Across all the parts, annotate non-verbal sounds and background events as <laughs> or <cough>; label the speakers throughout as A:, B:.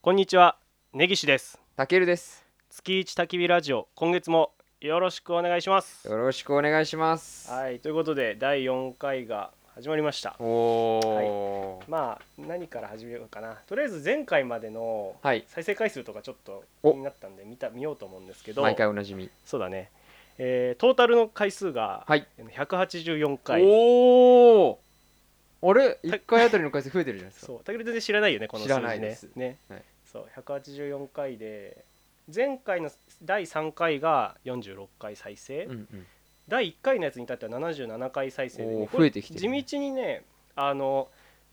A: こんにちは根岸です
B: たけるです
A: 月一焚き火ラジオ今月もよろしくお願いします
B: よろしくお願いします
A: はいということで第4回が始まりました
B: おお
A: まあ何から始めようかなとりあえず前回までの
B: はい
A: 再生回数とかちょっと気
B: お
A: になったんで見た見ようと思うんですけど
B: 毎回おなじみ
A: そうだね、えートータルの回数が
B: はい
A: 184回、
B: おおあれ1回あたりの回数増えてるじゃないですか
A: <laughs> そうだけど全然知らないよねこの数字ね
B: 知らないです
A: ね、
B: はい
A: そう184回で前回の第3回が46回再生、
B: うんうん
A: 第1回のやつに至っては77回再生でね、
B: おー
A: これ
B: 増えてきてるね
A: 地道にねあの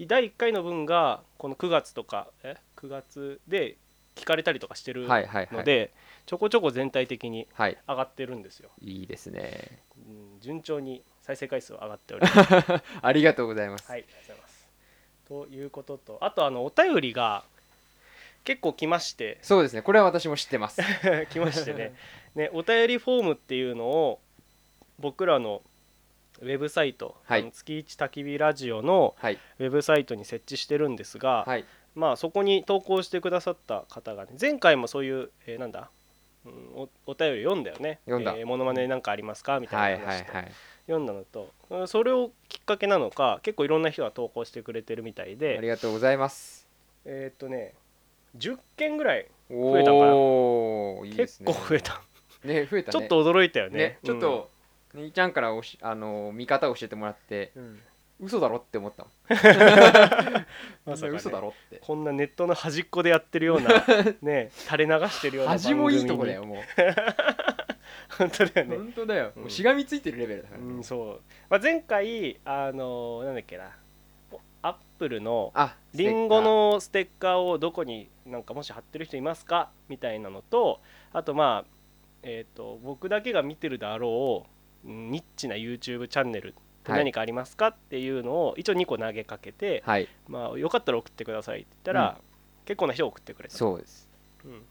A: 第1回の分がこの9月とかえ9月で聞かれたりとかしてるので、
B: はいはいはい
A: ちょこちょこ全体的に
B: はい
A: 上がってるんですよ、
B: いいですね
A: うん、順調に再生回数は上がっており
B: <laughs>
A: ますはい
B: ありがとうございます
A: ありがとうございますということとあとあのお便りが結構来まして
B: そうですねこれは私も知っ
A: <laughs>
B: てます
A: 来ましてねねお便りフォームっていうのを僕らのウェブサイト、
B: はい
A: あの月一焚き火ラジオの
B: はい
A: ウェブサイトに設置してるんですが、
B: はい
A: まあそこに投稿してくださった方が、ね、前回もそういう、えーなんだ、うん、おお便り読んだよね
B: 読んだ
A: えーモノマネなんかありますか?」み
B: は
A: た
B: い
A: いな
B: は
A: 話
B: い
A: と
B: はい
A: 読んだのと、うんそれをきっかけなのか結構いろんな人が投稿してくれてるみたい
B: あり
A: で
B: がとうございます
A: えーっとね10件ぐらい
B: お
A: えたかな
B: おいいで
A: 結
B: すね
A: 構増えた、
B: ね増えた
A: ち
B: ね
A: ょっと驚いたよね
B: ねちょっ
A: うん
B: と兄ちゃんからおしあの見方を教えてもらって嘘だろって思ったもん
A: まさかね
B: 嘘だろって
A: こんなネットの端っこでやってるよう
B: <laughs>
A: なね垂れ流してるような
B: 味もいいとこだよ
A: 番
B: もう
A: 組に本当だよ <laughs> ね、
B: 本当だよ、
A: うん
B: もうしがみついてるレベルだからね、
A: うん、そう、まあ、前回あのなんだっけなおアップルの
B: あ
A: リンゴのステッカーをどこになんかもし貼ってる人いますかみたいなのとあとまあえっ、と僕だけが見てるだろううんニッチな YouTube チャンネルって何かありますか、っていうのを一応2個投げかけて、
B: はい
A: まあよかったら送ってくださいって言ったら、結構な人送ってくれた
B: そうです
A: うん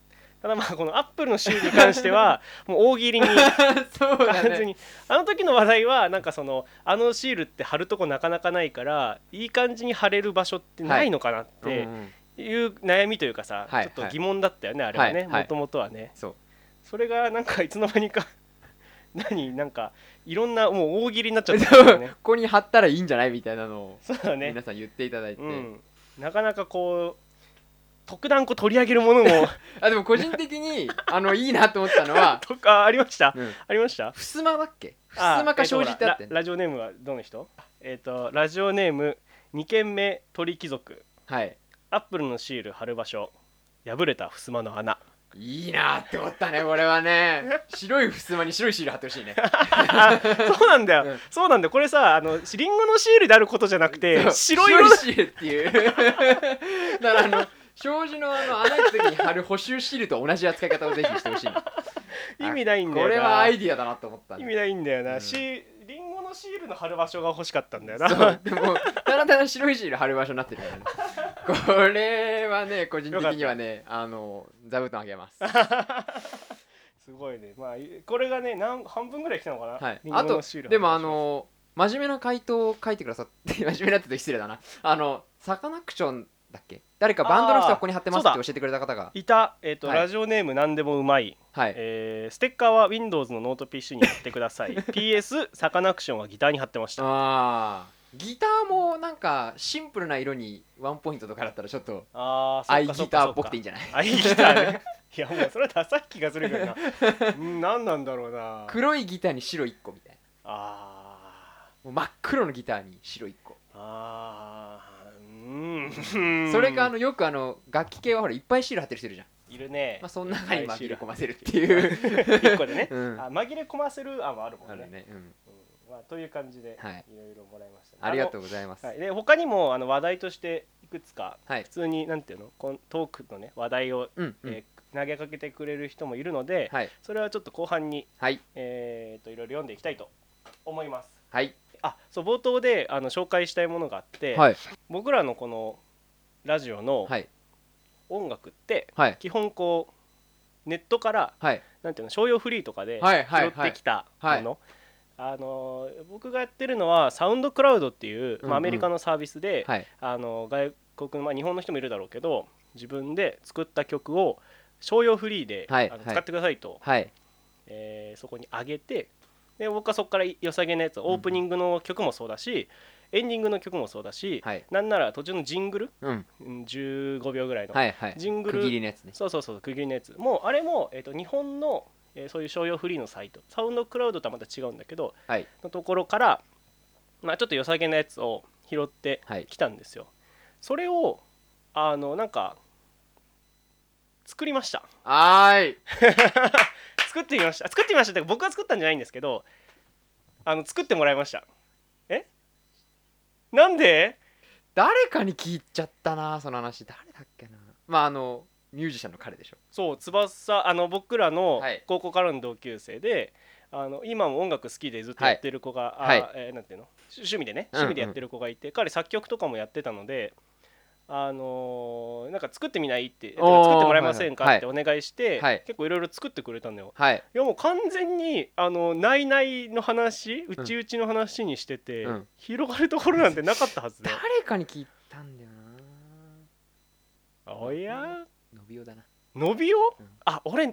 A: ただまあこのアップルの週に関して
B: <laughs>
A: はもう大喜利に
B: <laughs> そう
A: 完全にあの時の話題はなんかそのあのシールって貼るとこなかなかないからいい感じに貼れる場所ってないのかなっ
B: うん
A: ていう悩みというかさ、
B: はい
A: ちょっと疑問だったよねあれはね
B: はい
A: もともとはね
B: そう
A: それがなんかいつの間にか <laughs> 何なんかいろんなもう大喜利になっちゃっ
B: <laughs>
A: たんだよね
B: ここに貼ったらいいんじゃないみたいなのを
A: そうだね
B: 皆さん言っていただいて、
A: うんなかなかこう特段こう取り上げるもの
B: <laughs>
A: も
B: あでも個人
A: <laughs>
B: 的にあのいいなと思ったのは、
A: とかありました
B: うん、
A: ありました
B: ふすまだっけふす
A: あ
B: まか障子ってあって
A: え
B: ね
A: とララジオネームはどの人えっ、とラジオネーム2軒目鳥貴族
B: はい
A: アップルのシール貼る場所破れた襖の穴
B: いいなって思ったねこれはね白いふすまに白いシール貼ってほしいね
A: あそうなんだよ、
B: うん
A: そうなんだよこれさあのリンゴのシールであることじゃなくて白色
B: シールっていう <laughs> だからあの障子のあの穴の時に貼る補修シールと同じ扱い方をぜひしてほしいな
A: 意味ないんだよな
B: これはアイディアだなと思った
A: 意
B: ね
A: 味ないんだよな、
B: うん
A: しリンゴのシールの貼る場所が欲しかったんだよな
B: そうでもただただ白いシール貼る場所になってるからねこれはね個人的にはねあの座布団あげ
A: <laughs>
B: ます
A: すごいねまあいこれがねなん半分ぐらい来たのかな、
B: はい
A: リンゴ
B: あ
A: の
B: と
A: シール貼
B: で
A: る場
B: も
A: 所
B: あの真面目な回答を書いてくださって <laughs> 真面目なって言うと失礼だなあのサカナクションだっけ誰かバンドの人はここに貼ってます
A: あー
B: っ
A: そうだ
B: て教えてくれた方が
A: いた、えっと
B: はい
A: ラジオネームなんでもうまい
B: はい
A: えーステッカーは Windows のノート PC に貼ってくだ
B: <laughs>
A: さい PS サカナクションはギターに貼ってました
B: あーギターもなんかシンプルな色にワンポイントとかだったらちょっと
A: あー
B: ア
A: そ
B: イ
A: かそ
B: ギ
A: か
B: タ
A: そ
B: ーっぽくていいん
A: う
B: じゃない
A: <laughs> かアイギターねいやもうそれはダサい気がするけどなうん何なんだろうな
B: 黒いギターに白1個みたいな
A: あ
B: もう真っ黒のギターに白1個
A: ーあーうん
B: それかあのよくあの楽器系はほらいっぱいシール貼ってる人いるじゃん、
A: いるね
B: まあ、その中に紛れ込ませるって
A: 一
B: いう
A: 個でね、
B: う
A: <laughs>
B: ん
A: あ紛れ込ませる案はあるもん
B: あ
A: ね
B: るね、うん、
A: うんまあ、という感じで、
B: はい
A: いろいろもらいましたね、
B: ありがと
A: う
B: うございます
A: はい、で他にもあの話題としていくつか
B: はい
A: 普通になんていうのこんトークのね話題を、
B: うんうん
A: えー投げかけてくれる人もいるので、
B: はい
A: それはちょっと後半に、
B: はい
A: えー、といろいろ読んでいきたいと思います
B: はい
A: あそう冒頭であの紹介したいものがあって、
B: はい
A: 僕らのこのラジオの
B: はい
A: 音楽って
B: はい
A: 基本こうネットから
B: はい
A: なんていうの商用フリーとかで
B: はいは
A: 拾
B: い
A: ってきたもの、
B: はい
A: あのー僕がやってるのはサウンドクラウドっていう、
B: う
A: ま
B: んう
A: あ、
B: ん
A: アメリカのサービスで、
B: はい
A: あの外国の、まあ、日本の人もいるだろうけど自分で作った曲を商用フリーで、
B: はい
A: あの
B: はい
A: 使ってくださいと、
B: はい
A: えーそこに上げてで僕はそこから良さげなやつオープニングの曲もそうだし、エンディングの曲もそうだし、
B: はい
A: なんなら途中のジングル
B: うん
A: うん15秒ぐらいの、
B: はいはい
A: ジングル
B: 区切りのやつね
A: そうそうそう区切りのやつもうあれも、えー、と日本の、えーそういう商用フリーのサイトサウンドクラウドとはまた違うんだけど
B: はい
A: のところから、まあ、ちょっと良さげなやつを拾って
B: はい
A: きたんですよそれをあのなんか作りました
B: はーい
A: 作ってみました作ってみましたってか僕が作ったんじゃないんですけどあの作ってもらいましたえなんで
B: 誰かに聞いちゃったなその話誰だっけなまああのミュージシャンの彼でしょ
A: そう翼あの僕らの
B: はい
A: 高校からの同級生で、あの今も音楽好きでずっとやってる子が、あ
B: はいはい
A: えーなんていうの趣趣味でね
B: うんうん
A: 趣味でやってる子がいて、彼作曲とかもやってたのであのーなんか作ってみないって
B: おー
A: 作ってもらえませんか
B: はい
A: ってお願いして、
B: はい
A: 結構いろいろ作ってくれたのよ
B: はい
A: いやもう完全にあの内々の話うちうちの話にしてて、
B: うん
A: 広がるところなんてなかったはずだよ
B: 誰かに聞いたんだよ
A: おや
B: なのびおだな
A: のびお、
B: うん
A: あ俺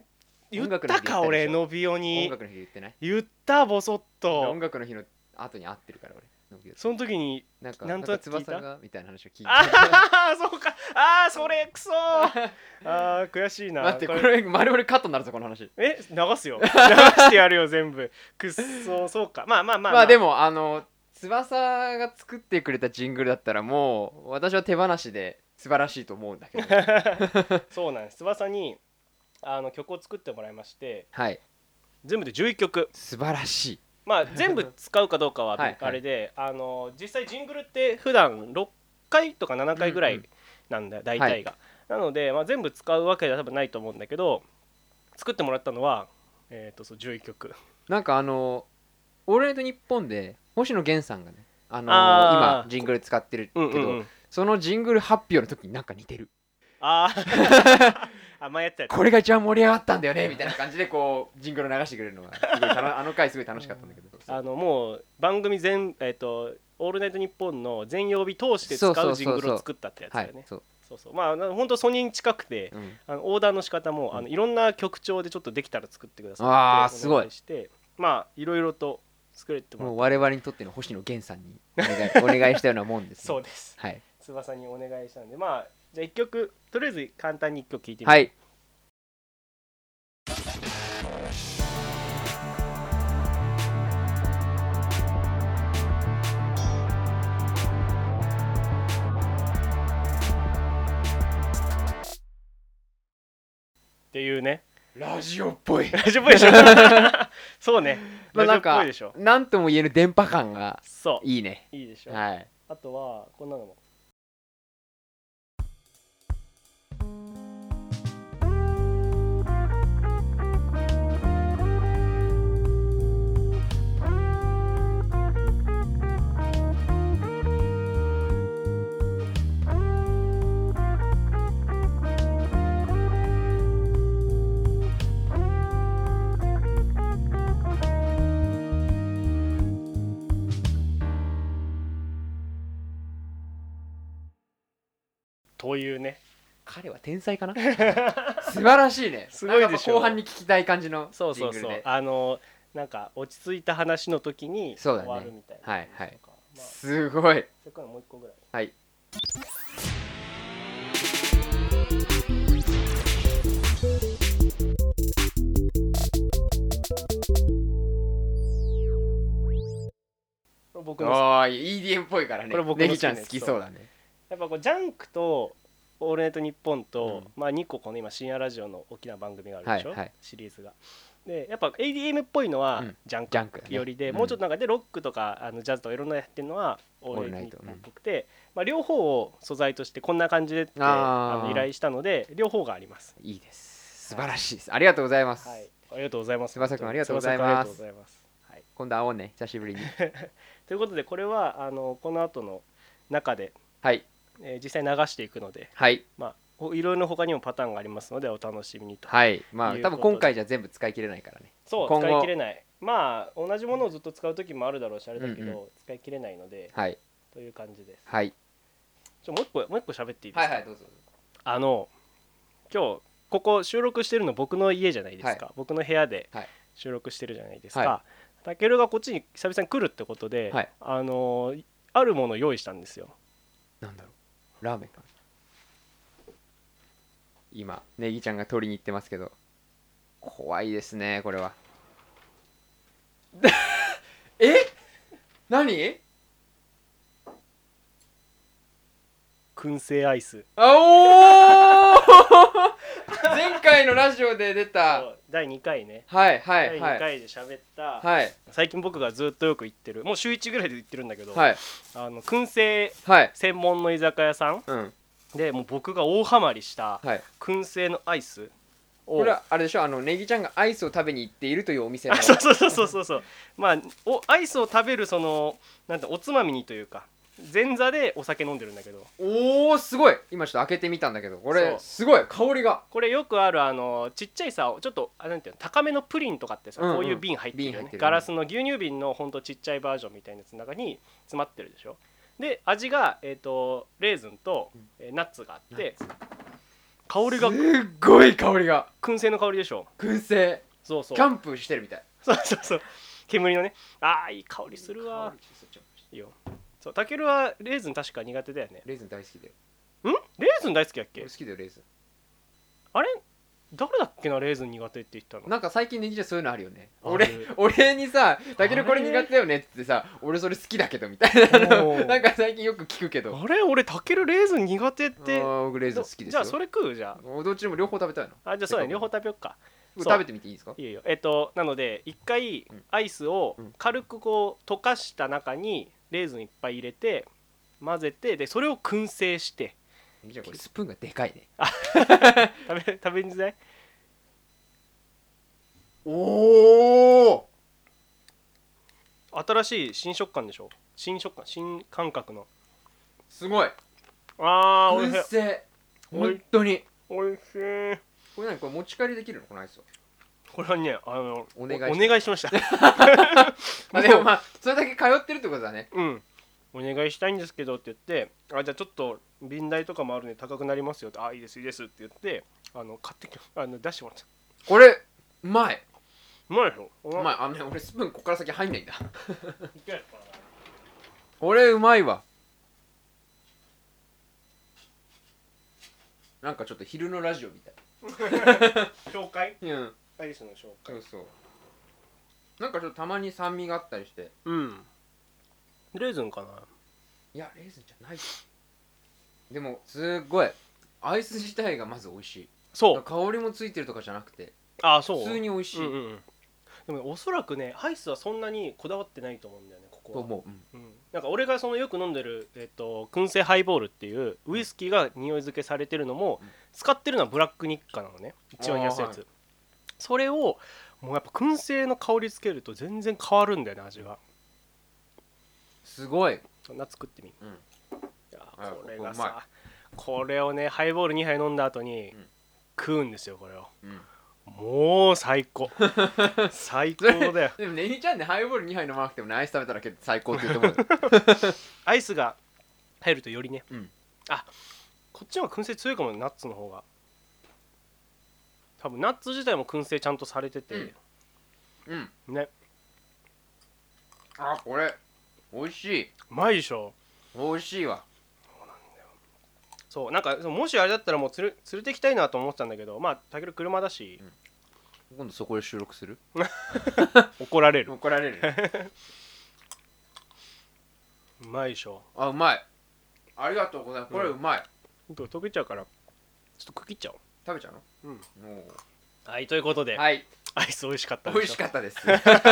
A: 言っ
B: 音楽の
A: た
B: 日言ったでし
A: か
B: ょ
A: 俺のびお
B: 音
A: に
B: 楽の日言ってない
A: 言ったボソッ
B: 音
A: と
B: 楽の日の後に会ってるから俺のびお
A: その時に
B: なんか
A: なんとなく聞いた
B: なんか翼がみたいな話を聞いて
A: ああそうかああそれクソ <laughs> ああ悔しいな
B: <laughs> 待ってこ
A: これ
B: れ丸々カットになるぞこの話
A: え流すよ流してやるよ全 <laughs> 部くっそそうかまあまあまあ、
B: まあでもあの翼が作ってくれたジングルだったらもう私は手放しで素晴らしいと思うんだ
A: <laughs>
B: けど
A: <laughs> そうなんです翼にあの曲を作ってもらいまして
B: はい
A: 全部で11曲
B: 素晴らしい
A: まあ全部使うかどうかは
B: はい
A: あれで、あの実際ジングルって普段6回とか7回ぐらいなんだよ、大体が、なので、まあ、全部使うわけでは多分ないと思うんだけど作ってもらったのは、えー、とそう11曲
B: なんかあの「オールナイトニッポン」で星野源さんがねあの
A: あー
B: 今ジングル使ってるけ
A: う
B: ど、
A: んうんうん
B: そのジングル発表の時になんか似てる
A: あ
B: <laughs>
A: ー甘いやつや
B: これが一番盛り上がったんだよねみたいな感じでこうジングル流してくれるのがすごい楽あの回すごい楽しかったんだけど
A: <laughs> あのもう番組全えっ、と「オールナイトニッポン」の全曜日通して使
B: そうそうそうう
A: ジングルを作ったってやつ
B: は
A: だよ
B: い
A: ね
B: そう、
A: そうそうまあ本当ソニーに近くて、
B: うん、
A: あのオーダーの仕方も、
B: うん
A: あのいろんな曲調でちょっとできたら作ってください
B: あー
A: ってお願してまあいろいろと作れてもらっ
B: もう
A: て
B: 我々にとっての星野源さんにお
A: <laughs>
B: 願いお願いしたようなもんですね、
A: そうです <laughs>
B: はい、
A: 翼にお願いしたんでまあじゃあ一曲とりあえず簡単に一曲聴いてみ
B: は
A: て
B: い、
A: っていうね <laughs>
B: ラジオっぽい <laughs>
A: ラジオっぽいでしょ <laughs> そうね
B: まあ
A: ラジオ
B: なん
A: っぽ
B: か
A: いでしょ
B: なんとも言える電波感が
A: そう
B: いいね
A: いいでしょ
B: はい
A: あとはこんなのもというね
B: 彼は天才かな <laughs> 素晴らしいね
A: すごいでしょ
B: なんか後半に聞きたい感じの
A: そう
B: ジ
A: そ
B: ン
A: う
B: グル
A: そう
B: で
A: あのなんか落ち着いた話の時に
B: そ
A: 終
B: うだね
A: わるみたいな
B: はいはい
A: まあ
B: すごい
A: それからもう一個ぐらい
B: はい
A: 僕
B: お
A: の
B: ーい EDM っぽいからね
A: これ僕の好きな
B: ネ
A: やつ
B: ギちゃん好きそうだね
A: やっぱこうジャンクと「オールナイトニッポンと」
B: うん
A: まあ、2個この今深夜ラジオの大きな番組があるでしょ、
B: はいはい
A: シリーズが。でやっぱ ADM っぽいのは
B: うん
A: ジャン
B: ジャンクだ
A: ク
B: ね
A: よりで、
B: うん
A: もうちょっとなんかでロックとかあのジャズとかいろんなやってるのは「オールナイトニッポン」っぽくて、まあ、両方を素材としてこんな感じでって
B: あ
A: あ
B: ー
A: の依頼したので両方があります。
B: いいです素晴らしいですありがとうございます、
A: はい、ありがとうございます。
B: 翼くんありがとうございま
A: 翼くんあり
B: す
A: がとうございますはい、
B: 今度会おうね久しぶりに
A: ということでこれはあのこの後の中で、
B: はい
A: えー実際流していくので、
B: はい
A: まあ、おいろいろ他にもパターンがありますのでお楽しみにと。
B: はいまあ
A: いうこと
B: 多
A: で
B: 分今回じゃ全部使い切れないからね
A: そう
B: 今後
A: 使い切れないまあ同じものをずっと使う時もあるだろうしあれだけど、
B: うん
A: 使い切れないので
B: はい
A: という感じです
B: はい
A: ちょもう一個もう一個喋っていいです
B: は
A: か、
B: いはいどうぞ
A: あの今日ここ収録してるの僕の家じゃないですか、僕の部屋で
B: はい
A: 収録してるじゃないですか、
B: は
A: たけるがこっちに久々に来るってことで、
B: はい
A: あのーあるものを用意したんですよ
B: なんだろうラーメンかな今ネギちゃんが取りに行ってますけど怖いですねこれは <laughs> え何
A: 燻製アイス
B: あおー <laughs> 前回のラジオで出た
A: 第2回ね、
B: はいはいは
A: 第2
B: い
A: 回で喋った、
B: はい
A: 最近僕がずっとよく行ってるもう週1ぐらいで行ってるんだけど、
B: はい
A: あの燻製
B: はい
A: 専門の居酒屋さん
B: うん
A: でもう僕が大ハマりした
B: はい
A: 燻製のアイスを
B: これはあれでしょあのネギちゃんがアイスを食べに行っているというお店の
A: あそうそうそうそうそうそうまあおアイスを食べるそのなんておつまみにというか前座でお酒飲んでるんだけど
B: おおすごい今ちょっと開けてみたんだけどこ
A: そ
B: れ
A: う
B: すごい香りが
A: これよくあるあのちっちゃいさちょっとあなんていうの高めのプリンとかってさ、
B: うんうん
A: こういう瓶入ってるよ
B: 瓶入
A: ね
B: ってる
A: ガラスの牛乳瓶のほんとちっちゃいバージョンみたいなやつの中に詰まってるでしょで味が、えー、とレーズンと、えーナッツがあって香り
B: すっ
A: が
B: ごい香りが
A: 燻製の香りでしょ
B: 燻製
A: そうそ
B: キ
A: う
B: ャンプしてるみたい
A: そうそうそう煙のねあーいい香りするわいいよそうたけるはレーズン確か苦手だよね
B: レーズン大好きだよ
A: んレーズン大好きだっけ
B: 俺好きだよレーズ
A: あれ誰だっけなレーズン苦手って言った
B: ン
A: の
B: なんか最近ネギちゃんそういうのあるよね
A: あ
B: 俺
A: る
B: 俺にさ「たけるこれ苦手だよね」って言ってさ「俺それ好きだけど」みたいな <laughs>
A: おー
B: のなんか最近よく聞くけど
A: あれ俺たけるレーズン苦手っ
B: あ
A: て
B: ー僕レーズン好きですよ
A: じゃあそれ食うじゃ
B: おどっちでも両方食べたいの
A: ああじゃあそうだね
B: せ
A: 両
B: っか
A: 方食
B: く
A: べよっか
B: うん
A: そう
B: 食べてみていいですか
A: いいよえっとなので一回
B: うん
A: アイスを
B: うん
A: 軽くこう溶かした中にレーズンいっぱい入れて混ぜてでそれを燻製して
B: ネギちゃんこれスプーンがでかいね
A: 食べ食べにづらい
B: おお
A: 新しい新食感でしょ新食感新感覚の
B: すごい
A: あーおいし
B: 燻
A: い
B: 製
A: おい
B: 本当に
A: おいしい
B: これ何これ持ち帰りできるのこのアイスは
A: これはねあの
B: お願いします
A: お願いしました
B: まあでもまあそれだけ通ってるってことだね
A: うん、お願いしたいんですけどって言って「あじゃあちょっと便代とかもあるんで高くなりますよ」って「あいいですいいです」って言ってあの買ってきあの出してもらった
B: これうまいう
A: まいでしょう
B: うまいあのね俺スプーンここから先入んないんだ
A: いける
B: これうまいわなんかちょっと昼のラジオみたい
A: 紹介
B: うん
A: アイスの紹
B: そ
A: 介
B: うそうなんかちょっとたまに酸味があったりして
A: うんレーズンかない
B: やレーズンじゃないでもすっごいアイス自体がまず美味しい
A: そう
B: 香りもついてるとかじゃなくて
A: あそう
B: 普通に美味しい、
A: うんうんうんでもねおそらくねアイスはそんなにこだわってないと思うんだよねここ
B: と
A: は
B: 思う、
A: うん、なんか俺がそのよく飲んでる、えっと燻製ハイボールっていうウイスキーが匂い付けされてるのも、
B: うん
A: 使ってるのはブラックニッカなのね一番安いやつ、
B: あーは
A: それをもうやっぱ燻製の香りつけると全然変わるんだよね味が
B: すごい
A: そんな作ってみ、
B: うん
A: いや
B: あ
A: ーこれ
B: ここ
A: が
B: うまい
A: さこれをねハイボール2杯飲んだ後に、
B: うん
A: 食うんですよこれを
B: うん
A: もう最高
B: <laughs>
A: 最高だよ
B: でもねぎちゃんねハイボール2杯飲まなくてもねアイス食べたら結構最高って言うと <laughs> 思う
A: アイスが入るとよりね、
B: うん
A: あこっちの方が燻製強いかもねナッツの方が多分ナッツ自体も燻製ちゃんとされてて、
B: うん
A: ね
B: あこれ美味しいう
A: まいでしょ
B: 美味しいわ
A: そうなんかそのもしあれだったらもうつれ連れてきたいなと思ってたんだけどまあたける車だし、
B: 今度そこで収録する
A: 怒られる
B: 怒られる
A: うまいでしょ
B: <laughs> あうまいありがとうございますこれうまい、
A: ほんと溶けちゃうからちょっと区切っちゃお
B: 食べちゃうの
A: う、うん、
B: も
A: はいということで、
B: うはい
A: アイス美味しかったでしょ
B: 美味しかったです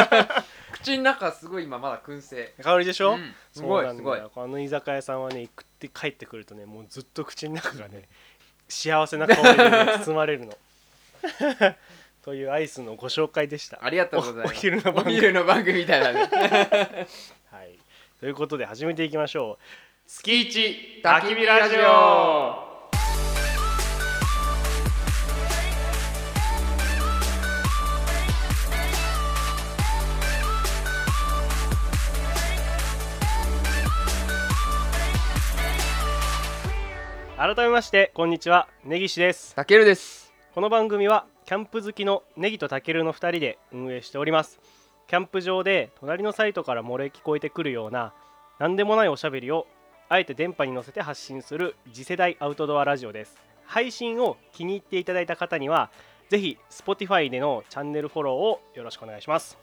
B: <laughs> 口の中すごい今まだ燻製
A: 香りでしょ、
B: うんす
A: そ
B: ごい
A: うなん
B: す
A: だ
B: ごい
A: よこの居酒屋さんはね食って帰ってくるとねもうずっと口の中がね幸せな香りで、ね、 <laughs> 包まれるのというアイスのご紹介でした、
B: ありがとうございま
A: おお
B: す
A: 昼の番組
B: お昼の番組みたいな
A: <laughs>
B: ね
A: はい、ということで始めていきましょう
B: 月一
A: 焚き火ラジオ改めましてこんにちは根岸です
B: たけるです
A: この番組はキャンプ好きのネギとタケルの2人で運営しておりますキャンプ場で隣のサイトから漏れ聞こえてくるような何でもないおしゃべりをあえて電波に乗せて発信する次世代アウトドアラジオです配信を気に入っていただいた方にはぜひ Spotify でのチャンネルフォローをよろしくお願いします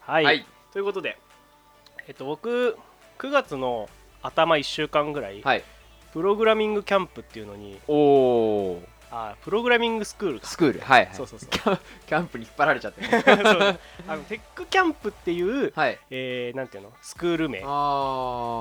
A: は、
B: はいい、
A: ということでえっと僕9月の頭1週間ぐらい、
B: はい、
A: プログラミングキャンプっていうのに
B: おお
A: あプログラミングスクールか
B: スクールはいはい
A: そうそうそう
B: キャンキャンプに引っ張られちゃ
A: <laughs>
B: ってね
A: そうあのテックキャンプっていう、
B: はい
A: えーなんていうのスクール名だか
B: あ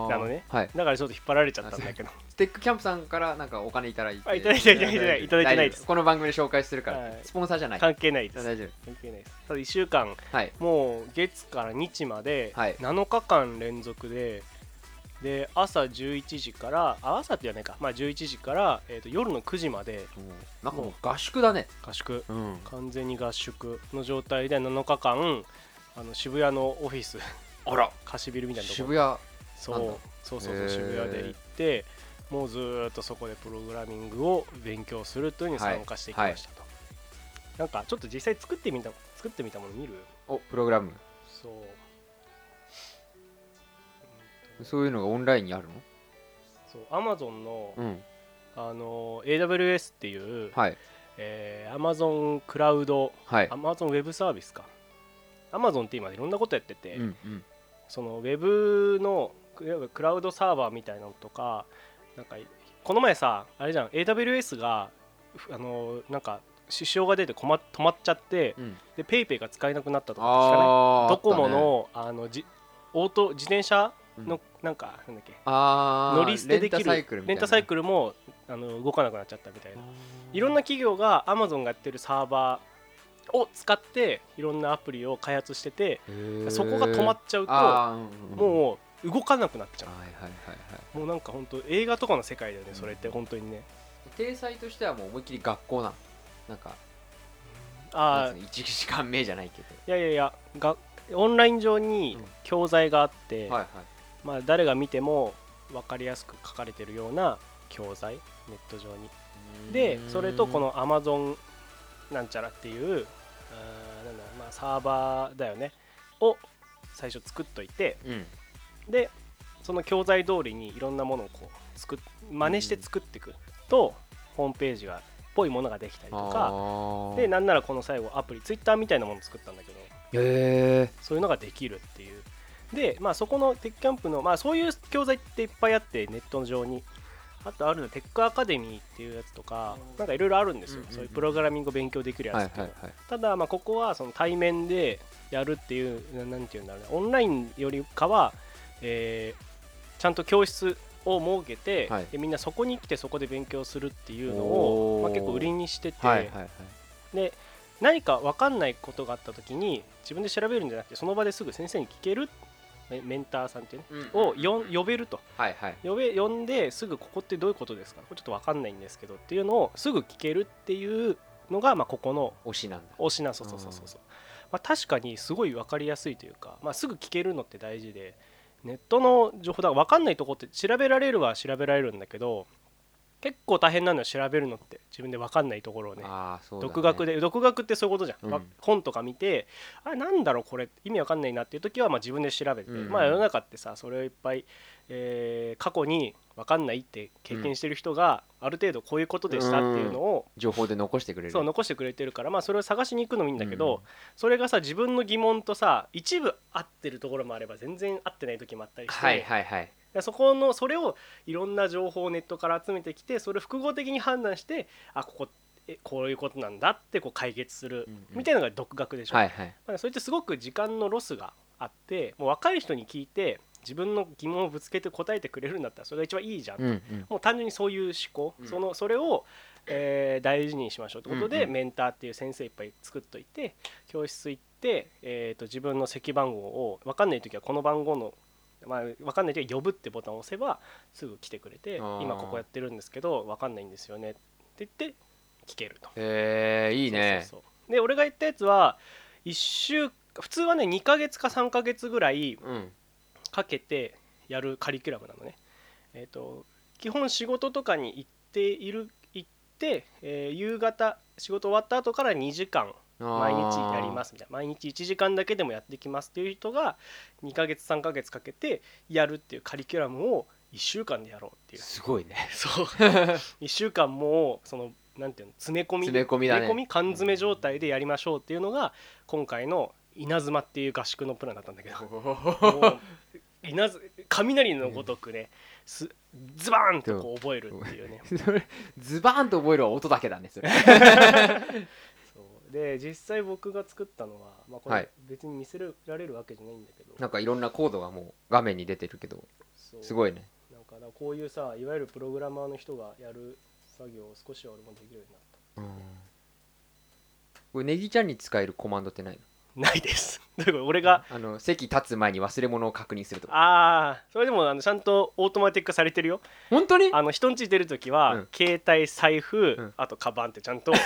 B: ー
A: なのね
B: はい
A: らちょっと引っ張られちゃったんだけど
B: ステックキャンプさんからなんかお金いただい
A: あ
B: て
A: いただいてないいただいてないいただいてないです
B: 大丈夫この番組で紹介するから、
A: はい
B: スポンサーじゃない
A: 関係ないです
B: 大丈夫
A: 関係ないですただ1週間
B: はい
A: もう月から日まで
B: はい
A: 7日間連続で、で朝11時からあ朝って言わないか、まあ、11時から、えー、と夜の9時まで
B: なんかもう合宿だね
A: 合宿
B: うん
A: 完全に合宿の状態で7日間あの渋谷のオフィス
B: あら
A: 貸しビルみたいなところ
B: 渋谷
A: そう
B: なんだ
A: そうそう
B: へ
A: そう
B: ー
A: 渋谷で行ってもうずーっとそこでプログラミングを勉強するというのに参加していきましたと、なんかちょっと実際作ってみた作ってみたもの見る
B: おプログラム
A: そう
B: そういうのがオンラインにあるの
A: そうアマゾンの,、
B: うん
A: あの AWS っていう、
B: はい
A: えー、Amazon クラウド
B: はい
A: Amazon ウェブサービスか Amazon って今いろんなことやってて、
B: うんうん
A: そのウェブのいわゆるクラウドサーバーみたいなのとかなんかこの前さあれじゃん AWS がふあのなんか支障が出て困っ止まっちゃって
B: うん
A: で PayPay が使えなくなったとか聞かない
B: あー
A: ドコモのあのじオート自転車のなんかなんだっけ
B: あー
A: 乗り捨てでき
B: レンタ
A: る
B: サイクルみた
A: レン
B: いな
A: タサイクルもあの動かなくなっちゃったみたいな
B: あー
A: いろんな企業が Amazon がやってるサーバーを使っていろんなアプリを開発してて
B: へー
A: そこが止まっちゃうと
B: あーうんうん
A: もう動かなくなっちゃう
B: はいはいはいはい
A: もうなんか本当映画とかの世界だよね
B: うん
A: それって本当にね
B: 体裁としてはもう思いっきり学校なのなんか
A: ああ
B: 1時間目じゃないけど
A: いやいやいやがオンライン上に
B: うん
A: 教材があって、
B: はいはい
A: まあ、誰が見ても分かりやすく書かれてるような教材ネット上にでそれとこの Amazon なんちゃらっていうあーなんだろうまあ、サーバーだよねを最初作っといて
B: うん
A: でその教材通りにいろんなものをこう作っ真似して作っていくと、ホームページがっぽいものができたりとか
B: か
A: でなんならこの最後アプリツイッターみたいなもの作ったんだけど
B: へえ
A: そういうのができるっていうでまあそこのテックキャンプのまあそういう教材っていっぱいあってネット上にあとあるのはテックアカデミーっていうやつとかなんかいろいろあるんですよ、
B: うんうんうん
A: そういうプログラミングを勉強できるやつ
B: は
A: っ
B: い
A: ていう
B: は
A: の
B: い
A: は
B: はい
A: ただまあここはその対面でやるっていうななんていうんだろうねオンラインよりかは、えーちゃんと教室を設けて、
B: はい
A: でみんなそこに来てそこで勉強するっていうの
B: お
A: を、
B: ー
A: まあ、結構売りにしてて、
B: はいはいはい
A: で何か分かんないことがあった時に自分で調べるんじゃなくてその場ですぐ先生に聞けるメメンターさんっていうね
B: うん
A: をよん呼べると
B: はいはい
A: 呼べ呼んですぐここってどういうことですかこれちょっと分かんないんですけどっていうのをすぐ聞けるっていうのが、まあ、ここの
B: 推しなんだ
A: 推しなそうそうそうそうそう、まあ、確かにすごい分かりやすいというか、まあ、すぐ聞けるのって大事でネットの情報だから分かんないとこって調べられるは調べられるんだけど結構大変なのよ調べるのって自分で分かんないところをね
B: ああそうだね
A: 独学で独学ってそういうことじゃん、
B: うん
A: わ本とか見てあれなんだろうこれ意味わかんないなっていう時はまあ自分で調べて、
B: うん
A: まあ世の中ってさそれをいっぱい、えー過去にわかんないって経験してる人がある程度こういうことでしたっていうのを、
B: 情報で残してくれる
A: そう残してくれてるからまあそれを探しに行くのもいいんだけど、
B: うん
A: それがさ自分の疑問とさ一部合ってるところもあれば全然合ってない時もあったりして、
B: はいはいはい
A: でそこのそれをいろんな情報をネットから集めてきてそれを複合的に判断してあここえこういうことなんだってこう解決する
B: うんうん
A: みたいなのが独学でしょ、
B: はいはい
A: まあそれってすごく時間のロスがあってもう若い人に聞いて自分の疑問をぶつけて答えてくれるんだったらそれが一番いいじゃん、
B: うんうん
A: もう単純にそういう思考、
B: うん
A: そのそれを、えー大事にしましょうということで、
B: うんうん
A: メンターっていう先生いっぱい作っといて教室行って、えー、と自分の席番号を分かんない時はこの番号の、まあ、分かんない時は呼ぶってボタンを押せばすぐ来てくれて
B: あー
A: 今ここやってるんですけど分かんないんですよねって言って聞けると。
B: へえいいね
A: そうそうそうで俺が言ったやつは1週普通はね2ヶ月か3ヶ月ぐらい
B: うん
A: かけてやるカリキュラムなのね。えっ、と基本仕事とかに行っている行って、えー夕方仕事終わった後から2時間毎日やりますみたいな毎日1時間だけでもやってきますっていう人が2ヶ月3ヶ月かけてやるっていうカリキュラムを1週間でやろうっていう
B: すごいね
A: そう1週間もうそのなんていうの詰め込み
B: 詰め込みだね
A: 詰め込み缶詰状態でやりましょうっていうのが今回の稲妻っていう合宿のプランだったんだけどもう <laughs> 稲妻雷のごとくねすズバーンとこう覚えるっていうね
B: それ <laughs> ズバーンと覚えるは音だけだねそれ
A: そうで実際僕が作ったのは、まあ、こ
B: は
A: れ
B: い
A: 別に見せられるわけじゃないんだけど、
B: なんかいろんなコードがもう画面に出てるけど
A: そう
B: すごいね
A: なんかだからこういうさいわゆるプログラマーの人がやる作業を少しは俺もできるようになっ
B: これネギちゃんに使えるコマンドってないの
A: たないです <laughs> だから俺が
B: あの席立つ前に忘れ物を確認するとか
A: ああそれでもあのちゃんとオートマティック化されてるよ
B: 本当に
A: あの人ん家出るときは、
B: うん
A: 携帯財布、
B: うん
A: あとカバンってちゃんと確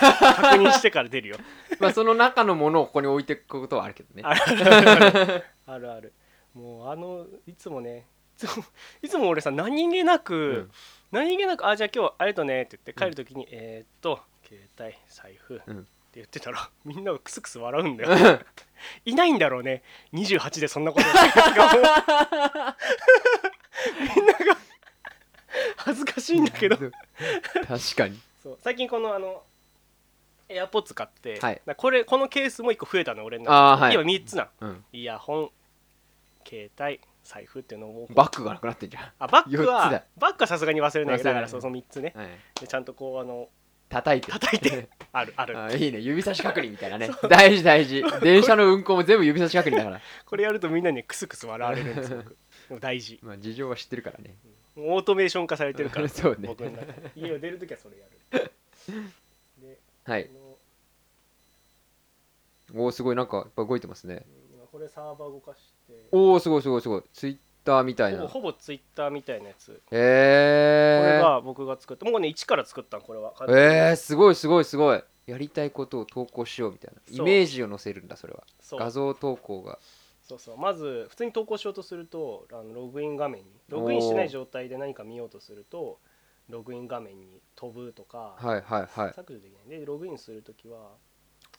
A: 認してから
B: <laughs>
A: 出るよ
B: まあその中のものをここに置いていくことはあるけどね
A: あるあるあるあるもうあのいつもねいつも <laughs> いつも俺さ何気なく、
B: うん
A: 何気なく「あじゃあ今日ありがとうね」って言って帰るときに「えーっと携帯財布」って
B: うん
A: 言ってたらみんながクスクス笑うんだよいないんだろうね28でそんなことやってる人がもう <laughs> みんなが恥ずかしいんだけど
B: 確かに
A: そう最近このあの AirPods 買って、
B: はい
A: だからこれこのケースも1個増えたの俺の中
B: ああは
A: で今
B: い、
A: 3つなの
B: うん、
A: イヤホン携帯財布っていうのを
B: バッグがなくなってんじゃ
A: あバッグ
B: 四つ
A: は
B: だ
A: バッグはさすがに忘れない
B: 忘れな
A: だ
B: い
A: からそうその3つね
B: ん、はい、
A: でちゃんとこうあの
B: 叩いて
A: 叩いてあるある
B: <laughs> あいいね指差し確認み
A: <laughs>
B: たいなね大事大事電車の運行も全部指差し確認だから、
A: これやるとみんなにクスクス笑われるんです
B: <laughs>
A: よでも大事
B: まあ、事情は知ってるからね
A: もうオートメーション化されてるから
B: <laughs> そうね
A: 僕の中で家を出るときはそれやる
B: <laughs>
A: で
B: はい
A: この
B: おおすごいなんかやっぱ動いてますね
A: 今これサーバー動かしてほ
B: おおすごいすごいすごいツイッターみたいな
A: ぼ
B: へ
A: ほぼツイッターみたいなやつこれ
B: え
A: が僕が作ったもうね一から作ったのこれは
B: えー、すごいすごいすごいやりたいことを投稿しようみたいな
A: そう
B: イメージを載せるんだそれは
A: そう
B: 画像投稿が
A: そうそうまず普通に投稿しようとするとあのログイン画面にログインしてない状態で何か見ようとするとログイン画面に飛ぶとか、
B: はいはいはい
A: 削除できないでログインするときは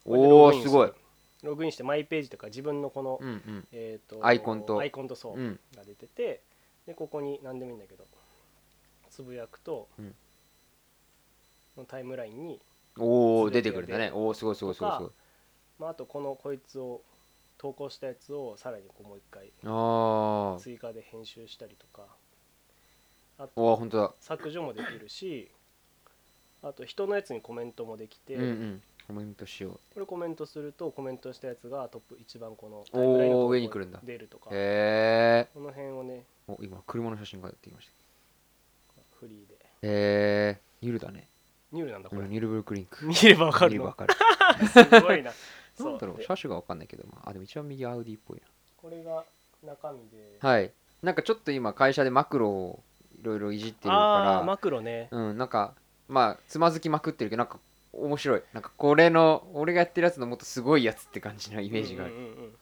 A: これで
B: お
A: ロ
B: お
A: グイン
B: すごい
A: るログインしてマイページとか自分のこの、
B: うんうん
A: えー、と
B: アイコンと
A: アイコンとそう、
B: うん
A: が出ててでここに何でもいいんだけどつぶやくと、
B: うん
A: このタイムラインに、
B: おお
A: 全て
B: 出て
A: が
B: くるんだねおおすごいすごいすごいすごい
A: まあ、あとこのこいつを投稿したやつをさらにこうもう一回
B: あー
A: 追加で編集したりとかあと
B: おおほんとだ
A: 削除もできるしあと人のやつにコメントもできて、
B: うんうんコメントしよう
A: これコメントするとコメントしたやつがトップ一番この
B: おー
A: タイムラインのところ
B: 上に来るんだ
A: 出るとかこ
B: へえ
A: の辺をね
B: お今車の写真が出てきました
A: フリーで
B: へえニュルだね
A: ニュールなんだこ
B: う
A: れ、
B: んニュルブルクリンク
A: 見ればわか
B: ニ
A: る
B: ュルわ
A: の
B: か
A: <laughs>
B: る
A: すごいなそ
B: <laughs> なんだろう
A: で
B: 車種がわかんないけどまああでも一番右アウディっぽい
A: これが中身で、
B: なはいなんかちょっと今会社でマクロをいろいろいじってる
A: ああー
B: か
A: マクロね
B: らうんなんかまあつまずきまくってるけどなんか面白いなんかこれの俺がやってるやつのもっとすごいやつって感じなイメージがあ
A: う
B: る
A: んうんうんうん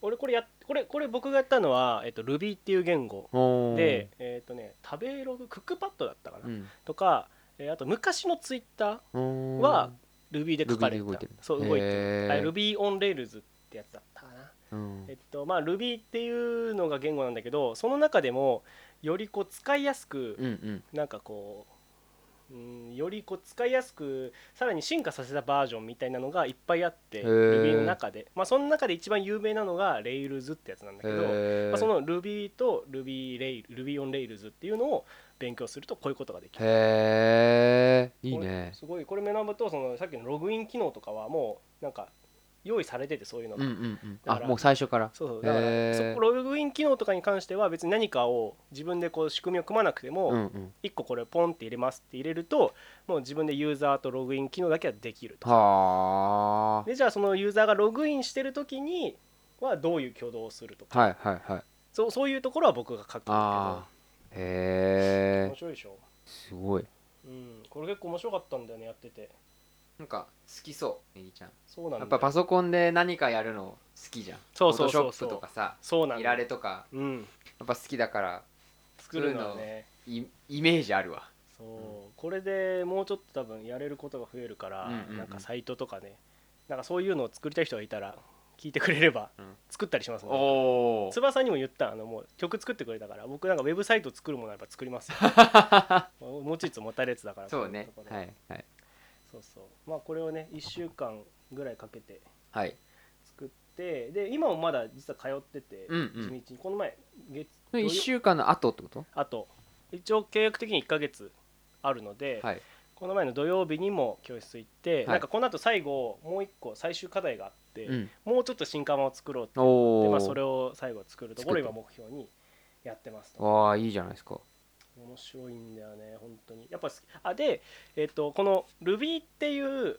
A: 俺これやっこれこれ僕がやったのは、えっと、Ruby っていう言語
B: おー
A: で、えっとね、食べログクックパッドだったかな、
B: うん
A: とか、えーあと昔のツイッターは
B: は
A: Ruby で書かれて
B: Ruby で動い
A: た
B: てるんだ
A: そう動いて
B: へ
A: る
B: ー
A: あ Ruby on Rails ってやつだったかな、
B: うん
A: えっとまあ、Ruby っていうのが言語なんだけどその中でもよりこう使いやすく、
B: うんうん
A: なんかこう、うん、よりこう使いやすくさらに進化させたバージョンみたいなのがいっぱいあって
B: へー
A: Ruby の中で、まあ、その中で一番有名なのが Rails ってやつなんだけど、
B: へ
A: まあ、
B: ー
A: その Ruby と Ruby, レイ Ruby on Rails っていうのを勉強するとこういうことができる。
B: へえいい
A: これ
B: ね
A: すごいこれ学ぶとそのさっきのログイン機能とかはもうなんか用意されててそういうの
B: う
A: が、
B: んうんうん
A: だ
B: あ
A: から
B: もう最初から
A: そうそうだから
B: へ
A: そ
B: ー
A: ログイン機能とかに関しては別に何かを自分でこう仕組みを組まなくても、
B: うんうん
A: 1個これをポンって入れますって入れるともう自分でユーザーとログイン機能だけはできると
B: は
A: でじゃあそのユーザーがログインしてる時にはどういう挙動をするとか
B: あはいはいはい
A: そうそういうところは僕が書くん
B: あ
A: だ
B: あ
A: けど
B: へ
A: 面
B: え
A: 白いでしょ
B: すごい
A: うんこれ結構面白かったんだよねやってて
B: なんか好きそうネギちゃん
A: そうなんだ
B: や
A: よ
B: っぱパソコンで何かやるの好きじゃん
A: そうそうそうそう
B: フォトショップとかさ
A: そうなん
B: い
A: だ
B: ら
A: よ
B: れとか
A: うん
B: やっぱ好きだから
A: 作るのはね
B: イイメージあるわ
A: そうこれでもうちょっと多分やれることが増えるから、
B: うんうんうん
A: なんかサイトとかねなんかそういうのを作りたい人がいたら聞いてくれれば
B: うん
A: 作ったりしますもん、
B: おお
A: 翼さんにも言ったあのもう曲作ってくれたから僕なんかウェブサイト作るものはやっぱ作り
B: <laughs>
A: ますよ持ちつ持たれつだから
B: そうね
A: こういうところ
B: はいはい
A: そうそうまあこれをね1週間ぐらいかけて
B: はい
A: 作ってで今もまだ実は通ってて、
B: うん
A: 地道にこの前月
B: うん1
A: 土曜
B: 週間の後ってこと
A: あと一応契約的に1ヶ月あるので、
B: はい
A: この前の土曜日にも教室行って、
B: い
A: なんかこの後最後もう一個最終課題があって、
B: うん
A: もうちょっと新刊を作ろうと
B: お
A: で、
B: お
A: まあ、それを最後作るところを
B: 作
A: 今
B: っ
A: 目標にやってますと
B: わあいいじゃないですか
A: 面白いんだよね本当にやっぱ好きあで、えっとこの Ruby っていう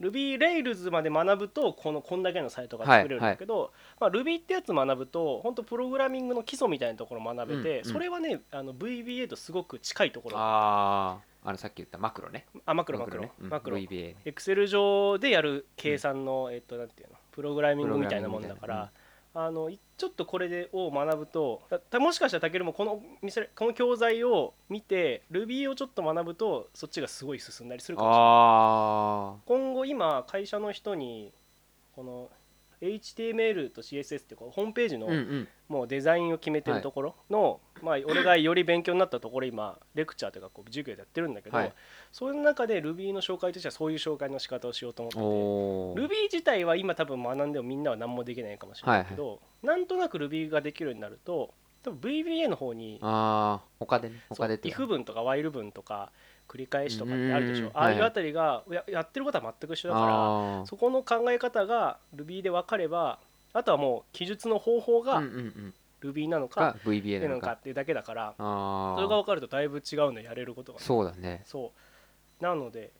A: RubyRails まで学ぶとこのこんだけのサイトが作れるんだけど、まあ、Ruby ってやつ学ぶと本当プログラミングの基礎みたいなところを学べて、
B: うんうん
A: それはねあの VBA とすごく近いところ
B: あああのさっき言ったマクロね
A: あマクロマクロ
B: ねうん
A: マクロ
B: VBA ね
A: エクセル上でやる計算の、えっとなんていうのプログラミングみたいなもんだか
B: プログラミングみたい
A: ら、あのいちょっとこれでを学ぶとだたもしかしたらたけるもこの見せこの教材を見て Ruby をちょっと学ぶとそっちがすごい進んだりするかもしれない
B: あ
A: 今後今会社の人にこの HTML と CSS ってこうホームページ
B: あ
A: の
B: うんうん
A: もうデザインを決めてるところの、まあ、俺がより勉強になったところ今レクチャーというかこう授業でやってるんだけど、
B: はい
A: そういう中で Ruby の紹介としてはそういう紹介の仕方をしようと思ってて
B: おお
A: Ruby 自体は今多分学んでもみんなは何もできないかもしれないけど、なんとなく Ruby ができるようになると多分 VBA の方に
B: ああ他でね
A: そ
B: 他
A: う
B: でっていう
A: if 文とか while 文とか繰り返しとかってあるでし
B: う
A: ょ
B: ん
A: ああい
B: は
A: う
B: い
A: あたりがややってることは全く一緒だから
B: あー
A: そこの考え方が Ruby で分かればあとはもう記述の方法
B: うん
A: が
B: うんうん、
A: Ruby なのか、
B: が VBA
A: な
B: なんの
A: か
B: か
A: っていうだけだから
B: あ
A: そ
B: あ
A: れが分かるとだいぶ違うのやれることが
B: そうだね
A: そうなので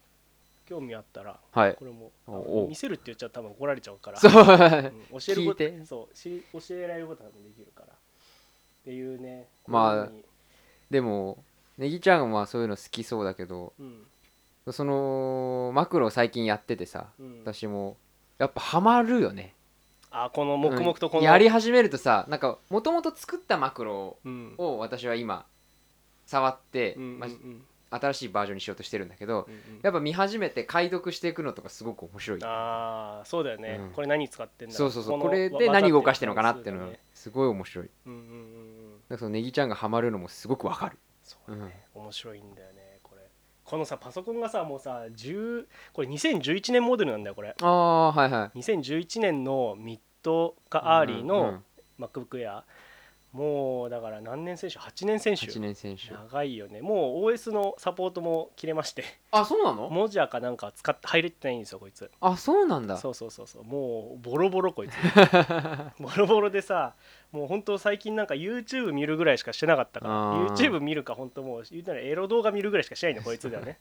A: 興味あったら
B: はい
A: これも
B: おお
A: 見せるって言っちゃ多分怒られちゃうから
B: そうう、
A: ん
B: <laughs>
A: 教えるこ
B: 聞いて
A: とそうし教えられることができるからっていうね
B: まあ
A: こういう
B: でもネギちゃんはそういうの好きそうだけど
A: ふうに
B: そのマクロ最近やっててさ
A: うんうん
B: 私もやっぱハマるよね
A: あこの黙々とこ
B: うん
A: の
B: やり始めるとさなんかもともと作ったマクロ
A: うん
B: を私は今触って、
A: うんうん
B: ま
A: うん
B: あ新しいバージョンにしようとしてるんだけど
A: うんうん
B: やっぱ見始めて解読していくのとかすごく面白い
A: ああそうだよね
B: うん
A: これ何使ってんだ
B: そうそうそうこ
A: の
B: れ
A: わ
B: で何動かしてるのかな
A: 技
B: っていうの
A: いう
B: が
A: ね
B: すごい面白いだか
A: うんうんうんうん
B: らそのネギちゃんがハマるのもすごくわかる
A: そうだね、面白いんだよねこれこのさパソコンがさもうさ10これ2011年モデルなんだよこれ
B: ああはいはい
A: 2011年のミッドかアーリー
B: うんう
A: の
B: ん
A: MacBook Air、もうだから何年選手8年選手
B: 8年選手
A: 長いよねもう OS のサポートも切れまして
B: あそうなの
A: モジャかなんか使って入れてないんですよこいつ
B: あそうなんだ
A: そうそうそうそうもうボロボロ
B: <laughs>
A: こいつボロボロでさもう本当最近なんか YouTube 見るぐらいしかしてなかったから
B: あー
A: YouTube 見るか本当もう言うたらエロ動画見るぐらいしかしないのこいつだよね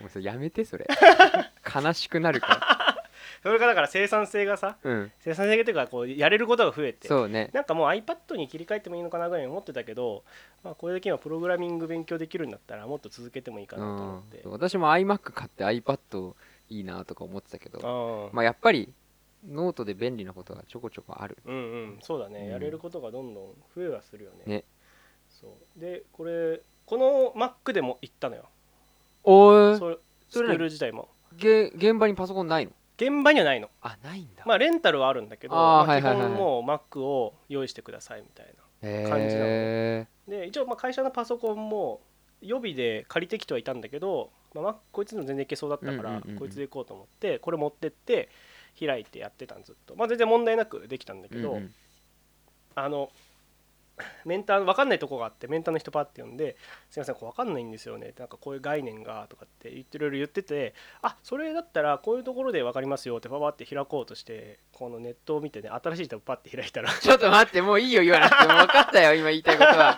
B: もうそれやめて
A: <laughs>
B: それ悲しくなるか
A: それがだから生産性がさ
B: らうん
A: 生産性というかこうやれることが増えて
B: そうね
A: なんかもう iPad に切り替えてもいいのかなぐらいに思ってたけど、まあ、これだけ今プログラミング勉強できるんだったらもっと続けてもいいか
B: う
A: なと思
B: ん
A: って、
B: 私も iMac 買って iPad いいなとか思ってたけど
A: うん
B: まあやっぱりノートで便利なことがちょこちょこある
A: うんうんそうだね、
B: うん
A: やれることがどんどん増えはするよね
B: ね
A: そうでこれこの Mac でも行ったのよ
B: おお
A: それス
B: そ
A: ク
B: れ
A: ー
B: 何
A: ル自体も
B: げ現場にパソコンないの
A: 現場にはないの
B: あないんだ
A: まあレンタルはあるんだけどま
B: あー
A: あ
B: はい
A: 基
B: はいはい
A: 本もう Mac を用意してくださいみたいな感じなの
B: へえ
A: で一応まあ会社のパソコンも予備で借りてきてはいたんだけど、まあまあ、こいつの全然いけそうだったから、
B: うんうんうんうん
A: こいつで行こうと思ってこれ持ってって開いてやってたんずっと、まあ、全然問題なくできたんだけど、あの <laughs> メンター分かんないとこがあってメンターの人パッて呼んで「すいませんこれ分かんないんですよね」なんかこういう概念がとかって言っていろいろ言ってて「あそれだったらこういうところで分かりますよ」ってパパって開こうとしてこのネットを見てね新しいタブパッて開いたら <laughs>
B: ちょっと待ってもういいよ言わなくても分かったよ今言いたいこ
A: <laughs>
B: とは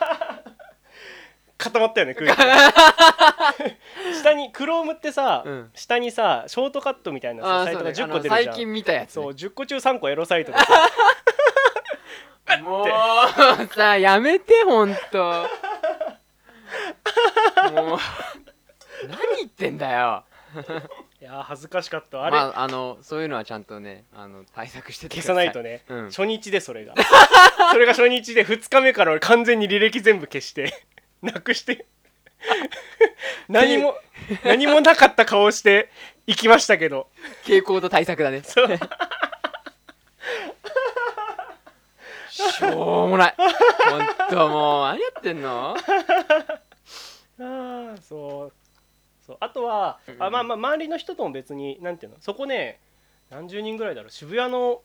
A: 固まったよね空気が <laughs> 下に Chrome ってさ、
B: うん
A: 下にさショートカットみたいなさ
B: あ
A: サイ
B: そ
A: トが
B: うねあ
A: 10個
B: の
A: 出るじゃ
B: 最
A: ん
B: 近見たやつね
A: そう10個中3個エロサイトで
B: <laughs>
A: さ
B: もうさやめてほんともう何言ってんだよ
A: いやー恥ずかしかったあ
B: あ
A: れ、
B: まあ、あのそういうのはちゃんとねあの対策してて
A: 消さないと
B: ね
A: ね、
B: うん
A: 初日でそれがそれが初日で2日目から俺完全に履歴全部消してなくして何も何もなかった顔して行きましたけど
B: 傾向と対策だねし
A: そう
B: ょうもない本当もう何やってんの
A: ああそうそうあとは、
B: うん
A: あまあまあ周りの人とも別になんていうのそこね何十人ぐらいだろう渋谷の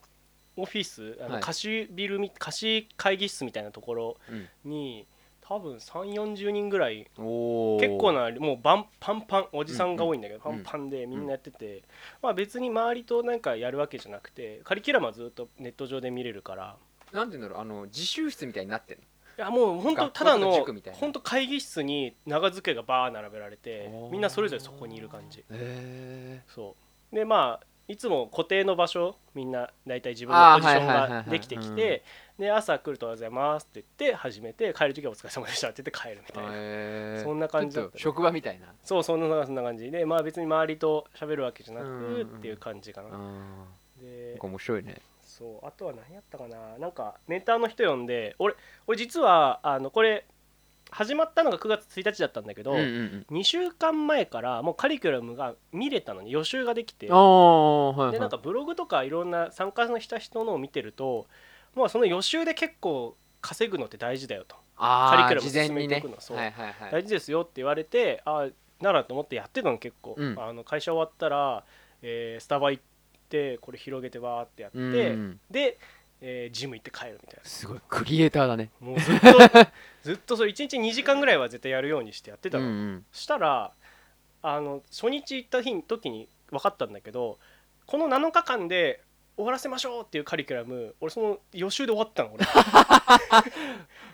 A: オフィスあの
B: はい
A: 貸しビルみ、貸し会議室みたいなところに多分3 4 0人ぐらい
B: おー
A: 結構なもうバンパンパンおじさんが多いんだけど、
B: うんうん
A: パンパンでみんなやってて、まあ、別に周りとなんかやるわけじゃなくてカリキュラムはずっとネット上で見れるから
B: なんていうんだろうあの自習室みたいになってんの
A: いやもう本当ただ
B: 学校の
A: の
B: 塾みたいな
A: 本当会議室に長机がバー並べられて
B: おー
A: みんなそれぞれそこにいる感じ
B: へ
A: そうでまあいつも固定の場所みんな大体自分
B: あ
A: の
B: ー
A: ポジション
B: はいはいはい
A: が
B: はい
A: できてき
B: うん
A: てで朝来ると「おはようございます」って言って始めて帰る時は「お疲れ様でした」って言って帰るみたいな
B: え
A: そんな感じ
B: ち
A: だ
B: ょ
A: っ
B: ったと
A: ね
B: 職場みたいな
A: そうそんなそんな感じでまあ別に周りと喋るわけじゃな
B: うんうん
A: く
B: うん
A: っていう感じかな
B: あ
A: で
B: 面白いね
A: そうあとは何やったかななんかメンターの人呼んで俺俺実はあのこれ始まったのが9月1日だったんだけど、
B: うんうん
A: 2週間前からもうカリキュラムが見れたのに予習ができて
B: うんああはいはい
A: でなんかブログとかいろんな参加した人のを見てるともうその予習で結構稼ぐのって大事だよとカリキ
B: あ
A: ュ
B: あ
A: ラム
B: 事前に
A: 進めてい
B: ね
A: くのそう
B: はいはいはい
A: 大事ですよって言われてあならと思ってやってたの結構、
B: うん
A: あの会社終わったら、えースタバ行ってこれ広げてわーってやって、
B: うんうん
A: で、えージム行って帰るみたい
B: すごいクリエイターだね
A: なもうずっと <laughs> ずっとそれ1日2時間ぐらいは絶対やるようにしてやってた
B: うん
A: の、
B: うん
A: したらあの初日行った日時に分かったんだけどこの7日間で終わらせましょうっていうカリキュラム俺その予習で終わったの
B: <laughs>
A: 俺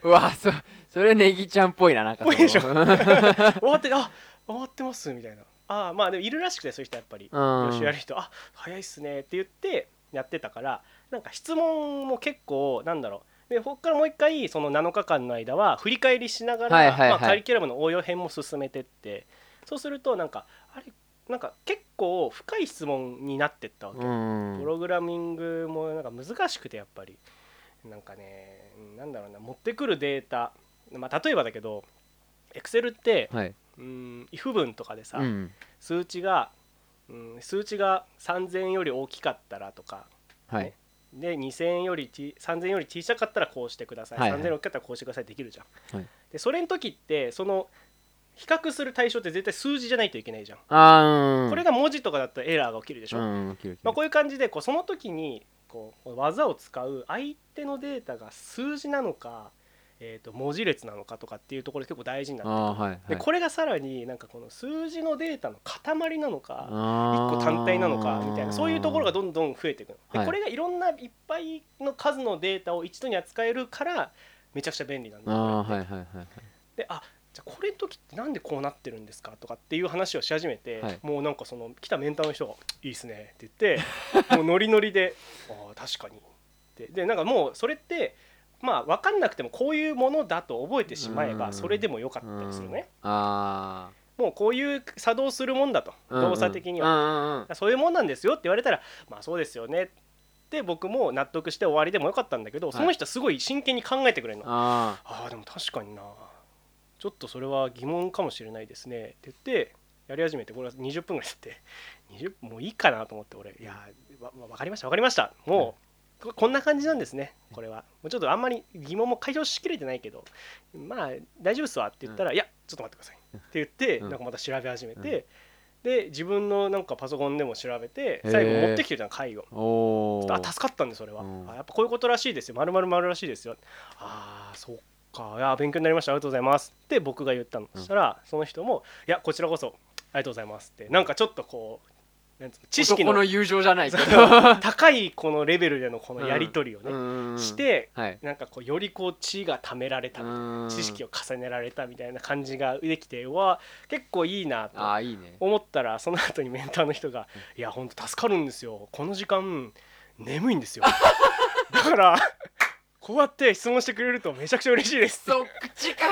B: うわそそれネギちゃんっぽいななんか
A: ぽいでしょ
B: そのうん
A: 終わってあ終わってますみたいなあーまあでもいるらしくてそういう人やっぱり予習やる人あ早いっすねって言ってやってたからなんか質問も結構なんだろうでここからもう一回その7日間の間は振り返りしながら、
B: はいはいはい
A: まあ、カリキュラムの応用編も進めてってそうするとなんかあれなんか結構深い質問になってったわけ、
B: うん
A: プログラミングもなんか難しくてやっぱりなんかねうんなんだろうな持ってくるデータ、まあ、例えばだけど Excel って
B: はい
A: うん if 文とかでさ、
B: うん
A: 数値が、うん、数値が3000より大きかったらとか
B: はい
A: で2000よりち3000より小さかったらこうしてください、
B: はいはい
A: 3000より大きかったらこうしてくださいできるじゃん、
B: はい
A: でそれの時ってその比較する対象って絶対数字じゃないといけないじゃん、
B: あーうん
A: これが文字とかだったらエラーが起きるでしょ、
B: うん起きる起きる
A: まあ、こういう感じでこうその時にこう技を使う相手のデータが数字なのか、えー、と文字列なのかとかっていうところ結構大事になってくる
B: あーはい
A: でこれがさらになんかこの数字のデータの塊なのか、
B: 1
A: 1個単体なのかみたいなそういうところが
B: ど
A: どんどん増えていくので
B: はい
A: これがいろんないっぱいの数のデータを一度に扱えるからめちゃくちゃ便利なんだ
B: ああ
A: よ
B: ーはいはいはい
A: であじゃあこれの時ってなんでこうなってるんですかとかっていう話をし始めて、
B: はい
A: もうなんかその来たメンターの人が「いいっすね」って言って <laughs> もうノリノリで「ああ確かに」ってでなんかもうそれってまあ分かんなくてもこういうものだと覚えてしまえ
B: う
A: ば
B: ん
A: それでもよかったりするね
B: うんあ
A: もうこういう作動するもんだと
B: あ
A: 動作的には
B: は
A: そういうもんなんですよって言われたらまあそうですよねって僕も納得して終わりでもよかったんだけど、
B: はい
A: その人はすごい真剣に考えてくれるのあ
B: あ
A: あーでも確かになちょっとそれは疑問かもしれないですねって言ってやり始めてこれは20分ぐらい経って20もういいかなと思って俺いやーわ分かりました分かりましたもう、ここんな感じなんですねこれはもうちょっとあんまり疑問も解消しきれてないけどまあ大丈夫っすわって言ったら、いやちょっと待ってくださいって言って、
B: うん
A: なんかまた調べ始め
B: う
A: て、で自分のなんかパソコンでも調べて
B: へー
A: 最後持ってきてるじゃん会を
B: あおお
A: あ助かったんでそれは、
B: うん
A: あやっぱこういうことらしいですよまるまるまるらしいですよあーそっかいや勉強になりましたありがとうございますって僕が言ったの、
B: うん
A: そしたらその人もいやこちらこそありがとうございますってなんかちょっとこうなんつうの知識の
B: 男の友情じ
A: <laughs>
B: ゃないけど
A: 高いこのレベルでのこのやり取りをね、
B: うん
A: して
B: はい
A: なんかこうよりこう知がためられたみたいな知識
B: を
A: を重ねられたみたいな感じができてうわ結構いいなと
B: ああいいね
A: 思ったらその後にメンターの人が「いやほんと助かるんですよこの時間眠いんですよだからこうやって質問してくれるとめちゃくちゃ嬉しいです
B: そっ口か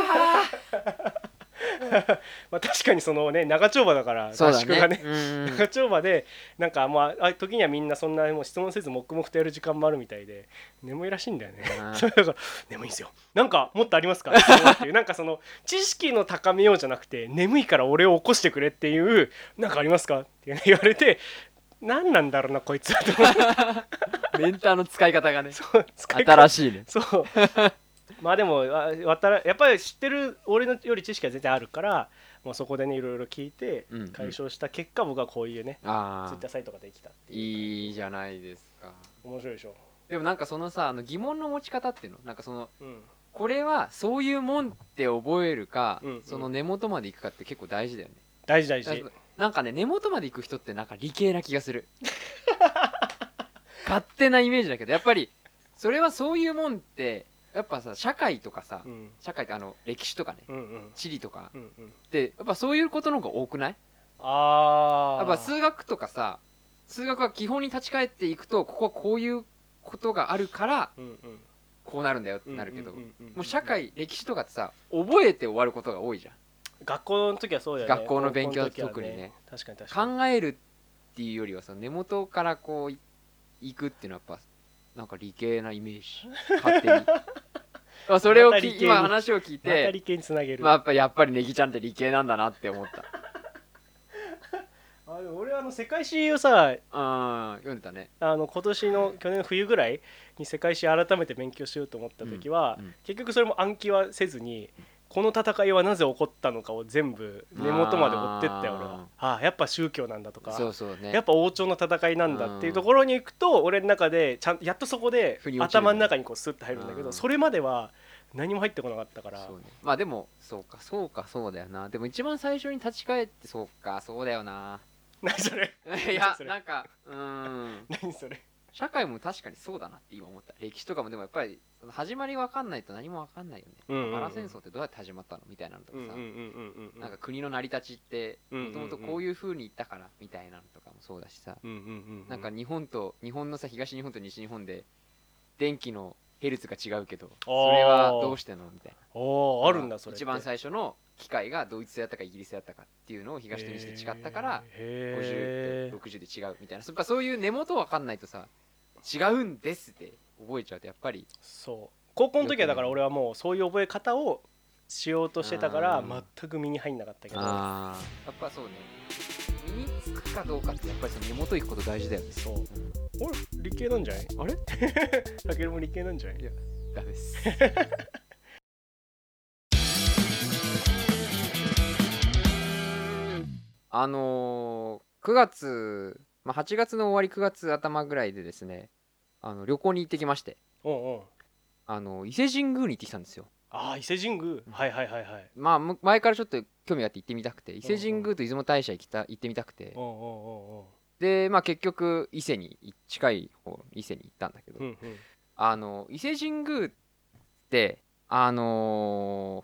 A: まあ確かにそのね長丁場だから
B: そう
A: 合
B: だ
A: 宿
B: ね
A: がね
B: うんうん
A: 長丁場でなんかまああ時にはみんなそんなもう質問せず黙々とやる時間もあるみたいで眠いらしいんだよね
B: あ
A: <laughs>
B: ー
A: それだから眠いんですよなんかもっとありますか質問っていうなんかその知識の高めようじゃなくて眠いから俺を起こしてくれっていうなんかありますかって言われて何なんだろうなこいつはと思って
B: メンターの使い方がね
A: そう使い方
B: 新しいね
A: そうまあでもあわたらやっぱり知ってる俺のより知識は全然あるからもうそこでねいろいろ聞いて
B: うんうん
A: 解消した結果、僕はこういうねツ
B: あ
A: イッターサイトができた
B: あいいじゃないですか
A: 面白いでしょ、
B: でもなんかそのさあの疑問の持ち方っていうのなんかその
A: うん、
B: これはそういうもんって覚えるか、
A: うんうん
B: その根元まで行くかって結構大事だよね
A: 大事大
B: だ
A: 事
B: なんかね根元まで行く人ってなんか理系な気がする勝手なイメージだけどやっぱりそれはそういうもんってやっぱさ社会とかさ、
A: うん
B: 社会ってあの歴史とかね
A: うんうん
B: 地理とか
A: うんうん
B: ってやっぱそういうことの方が多くない
A: あ
B: や
A: あ
B: っぱ数学とかさ数学は基本に立ち返っていくとここはこういうことがあるから
A: うんうん
B: こうなるんだよっ
A: う
B: て
A: ん
B: なるけど、
A: んんんん
B: もう社会歴史とかってさ覚えて終わることが多いじゃん
A: 学校の時はそうだよね
B: 学校の勉強は
A: 高校の時は
B: 特にね
A: 確かに確かに
B: 考えるっていうよりはさ根元からこういいくっていうのはやっぱなんか理系なイメージ
A: <laughs>
B: 勝手にまあそれを
A: また理系
B: き
A: に
B: 今話を聞い
A: また
B: て
A: 理系につなげる、
B: まあやっぱやっぱりネギちゃんって理系なんだなって思っ
A: あでも俺はあの世界史をさ
B: たうん読んでたね
A: あの今年の去年の冬ぐらいに世界史改めて勉強しようと思った時は、
B: うんうん
A: 結局それも暗記はせずにこの戦いはなぜ起こったのかを全部根元まで追ってったよ
B: あー
A: 俺はああやっぱ宗教なんだとか
B: そうそうね
A: やっぱ王朝の戦いなんだっていうところに行くと俺の中でちゃんやっとそこで
B: 腑に落ちる
A: 頭の中にこうスッと入るんだけ
B: う
A: ど
B: ん
A: それまでは何も入ってこなかったから
B: そうね、まあでもそうかそうかそうだよなでも一番最初に立ち返ってそうかそうだ
A: <laughs>
B: よな
A: <laughs> 何それ
B: いや
A: それ
B: なんかうーん
A: 何それ
B: 社会も確かにそうだなって今思った歴史とかもでもやっぱりその始まりわかんないと何もわかんないよね、
A: うんうんうん
B: パラ戦争ってどうやって始まったのみたいなのとか
A: うん
B: さ、
A: うんうんうんうん
B: なんか国の成り立ちって
A: うんうんう
B: も
A: ん
B: ともとこういう風にいったからみたいなのとかもそうだしさ、
A: うんうんうんうん
B: なんか日本と日本のさ東日本と西日本で電気のヘルツが違うけどそれはどうしてのみたいな
A: おーあるんだそれって
B: 一番最初の機械がドイツやったかイギリスやったかっていうのを東と西で違ったから50
A: へーへ
B: と
A: ー
B: 60で違うみたいなそっかそういう根元わかんないとさ違うんですって覚えちゃうとやっぱり
A: そう高校の時はだから俺はもうそういう覚え方をしようとしてたから
B: うん
A: 全く身に入んなかったけど
B: やっぱそうね身につくかどうかってやっぱりその根元行くこと大事だよね
A: そう俺理系なんじゃない <laughs>
B: あれ
A: たけるも理系なんじゃない
B: ダメです
A: <laughs>
B: あのー、9月、まあ、8月の終わり9月頭ぐらいでですねあの旅行に行ってきまして
A: うんうん
B: あの伊勢神宮に行ってきたんですよ
A: ああ伊勢神宮はいはいはいはい
B: まあむ前からちょっと興味があって行ってみたくて伊勢神宮と出雲大社行きた行ってみたくて
A: うんうんうんうん
B: でまあ結局伊勢に近い方の伊勢に行ったんだけど、
A: うんうん
B: あの伊勢神宮ってあのー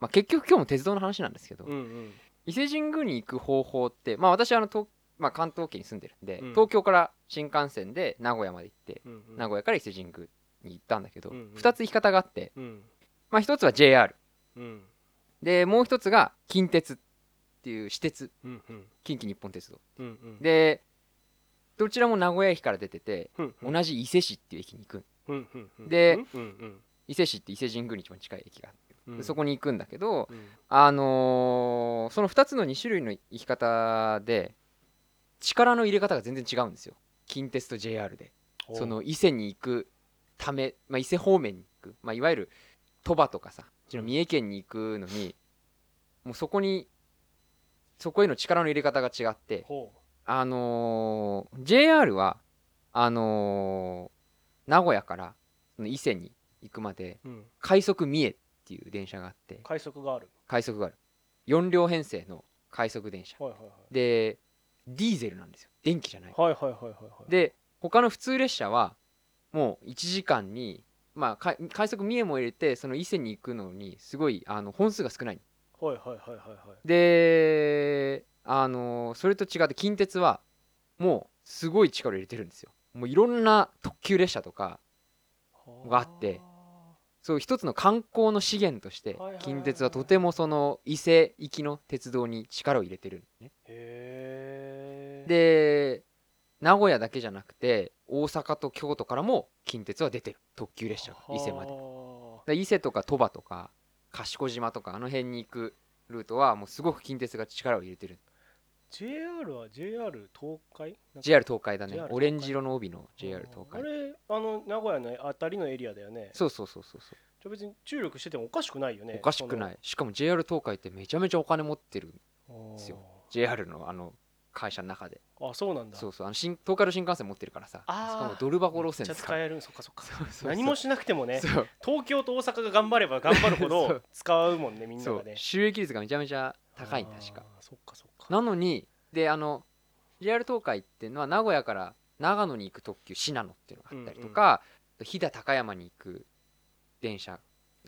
B: まあ、結局今日も鉄道の話なんですけど、
A: うんうん
B: 伊勢神宮に行く方法ってまあ私あの東、まあ、関東圏に住んでるんで、
A: うん
B: 東京から新幹線で名古屋まで行って、
A: うんうん
B: 名古屋から伊勢神宮に行ったんだけど、
A: う
B: 二
A: んうん
B: 2つ行き方があって、
A: うん
B: まあ、1つは JR
A: うん
B: でもう1つが近鉄っていう私鉄
A: うんうん
B: 近畿日本鉄道
A: うんうん
B: でどちらも名古屋駅から出てて
A: うんうん
B: 同じ伊勢市っていう駅に行く
A: うんうんうん
B: で
A: うん
B: 伊勢市って伊勢神宮に一番近い駅があって、
A: うんう
B: で
A: ん
B: そこに行くんだけど、
A: うん
B: あのーその2つの2種類の生き方で力の入れ方が全然違うんですよ近鉄と JR で
A: お
B: その伊勢に行くため、まあ、伊勢方面に行く、まあ、いわゆる鳥羽とかさうちの三重県に行くのにもうそこにそこへの力の入れ方が違って
A: ほう
B: あのー JR はあのー名古屋からその伊勢に行くまで
A: うん
B: 快速三重っていう電車があって
A: 快速がある
B: 快速がある4両編成の快速電車
A: はいはいはい
B: でディーゼルなんですよ電気じゃない
A: はいはいはいはいはい
B: で他の普通列車はもう1時間にまあか快速三重も入れてその伊勢に行くのにすごいあの本数が少ない
A: はいはいはいはいはい
B: であのそれと違って近鉄はもうすごい力を入れてるんですよもういろんな特急列車とかがあってそう一つの観光の資源として
A: はいはい
B: 近鉄はとてもその伊勢行きの鉄道に力を入れてるんですね。
A: へえ
B: で名古屋だけじゃなくて大阪と京都からも近鉄は出てる特急列車が伊勢まで。だか
A: は
B: ら伊勢とか鳥羽とか賢島とかあの辺に行くルートはもうすごく近鉄が力を入れてる
A: あ JR は JR 東海なんか
B: JR 東海だね
A: JR 東海
B: オレンジ色の帯の JR 東
A: あ
B: 海
A: れあの名古屋のあたりのエリアだよね
B: そうそうそうそうそう
A: じゃあ別に注力しててもおかしくないよね
B: おかしくないしかも JR 東海ってめちゃめちゃお金持ってる
A: その
B: ですよ JR のあの会社の中で
A: あそうなんだ
B: そうそうあの新東海道新幹線持ってるからさし
A: あー
B: かもドル箱路
A: め
B: 線
A: っちゃ
B: ですか
A: 使
B: ら
A: えるそっかそっか
B: <laughs> そうそうそう
A: 何もしなくてもね
B: そう
A: 東京と大阪が頑張れば頑張るほ
B: そ
A: ど
B: う
A: 使うもんねみんな
B: そ
A: が
B: う
A: ね
B: 収益率がめちゃめちゃ高いんだ確か
A: あーそっかそっか
B: なのにであの JR 東海っていうのは名古屋から長野に行く特急信濃っていうのがあったりとか飛騨高山に行く電車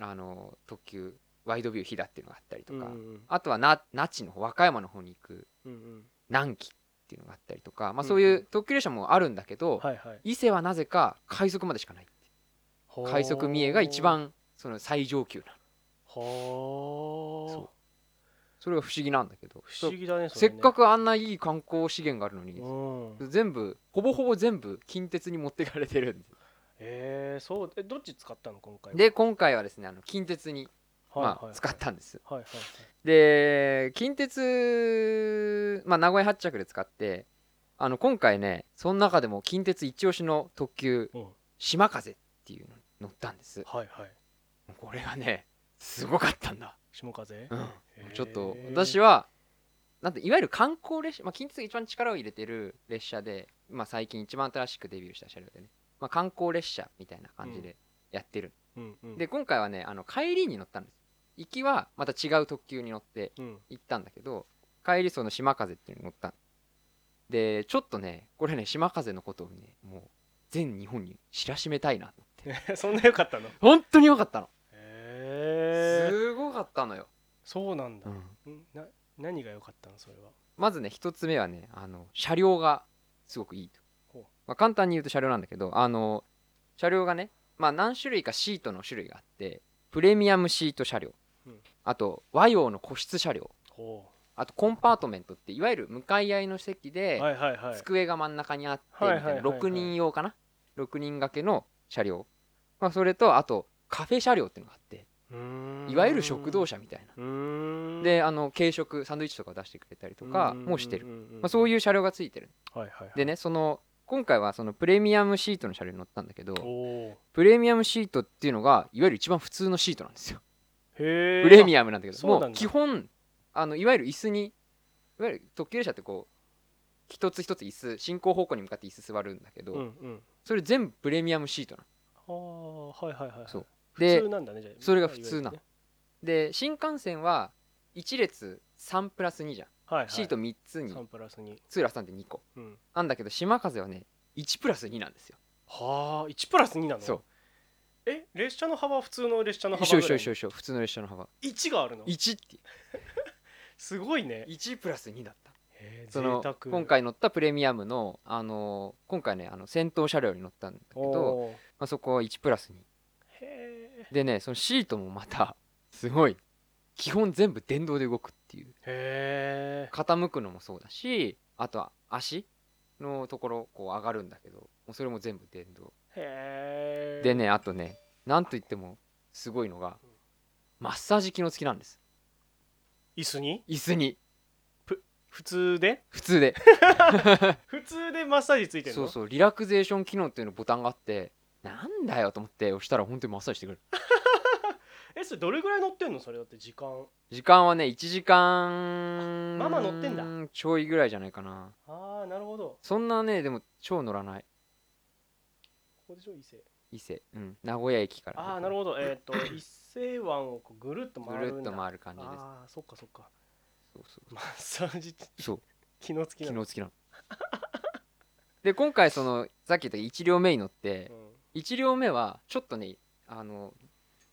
B: あの特急ワイドビュー飛騨っていうのがあったりとか、
A: うんうん
B: あとはな那智の方和歌山の方に行く
A: うんうん
B: 南紀っていうのがあったりとか、まあ、
A: うん
B: そういう特急列車もあるんだけど、
A: はいはい
B: 伊勢はなぜか快速までしかない快速三重が一番その最上級なの
A: はあ
B: それが不思議なんだけど
A: 不思議だねそ
B: せ
A: れ
B: っ
A: ね
B: かくあんないい観光資源があるのに、
A: うん
B: 全部ほぼほぼ全部近鉄に持ってかれてるんで
A: えー、そうえどっち使ったの今回は
B: で今回はですねあの近鉄に、
A: はいはい
B: まあ、使ったんです
A: はいはいはい
B: で近鉄、まあ、名古屋発着で使ってあの今回ねその中でも近鉄一押しの特急
A: うん
B: 島風っていうのに乗ったんです
A: はいはい
B: これがねすごかったんだ、
A: 下風、
B: うん
A: へー
B: ちょっと私はなんていわゆる観光列車、まあ、近鉄が一番力を入れてる列車で、まあ、最近一番新しくデビューした車両でね、まあ、観光列車みたいな感じでやってる、
A: うんうん
B: で今回はねあの帰りに乗ったんです行きはまた違う特急に乗って
A: うん
B: 行ったんだけど帰りその島風っていうのに乗ったでちょっとねこれね島風のことをねもう全日本に知らしめたいな <laughs>
A: そんな良かったのへ
B: 本当によかったの
A: え
B: すごかったのよ、
A: そうなんだ、
B: うん
A: んな何が良かったのそれは
B: まずね一つ目はねあの車両がすごくいい
A: ほう
B: と、まあ、簡単に言うと車両なんだけどあの車両がね、まあ、何種類かシートの種類があってプレミアムシート車両、
A: うん
B: あと和洋の個室車両
A: ほ
B: あとコンパートメントっていわゆる向かい合いの席で、
A: うはいはいはい
B: 机が真ん中にあってみ
A: はい
B: た
A: はいいはいは
B: ない6人用かな6人掛けの車両、まあ、それとあとカフェ車両っていうのがあって
A: うーん
B: いわゆる食堂車みたいう
A: ー
B: なんであの軽食サンドイッチとかを出してくれたりとかもしてる、まあ、そう
A: い
B: いう車両がついてる
A: うんはいはいはい
B: でねその今回はそのプレミアムシートの車両に乗ったんだけど
A: おお
B: プレミアムシートっていうのがいわゆる一番普通のシートなんですよ
A: へえ
B: プレミ
A: ア
B: アムなんだけど
A: そうなんだ
B: もう基本あのいわゆる椅子にいわゆる特急列車ってこう一つ一つ椅子進行方向に向かって椅子座るんだけど、
A: うんうん
B: それ全部プレミアムシートな
A: ああはいはいはいはい
B: そう
A: 普
B: で
A: 通なんだねじゃあ
B: それが普通な
A: はいわゆるね
B: ので新幹線は1列3プラス2じゃん、
A: はいはい
B: シート3つに
A: 3プラス2
B: 2ラス3って2個
A: うん
B: なんだけど島風はね1プラス2なんですよ
A: はあ1プラス2なの
B: そう
A: え列車の幅は普通の列車の幅
B: 一緒
A: ぐ
B: 一緒
A: らい
B: 一緒一緒普通の列車の幅
A: 1があるの
B: 1って
A: すごいね
B: 1プラス2だった
A: へー
B: その
A: 贅沢
B: 今回乗ったプレミアムの、あのー今回ねあの先頭車両に乗ったんだけど、
A: おー
B: まあ、そこは1プラス
A: へ
B: 2でねそのシートもまた <laughs> すごい基本全部電動で動くっていう
A: え
B: 傾くのもそうだしあとは足のところこう上がるんだけどもうそれも全部電動
A: へえ
B: でねあとねなんといってもすごいのがマッサージ機能付きなんです
A: 椅子に
B: 椅子に
A: 普通で
B: 普通で
A: 普通でマッサージついてるの
B: そうそうリラクゼーション機能っていうのボタンがあってなんだよと思って押したら本当にマッサージしてくれる
A: えそれどれぐらい乗ってんのそれだって時間
B: 時間はね1時間
A: まあまあ乗ってんだ
B: ちょいぐらいじゃないかな
A: ああなるほど
B: そんなねでも超乗らない
A: ここでしょ伊勢
B: 伊勢、うん、名古屋駅から
A: ああなるほどえ
B: <coughs>
A: っ、と伊勢湾をこうぐるっと
B: ぐ
A: 回る
B: る
A: ん
B: っ
A: だ
B: と回る感じです
A: ああそっかそっか
B: そうそう
A: マッサージ
B: そう
A: 気の付き
B: 機
A: なの
B: 能付きなので今回そのさっき言った1両目に乗って
A: うん
B: 1両目はちょっとねあの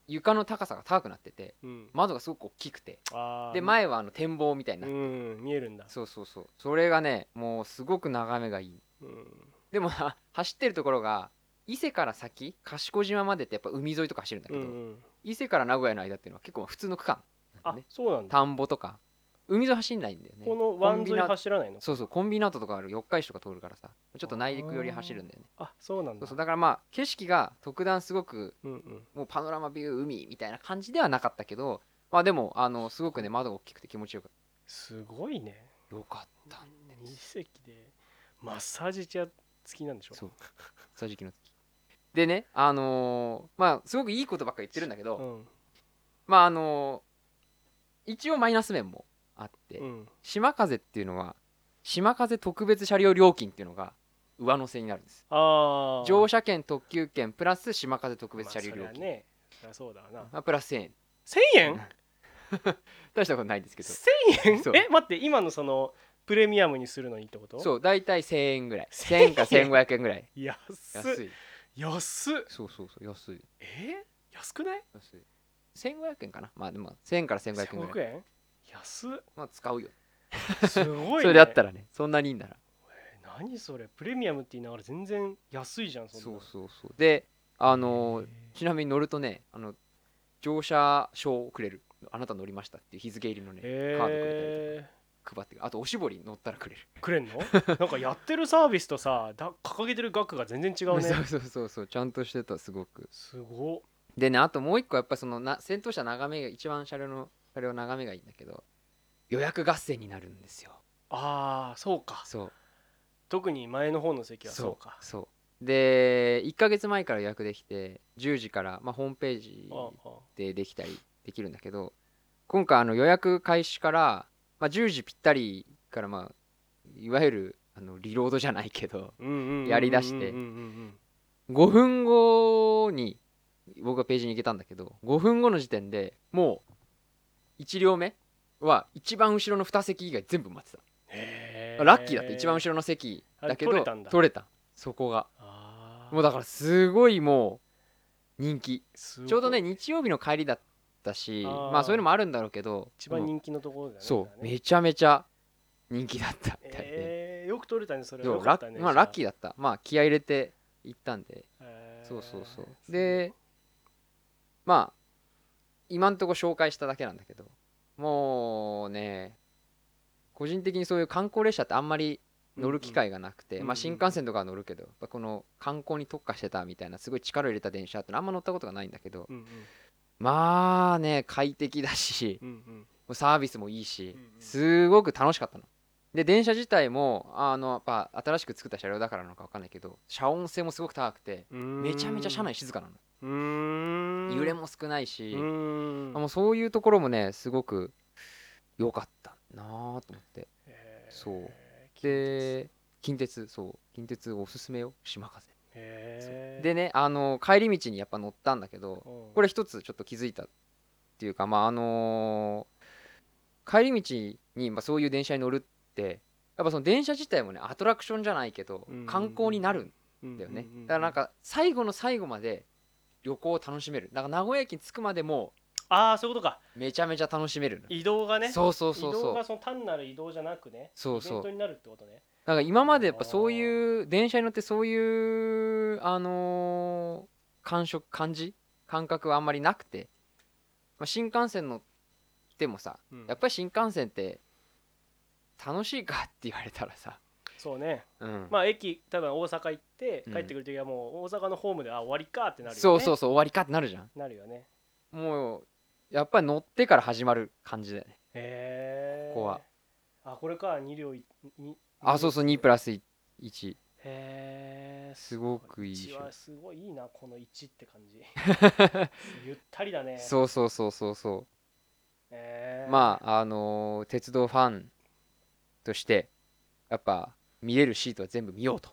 B: 床の高さが高くなってて
A: うん、
B: 窓がすごく大きくて
A: あー
B: で前はあの展望みたいにな
A: う
B: って、
A: ん見えるんだ、
B: そうそうそうそれがねもうすごく眺めがいい <laughs>
A: うん、
B: でも走ってるところが伊勢から先賢島までってやっぱ海沿いとか走るんだけ
A: う
B: ど、
A: んうん
B: 伊勢から名古屋の間っていうのは結構普通の区間
A: あ
B: なんだよね
A: そうなんだ
B: 田んぼとか海沿い走んないんだよね
A: この湾沿い
B: コンビナ
A: 走らないの
B: そうそうコンビナートとかある四日市とか通るからさちょっと内陸寄り走るんだよね
A: あそうなん
B: そ
A: だ
B: うそうだからまあ景色が特段すごく
A: うんうん
B: もうパノラマビュー海みたいな感じではなかったけどまあでもあのすごくね窓が大きくて気持ちよかっ
A: すごいね
B: たよかった
A: 二席でマッサージチェア付きなんでしょ
B: そう桟敷の月でねあのーまあすごくいいことばっか言ってるんだけど、
A: うん
B: まああのー一応マイナス面もあって、
A: うん
B: 島風っていうのは島風特別車両料金っていうのが上乗せになるんです
A: ああ
B: 乗車券特急券プラス島風特別車両料
A: まあそ
B: 金、
A: りゃねそりゃそうだわな
B: まあプラス1000円
A: 1000円
B: <laughs> 大したことないんですけどそ
A: 1000
B: う
A: 円え待って今のそのプレミアムにするのにってことう
B: そう大体1000円ぐらい1000円か1500円ぐらい
A: 安っ
B: 安い
A: 安っ
B: そうそうそう安い
A: えー安くない
B: 安い1500円かなまあでも1000円から1500円ぐらい
A: 1500円安
B: <laughs>
A: っ
B: まあ使うよ、
A: すごい、ね、
B: それであったらねそんなにいいんなら
A: え何それプレミアムって言いながら全然安いじゃんそんな
B: そう
A: の
B: そうそうであのー
A: へ
B: ちなみに乗るとねあの乗車証をくれるあなた乗りましたっていう日付入りのねカードくれたり
A: え
B: とか配ってあとおしぼり乗ったらくれる
A: ー、くれん
B: <laughs>
A: のなんかやってるサービスとさだ掲げてる額が全然違う
B: <laughs> そう
A: ね
B: そうそうそうちゃんとしてたすごく
A: すごっ
B: でねあともう一個やっぱそのな先頭車眺めが一番車両の車両眺めがいいんだけど予約合戦になるんですよ
A: あーそうか
B: そう
A: 特に前の方の席はそうか
B: そうそうで1ヶ月前から予約できて10時から、まあ、ホームページ
A: ああ
B: でできたりできるんだけど今回あの予約開始から、まあ、10時ぴったりから、まあ、いわゆるあのリロードじゃないけど
A: うんうんうんうん
B: やりだして
A: うんうんうん
B: 5分後に僕はページに行けたんだけど5分後の時点でもう1両目は一番後ろの2席以外全部埋まってた、
A: へー
B: ラッキーだって一番後ろの席だけ
A: あ
B: ど
A: 取れたんだ
B: 取れたそこが
A: あー
B: もうだからすごいもう人気
A: すごい
B: ちょうどね日曜日の帰りだったし
A: あー
B: まあそういうのもあるんだろうけど
A: 一番人気のところだね
B: そ
A: だ
B: う
A: ね
B: めちゃめちゃ人気だったみたいで、
A: えーよく取れたねそれは
B: そ
A: よ
B: う
A: か
B: ラ
A: ったね
B: ッまあラッキーだったまあ気合い入れて行ったんで、
A: ー
B: そうそうそうでまあ今んとこ紹介しただけなんだけどもうね個人的にそういう観光列車ってあんまり乗る機会がなくて、
A: うんうん
B: まあ、新幹線とかは乗るけど、やっぱこの観光に特化してたみたいなすごい力を入れた電車ってのあんま乗ったことがないんだけど、
A: うんうん
B: まあね快適だし
A: うんうん
B: もうサービスもいいし
A: うんうん
B: すごく楽しかったの。で電車自体もあのやっぱ新しく作った車両だからなのか分かんないけど遮音性もすごく高くて
A: うん
B: めちゃめちゃ車内静かなの
A: うーん
B: 揺れも少ないうし、
A: ーん
B: あもうそういうところもねすごく良かったなあと思って
A: えー
B: そう
A: 近鉄
B: で近鉄そう近鉄おすすめよ島風
A: へー
B: でねあの帰り道にやっぱ乗ったんだけど
A: うん
B: これ一つちょっと気づいたっていうかまああのー帰り道に、まあ、そういう電車に乗るってやっぱその電車自体もねアトラクションじゃないけど
A: うんうんうん
B: 観光になるん
A: うん
B: だよね
A: ううう
B: だからなんか最後の最後まで旅行を楽しめるだから名古屋駅に着くまでも
A: ああそういうことか
B: めちゃめちゃ楽しめるの
A: 移動がね
B: そうそうそう
A: 移動
B: そう
A: がその単なる移動じゃなくね
B: そうそう
A: イベントになるってことね
B: なんか今までやっぱそういう電車に乗ってそういうあのー感触感じ感覚はあんまりなくて、まあ、新幹線乗ってもさ
A: うん
B: やっぱり新幹線って楽しいかって言われたらさ、
A: そうね
B: うん
A: まあ駅多分大阪行って
B: うん
A: 帰ってくる時はもう大阪のホームであ終わりかってなるよね
B: そうそうそう終わりかってなるじゃん
A: なるよね
B: もうやっぱり乗ってから始まる感じだよね
A: へえ
B: ここは
A: あこれか2両いに
B: あそうそう2プラス1
A: へえ
B: すごくいいでし
A: 一
B: ょ
A: はすごいいいなこの1って感
B: <laughs>
A: じゆったりだねう、
B: そうそうそうそうそう
A: えー、
B: まああのー鉄道ファンとしてやっぱ見れるシートは全部見よ
A: <laughs>
B: うと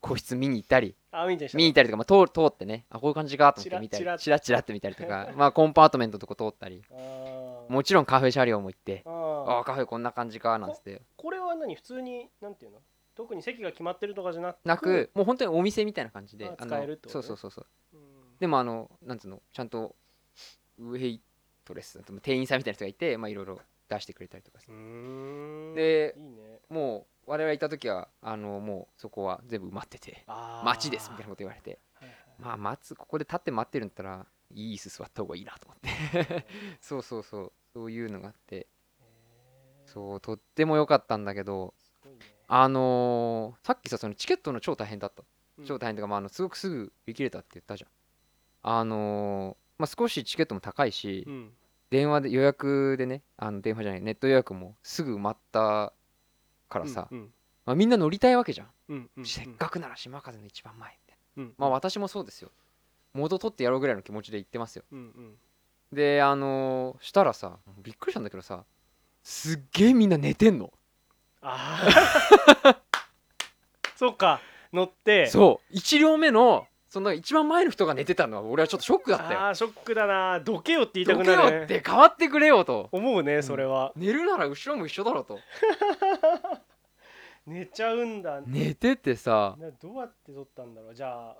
B: 個室見に行ったり
A: あ見て
B: 見に行ったりとか、まあ、通通ってねあこういう感じかと思って見た
A: チラッチラッ
B: りチラッチラって見たりと
A: <laughs>
B: かまあコンパートメントとか通ったり
A: あー
B: もちろんカフェ車両も行ってあ
A: あ
B: あカフェこんな感じかなんつって
A: ーこれは何普通になんていうの特に席が決まってるとかじゃなく
B: なくもう本当にお店みたいな感じで
A: あ
B: あの
A: 使えるってこと
B: そうそうそうそう
A: うん
B: でもあのなんつうのちゃんとウェイトレス店員さんみたいな人がいてまあいろいろ出してくれたりとかさ
A: うーん
B: で
A: いいね
B: もう我々いた時はあのもうそこは全部埋まってて
A: あー
B: 待ちですみたいなこと言われて
A: はいはい
B: まあ待つここで立って待ってるんだったらいい椅子座った方がいいなと思って <laughs> そうそうそうそういうのがあって
A: えー
B: そうとっても良かったんだけど
A: すごいね
B: あのーさっきさそのチケットの超大変だった
A: うん
B: 超大変というか、まあ、あのすごくすぐ売り切れたって言ったじゃんあのーまあ、少しチケットも高いし、
A: うん
B: 電話で予約でねあの電話じゃないネット予約もすぐ埋まったからさ、
A: うん
B: まあ、みんな乗りたいわけじゃん、
A: うんうん
B: せっかくなら島風の一番前みたいな
A: うん
B: まあ私もそうですよ元取ってやろうぐらいの気持ちで行ってますよ
A: うんうん
B: であのーしたらさびっくりしたんだけどさすっげえみんな寝てんの
A: あ
B: <laughs>
A: ーそうか乗って
B: そう1両目のその一番前の人が寝てたのは俺はちょっとショックだったよ
A: あーショックだなどけよって言いた
B: ど
A: く
B: け
A: な
B: よ
A: る
B: っ
A: ね
B: て変わってくれよと
A: 思うねそれは、
B: 寝るなら後ろも一緒だろと
A: 寝ちゃうんだ、
B: 寝ててさ
A: などうやって撮ったんだろうじゃあ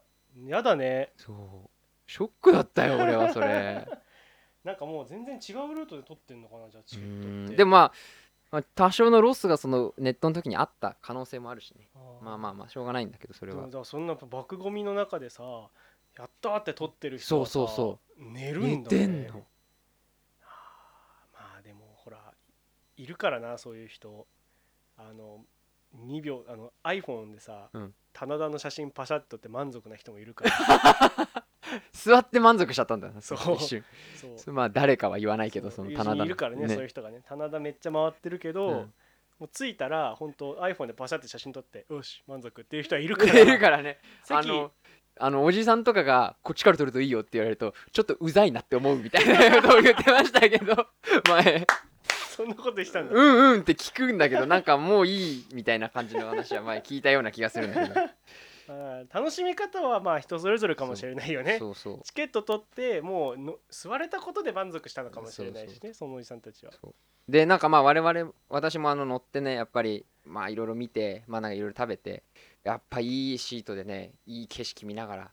A: やだね
B: そうショックだったよ俺はそれ <laughs>
A: なんかもう全然違うルートで撮ってんのかなじゃあ
B: う
A: チケットっ
B: ん
A: て
B: でもまあまあ多少のロスがそのネットの時にあった可能性もあるしね
A: あー
B: まあまあまあしょうがないんだけどそれ
A: でも
B: は
A: だからそんな爆ゴミの中でさやったーって撮ってる人はさ
B: そうそうそ
A: 寝る
B: 寝
A: んだ、ね、
B: てんの
A: まあでもほらいるからなそういう人あの2秒あの iPhone でさ、
B: うん
A: 棚田の写真パシャッとって満足な人もいるから <laughs>
B: 座って満足しちゃったんだよな
A: そう
B: 一瞬
A: そう
B: それまあ誰かは言わないけどその棚田
A: いるからねそういう人がね棚田めっちゃ回ってるけど、
B: うん
A: もう着いたら本当 iPhone でパシャって写真撮ってよし満足っていう人はいるから
B: <laughs> いるからねあ
A: 席
B: のあのおじさんとかがこっちから撮るといいよって言われるとちょっとうざいなって思うみたいなことを言ってましたけど前
A: <laughs> そんなことしたんだ、
B: うんうんって聞くんだけどなんかもういいみたいな感じの話は前聞いたような気がするんだけど
A: あー楽しみ方はまあ人それぞれかもしれないよね
B: そうそう
A: チケット取ってもうの座れたことで満足したのかもしれないしねそのおじさんたちは
B: そうでなんかまあ我々私もあの乗ってねやっぱりまあいろいろ見てまあなんかいろいろ食べてやっぱいいシートでねいい景色見ながら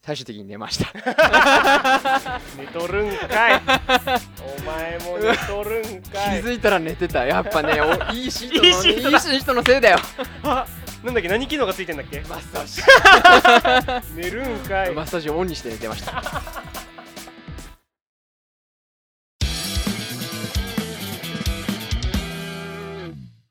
B: 最終的に寝ました
A: 寝とるんか
B: <laughs>
A: いお前も寝とるん
B: 気
A: かい
B: づいたら寝てたやっぱね
A: <laughs>
B: おいいシートの、ね、
A: いいシートだ
B: いいシートのせいだよ
A: あなんだっけ何機能がついてんだっけ
B: マッサージ
A: 寝るんかい
B: マッサージをオンにして寝てました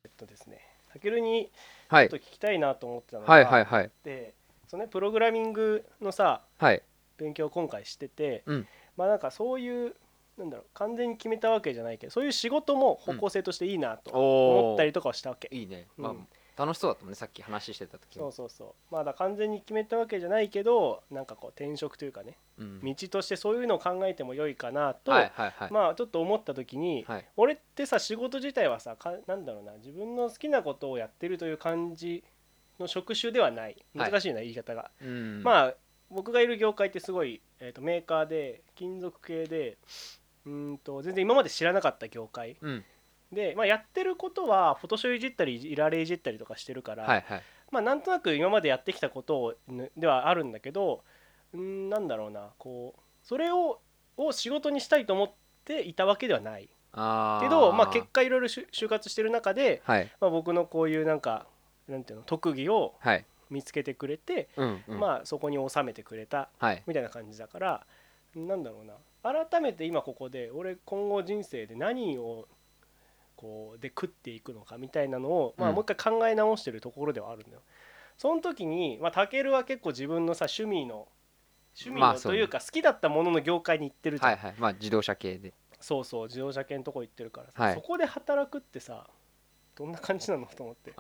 A: えっとですねたけるに
B: は
A: ちょっ
B: い
A: と聞きたいなと思ってたのが、
B: はいはいはい
A: でそのねプログラミングのさ
B: はい
A: 勉強を今回してて、
B: うん
A: まあなんかそういうなんだろう完全に決めたわけじゃないけどそういう仕事も方向性としていいなと思ったりとかはしたわけ、
B: いいね、
A: うん
B: まあ、楽しそうだったもんねさっき話してた時
A: そう
B: も
A: そうそうまあだから完全に決めたわけじゃないけどなんかこう転職というかね
B: うん
A: 道としてそういうのを考えても良いかなと、
B: はいはいはい、
A: まあちょっと思った時に、
B: はい
A: 俺ってさ仕事自体はさかなんだろうな自分の好きなことをやってるという感じの職種ではない
B: はい
A: 難しいな、言い方が、
B: うんあ
A: まあ僕がいる業界ってすごい、えー、とメーカーで金属系でうーんと全然今まで知らなかった業界
B: うん
A: で、まあ、やってることはフォトショーいじったりいられいじったりとかしてるから、
B: はいはい
A: まあ、なんとなく今までやってきたことをぬではあるんだけどうーんなんだろうなこうそれをを仕事にしたいと思っていたわけではない
B: あー
A: けどまあ、結果いろいろ就就活してる中で、
B: はい
A: まあ、僕のこういうなんかなんていうの特技を
B: はい
A: 見つけてくれて、
B: うんうん
A: まあ、そこに収めてくれた
B: はい
A: みたいな感じだからなんだろうな改めて今ここで俺今後人生で何をこうで食っていくのかみたいなのを、ま
B: う
A: あ、
B: ん
A: もう一回考え直してるところではあるんだよ。その時にまあたけるは結構自分のさ趣味の趣味
B: まあ
A: の
B: そう
A: と
B: ね
A: いうか好きだったものの業界に行ってるじゃん、
B: はいはいまあ自動車系で
A: そうそう自動車系のとこ行ってるからさ、
B: はい
A: そこで働くってさどんな感じなのと思って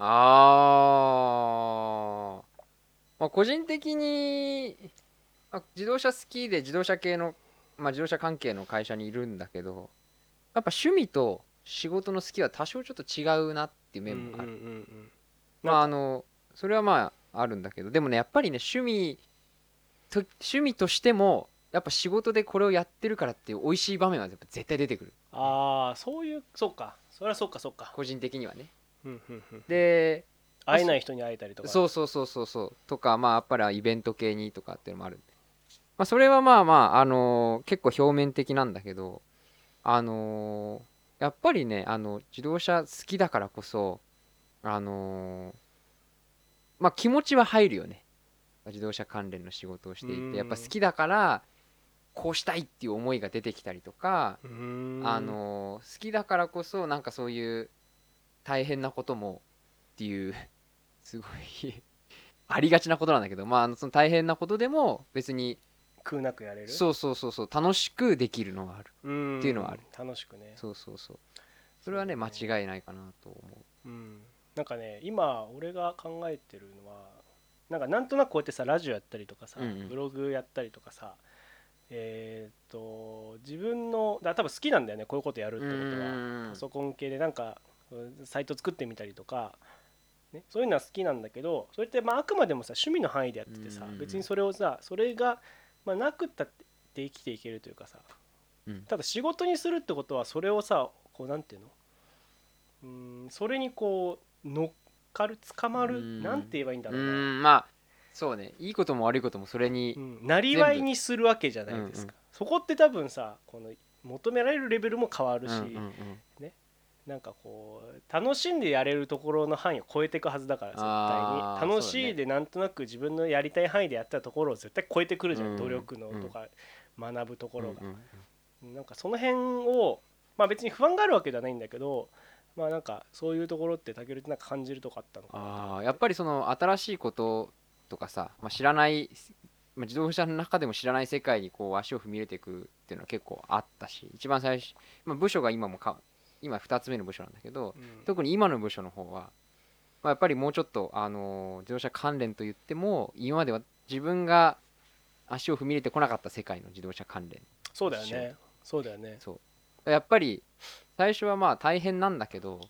B: あーまあ個人的に、まあ、自動車好きで自動車系の、まあ、自動車関係の会社にいるんだけどやっぱ趣味と仕事の好きは多少ちょっと違うなっていう面もある、
A: うんうんうんうん
B: まああのそれはまああるんだけどでもねやっぱりね趣味と趣味としてもやっぱ仕事でこれをやってるからっていう美味しい場面はやっぱ絶対出てくる
A: ああそういうそうかそれはそうかそうか、
B: 個人的にはね
A: うんうんうん
B: で
A: 会えない人に会えたりとか
B: そうそうそうそうそうとかまあやっぱりイベント系にとかっていうのもあるんで、まあ、それはまあまあ、あのー結構表面的なんだけどあのーやっぱりねあの自動車好きだからこそあのーまあ気持ちは入るよね自動車関連の仕事をして
A: う
B: い
A: ん
B: てやっぱ好きだからこうしたいっていう思いが出てきたりとか、
A: うーん
B: あのー好きだからこそなんかそういう大変なこともっていう <laughs> すごい <laughs> ありがちなことなんだけどまああのその大変なことでも別に
A: 空なくやれる
B: そうそうそうそう楽しくできるのはある
A: うん
B: っていうのはある
A: 楽しくね
B: そうそうそうそれはね間違いないかなと思
A: う
B: う
A: ん、なんかね今俺が考えてるのはなんかなんとなくこうやってさラジオやったりとかさ、
B: うんうん
A: ブログやったりとかさえーっと自分のだ多分好きなんだよねこういうことやるってことは。パソコン系でなんかうんサイト作ってみたりとか、ね、そういうのは好きなんだけどそれってまああくまでもさ趣味の範囲でやっててさ
B: うん
A: 別にそれをさそれが、まあ、なくったって生きていけるというかさ
B: うん
A: ただ仕事にするってことはそれをさこうなんていうのうーんそれにこう乗っかる捕ま
B: う
A: る
B: ん
A: なんて言えばいいんだ
B: う
A: ろうな、
B: んまあそうねいいことも悪いこともそれに
A: うん、なりわいにするわけじゃないですか、そこって多分さこの求められるレベルも変わるし、
B: うんうんうん
A: なんかこう楽しんでやれるところの範囲を超えていくはずだから
B: あ
A: 絶
B: ー
A: 対に楽
B: そう
A: し
B: だ
A: い
B: ね
A: でなんとなく自分のやりたい範囲でやったところを絶対超えてくるじゃん、
B: うん
A: 努力のとか学ぶところが
B: うんう、んうん
A: なんかその辺をまあ別に不安があるわけではないんだけどまあなんかそういうところってたけるってなんか感じるとかあったのかな
B: あーやっぱりその新しいこととかさ、まあ、知らない、まあ、自動車の中でも知らない世界にこう足を踏み入れていくっていうのは結構あったし一番最初、まあ、部署が今もか今2つ目の部署なんだけど
A: うん
B: 特に今の部署の方は、まあ、やっぱりもうちょっと、あのー自動車関連といっても今までは自分が足を踏み入れてこなかった世界の自動車関連
A: そうだよねそうだよね
B: やっぱり最初はまあ大変なんだけどま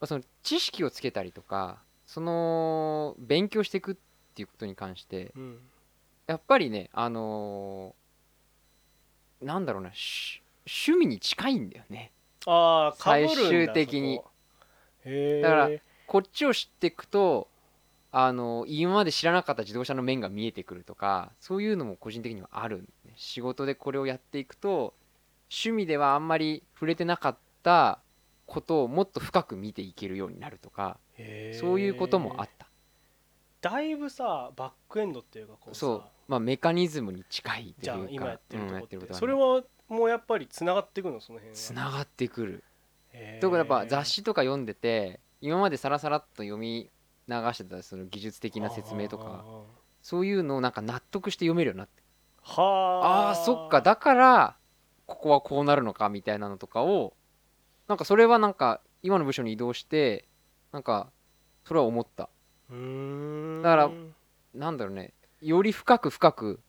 B: あその知識をつけたりとかその勉強していくっていうことに関して
A: うん
B: やっぱりねあのーなんだろうなし趣味に近いんだよね
A: ああかぶるんだ
B: 最終的に
A: そこへえ
B: だからこっちを知っていくとあのー今まで知らなかった自動車の面が見えてくるとかそういうのも個人的にはあるんだね仕事でこれをやっていくと趣味ではあんまり触れてなかったことをもっと深く見ていけるようになるとかそういうこともあった
A: だいぶさバックエンドっていうかこうさ
B: そうまあメカニズムに近いと
A: じゃ
B: い
A: ん
B: う
A: 今やっ
B: か
A: てる
B: うん
A: と
B: や
A: こ
B: っ
A: って
B: てる
A: こ
B: こととは
A: それはもうやっぱりつながっていくのその辺は
B: つながってくる
A: へー
B: 特にやっぱ雑誌とか読んでて今までさらさらっと読み流してたその技術的な説明と
A: あー
B: かそういうのをなんか納得して読めるようになって
A: は
B: あ
A: あ
B: あーそっかだからここはこうなるのかみたいなのとかをなんかそれはなんか今の部署に移動してなんかそれは思った
A: うーん
B: だからなんだろうねより深く深く、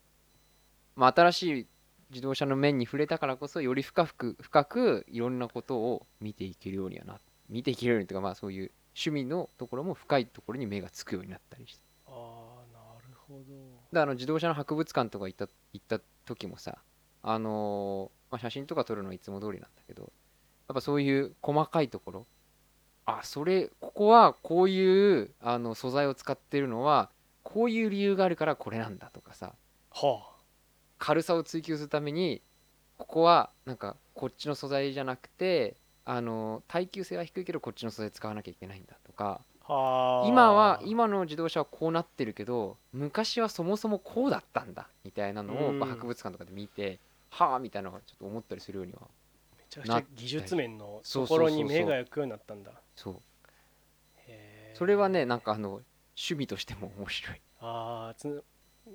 B: まあ、新しい自動車の面に触れたからこそより深く深くいろんなことを見ていけるようにはな見ていけるようにというかまあそういう趣味のところも深いところに目がつくようになったりして
A: あーなるほど
B: だからあの自動車の博物館とか行った行った時もさあのーまあ、写真とか撮るのはいつも通りなんだけどやっぱそういう細かいところあそれここはこういうあの素材を使ってるのはこういう理由があるからこれなんだとかさ
A: は
B: 軽さを追求するためにここはなんかこっちの素材じゃなくてあの耐久性は低いけどこっちの素材使わなきゃいけないんだとか
A: あはあ
B: 今は今の自動車はこうなってるけど昔はそもそもこうだったんだみたいなのを
A: うん
B: まあ博物館とかで見てはあみたいなのがちょっと思ったりするようには
A: めちゃくちゃ技術面の
B: そ
A: と
B: うそ
A: こ
B: うそうそう
A: ろに目が行くようになったんだ
B: そう
A: へー
B: それはねなんかあの趣味としても面白い
A: ああつ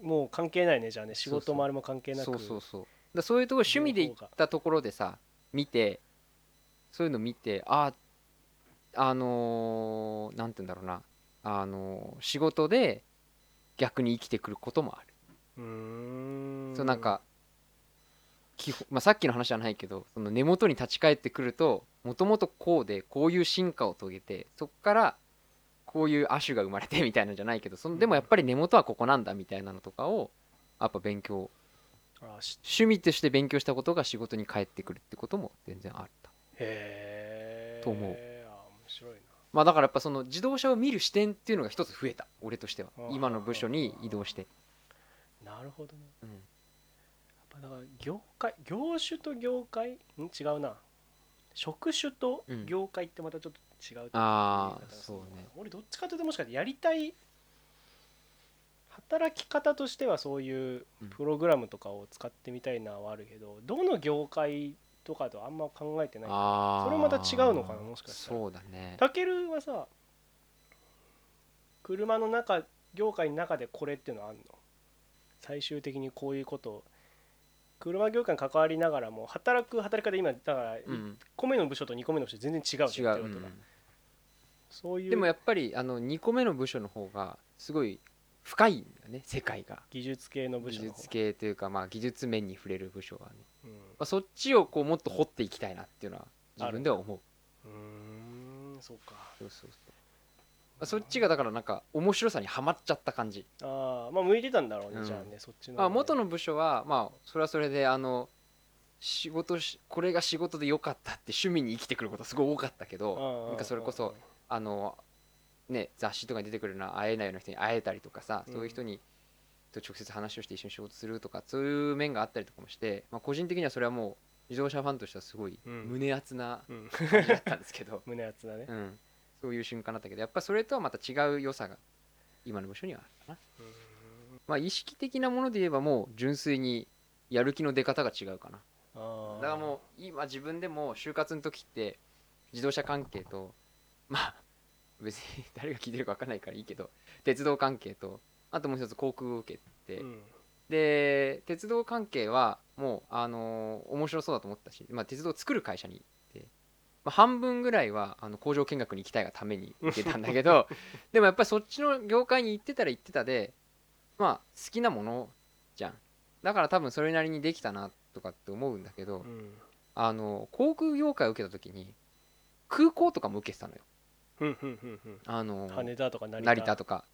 A: もう関係ないねじゃあね仕
B: そうそ
A: 事
B: う
A: もあれも関係なく
B: そうそうそうだからそういうところ趣味で行ったところでさ見てそういうの見てああのーなんて言うんだろうなあのー仕事で逆に生きてくることもある
A: うーん
B: そうなんか基本、まあ、さっきの話じゃないけどその根元に立ち返ってくるともともとこうでこういう進化を遂げてそこからこういう亜種が生まれてみ <laughs> たいなんじゃないけどそのでもやっぱり根元はここなんだみたいなのとかをやっぱ勉強
A: あーし
B: 趣味として勉強したことが仕事に返ってくるってことも全然あった。
A: へえ
B: と思う
A: あー面白いな
B: まあだからやっぱその自動車を見る視点っていうのが一つ増えた俺としては
A: あー
B: 今の部署に移動して、
A: なるほどねや
B: うん
A: っぱだから業界業種と業界ん違うな職種と業界ってまたちょっ違う
B: あー
A: 言い方するのかな
B: そうね
A: 俺どっちかというともしかしてやりたい働き方としてはそういう
B: うん
A: プログラムとかを使ってみたいなはあるけど、どの業界とかとあんま考えてない
B: あー
A: それまた違うのかなもしかしたら
B: そうだね
A: たけるはさ車の中業界の中でこれっていうのはあんの最終的にこういうことを車業界に関わりながらも働く働き方今だから
B: う
A: 1
B: ん
A: 個目の部署と2個目の部署全然違う
B: 違
A: じ
B: う
A: ゃん、やって
B: う
A: ることが
B: ん
A: そうい
B: でもや
A: う
B: っぱりあの2個目の部署の方がすごい深いんだよね世界が
A: 技術系の部
B: 技
A: 署の方
B: 術系というか、まあ、技術面に触れる部署はね、
A: う
B: まあ、そっちをこうもっと掘っていきたいなっていうのは自分では思うん
A: うーんそうか
B: そうそうそうまあそっちがだからなんか面白さにはまっちゃった感じ、
A: ああまあ向いてたんだろうね、
B: うん
A: じゃあねそっちの、
B: まあ、元の部署はまあそれはそれであの仕事しこれが仕事で良かったって趣味に生きてくることすごい多かったけどなんかそれこそあのね雑誌とかに出てくるような会えないような人に会えたりとかさ
A: うん
B: そういう人にと直接話をして一緒に仕事するとかそういう面があったりとかもして、まあ、個人的にはそれはもう自動車ファンとしてはすごい
A: うん
B: 胸熱な
A: うんうん
B: 感じだったんで
A: <laughs>
B: すけど、
A: 胸熱だね
B: うん、そういう瞬間だったけどやっぱそれとはまた違う良さが今の部署にはあるかな、
A: うん
B: まあ、意識的なもので言えばもう純粋にやる気の出方が違うかな
A: あ
B: だ
A: あ
B: からもう今自分でも就活の時って自動車関係と <laughs> まあ別に誰が聞いてるか分かんないからいいけど鉄道関係とあともう一つ航空を受けて、
A: ん
B: で鉄道関係はもうあのー面白そうだと思ったし、まあ、鉄道を作る会社に行って、まあ、半分ぐらいはあの工場見学に行きたいがために行ってたんだ
A: <laughs>
B: けどでもやっぱりそっちの業界に行ってたら行ってたでまあ好きなものじゃんだから多分それなりにできたなとかって思うんだけど、
A: うん
B: あの航空業界を受けた時に空港とかも受けてたのよ
A: うんうんうんうん
B: あのー
A: 羽田とか成田
B: 成田とか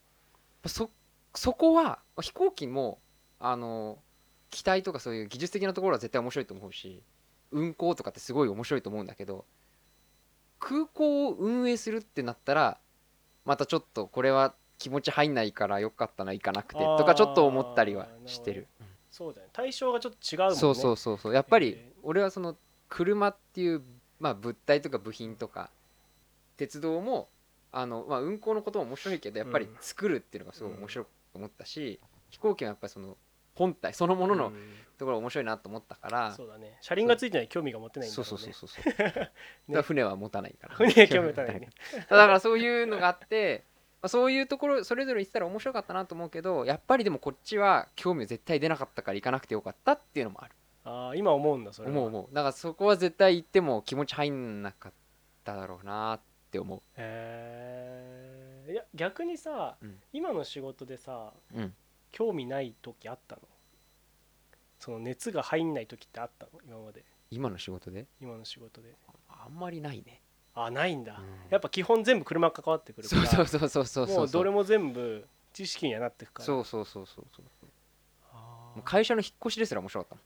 B: そそこは飛行機もあの機体とかそういう技術的なところは絶対面白いと思うし運航とかってすごい面白いと思うんだけど空港を運営するってなったらまたちょっとこれは気持ち入んないからよかったな行かなくてと
A: あー
B: かちょっと思ったりはしてる
A: そうだよね対象がちょっと違うもんね
B: そうそうそうそうやっぱり
A: え
B: 俺はその車っていう、まあ、物体とか部品とか鉄道もあの、まあ、運行のことも面白いけどやっぱり
A: うん
B: 作るっていうのがすごい面白く思ったし、飛行機はやっぱりその本体そのもの
A: う
B: の
A: ん
B: ところが面白いなと思ったから、
A: そうだね車輪がついてない興味が持てないんだ
B: そ
A: ろ
B: うそう
A: う
B: そ
A: <laughs>
B: う
A: ね
B: そうそうだから船は持たないから
A: 船は <laughs> 興味持たないね
B: <laughs> だからそういうのがあってまあそういうところそれぞれ行ってたら面白かったなと思うけどやっぱりでもこっちは興味絶対出なかったから行かなくてよかったっていうのもある
A: ああ今思うんだそれは
B: 思う思うだからそこは絶対行っても気持ち入んなかっただろうなって思う
A: へえいや逆にさ、
B: うん
A: 今の仕事でさ
B: うん
A: 興味ない時あったのその熱が入んない時ってあったの今まで
B: 今の仕事で
A: 今の仕事で
B: あんまりないね
A: あないんだ、
B: うん
A: やっぱ基本全部車関わってくるか
B: そう
A: ら
B: そうそうそうそう
A: も
B: そう
A: うどれ
B: も
A: も全部知識にはなってくから
B: そうそうそうそうそう
A: あー
B: もう会社の引っ越しですら面白かっ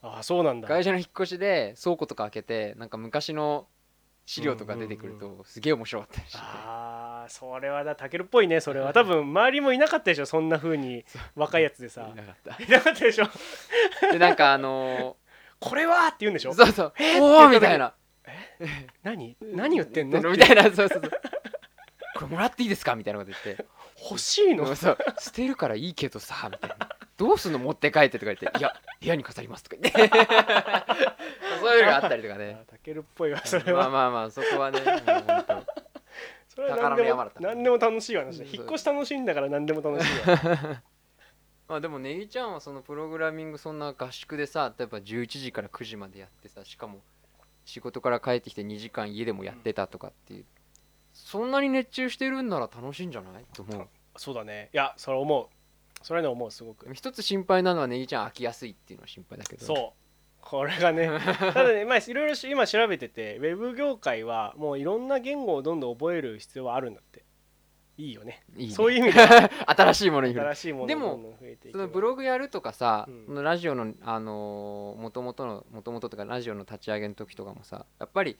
B: たも
A: あーそうなんだ
B: ん会社の引っ越しで倉庫とか開けてなんか昔の資料とか出てくる
A: うん
B: とすげえ面白かったりして
A: ああそれはだたけるっぽいねそれは多分周りもいなかったでしょそんな風に若いやつでさ
B: いなかっ
A: いなかったでしょ
B: たでなんかあの
A: これはって言うんでし
B: ー
A: ょ
B: そうそう
A: えー
B: お
A: っ
B: お
A: て言
B: み
A: った
B: た
A: 時
B: いな
A: 何何言ってんの
B: み
A: って
B: たいなそうそうそうこれもらっていいですかみたいなこと言って
A: 欲しいの
B: でもさ捨てるからいいけどさみたいなどうすんの持って帰ってとか言っていや部屋に飾りますとか言ってそういうのがあったりとかね
A: たけるっぽいわそれ
B: まあ
A: は
B: まあまあそこはねもう本当
A: それは何で
B: 宝の
A: も
B: 山だった
A: 何でも楽しい話だ
B: うん
A: 引っ越し楽しいんだから何でも楽しい
B: <laughs>
A: わ
B: まあでもネギちゃんはそのプログラミングそんな合宿でさ例えば11時から9時までやってさしかも仕事から帰ってきて2時間家でもやってたとかっていうそんなに熱中してるんなら楽しいんじゃないと思う
A: そうだねいやそれ思うそれね思うすごく
B: 一つ心配なのはネギちゃん飽きやすいっていうのは心配だけど
A: そうこれ
B: <laughs>
A: がねただねまあいろいろし今調べててウェブ業界はもういろんな言語をどんどん覚える必要はあるんだっていいよね
B: いいね
A: そういう意味では
B: <laughs> 新しいものに触れる
A: 新しいものが
B: でも
A: どんどん増えてい
B: そ
A: く
B: のブログやるとかさ、
A: うん
B: そのラジオのあのもともとのもともととかラジオの立ち上げの時とかもさやっぱり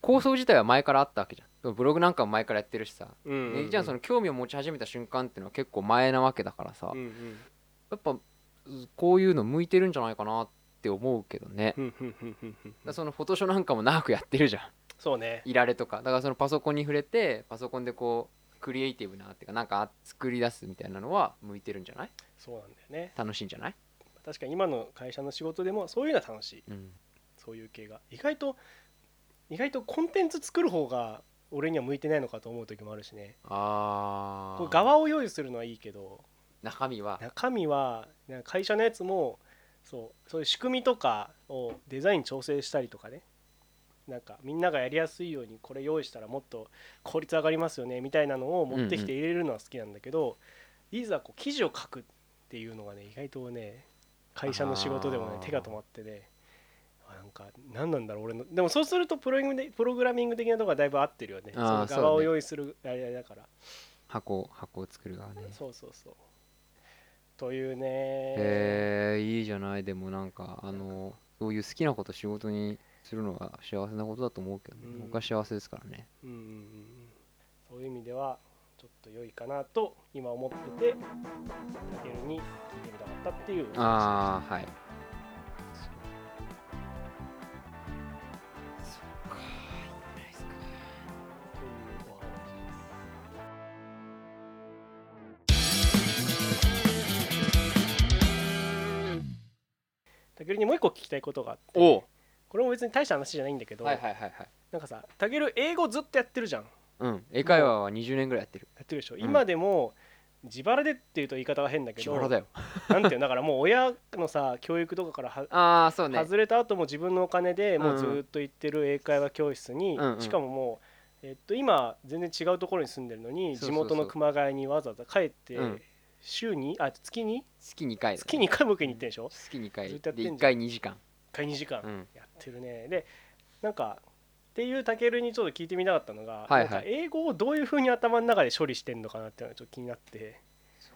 B: 構想自体は前からあったわけじゃんそのブログなんかも前からやってるしさ、
A: うんうんうん
B: ネギちゃんその興味を持ち始めた瞬間っていうのは結構前なわけだからさ、
A: うんうん
B: や
A: うん
B: っぱこういうの向いてるんじゃないかなって思うけどね、だか
A: うんうんうんうんうん
B: らそのフォトショーなんかも長くやってるじゃん <laughs>
A: そうね
B: いられとかだからそのパソコンに触れてパソコンでこうクリエイティブなっていうかなんか作り出すみたいなのは向いてるんじゃない
A: そうなんだよね
B: 楽しいんじゃない、
A: 確かに今の会社の仕事でもそういうのは楽しい
B: うん、
A: そういう系が意外と意外とコンテンツ作る方が俺には向いてないのかと思う時もあるしね
B: あ
A: こう
B: ー
A: 側を用意するのはいいけど
B: 中身は
A: 中身はなんか会社のやつもそうそういう仕組みとかをデザイン調整したりとかねなんかみんながやりやすいようにこれ用意したらもっと効率上がりますよねみたいなのを持ってきて入れるのは好きなんだけど、いざこう記事を書くっていうのがね意外とね会社の仕事でもね
B: あー
A: 手が止まってねあなんか何なんだろう俺のでもそうするとプログラミングでプログラミング的なところがだいぶ合ってるよね
B: あ
A: そ
B: ー
A: の
B: そうだ
A: 側
B: ね
A: を用意するあれだから
B: 箱を箱を作る側ね
A: そうそうそうというね
B: へえいいじゃないでもなんかあのそういう好きなこと仕事にするのは幸せなことだと思うけど、ね
A: うん
B: 僕は幸せですからね
A: うんうんうんうんそういう意味ではちょっと良いかなと今思っててタケルに聞いてみたかったっていう
B: ああはい
A: というお話タケルにもう一個聞きたいことがあって
B: お
A: これも別に大した話じゃないんだけど、
B: はいはいはいはい
A: なんかさタケル英語ずっとやってるじゃん
B: うん英会話は20年ぐらいやってる
A: やってるでしょ、
B: ん
A: 今でも自腹でっていうと言い方が変だけ
B: 自
A: ど
B: 腹だよ
A: なんていうのだからもう親のさ教育とかからは
B: ああそうね
A: 外れた後も自分のお金でもううんずっと行ってる英会話教室に、
B: うんうん
A: しかももう、えっと、今全然違うところに住んでるのに
B: そう
A: 地
B: そうそ
A: 元
B: う
A: の熊谷にわざわざ帰って、
B: うん
A: 週にあ月に
B: 月2回だね
A: 月2回も受けに行ってんでしょ
B: 月2回
A: ずっ
B: で
A: とやってんじゃん
B: 1回2時間
A: 1回2時間
B: うん
A: やってるね、でなんかっていうたけるにちょっと聞いてみたかったのが、
B: はいはい
A: なんか英語をどういうふうに頭の中で処理してんのかなっていうのがちょっと気になって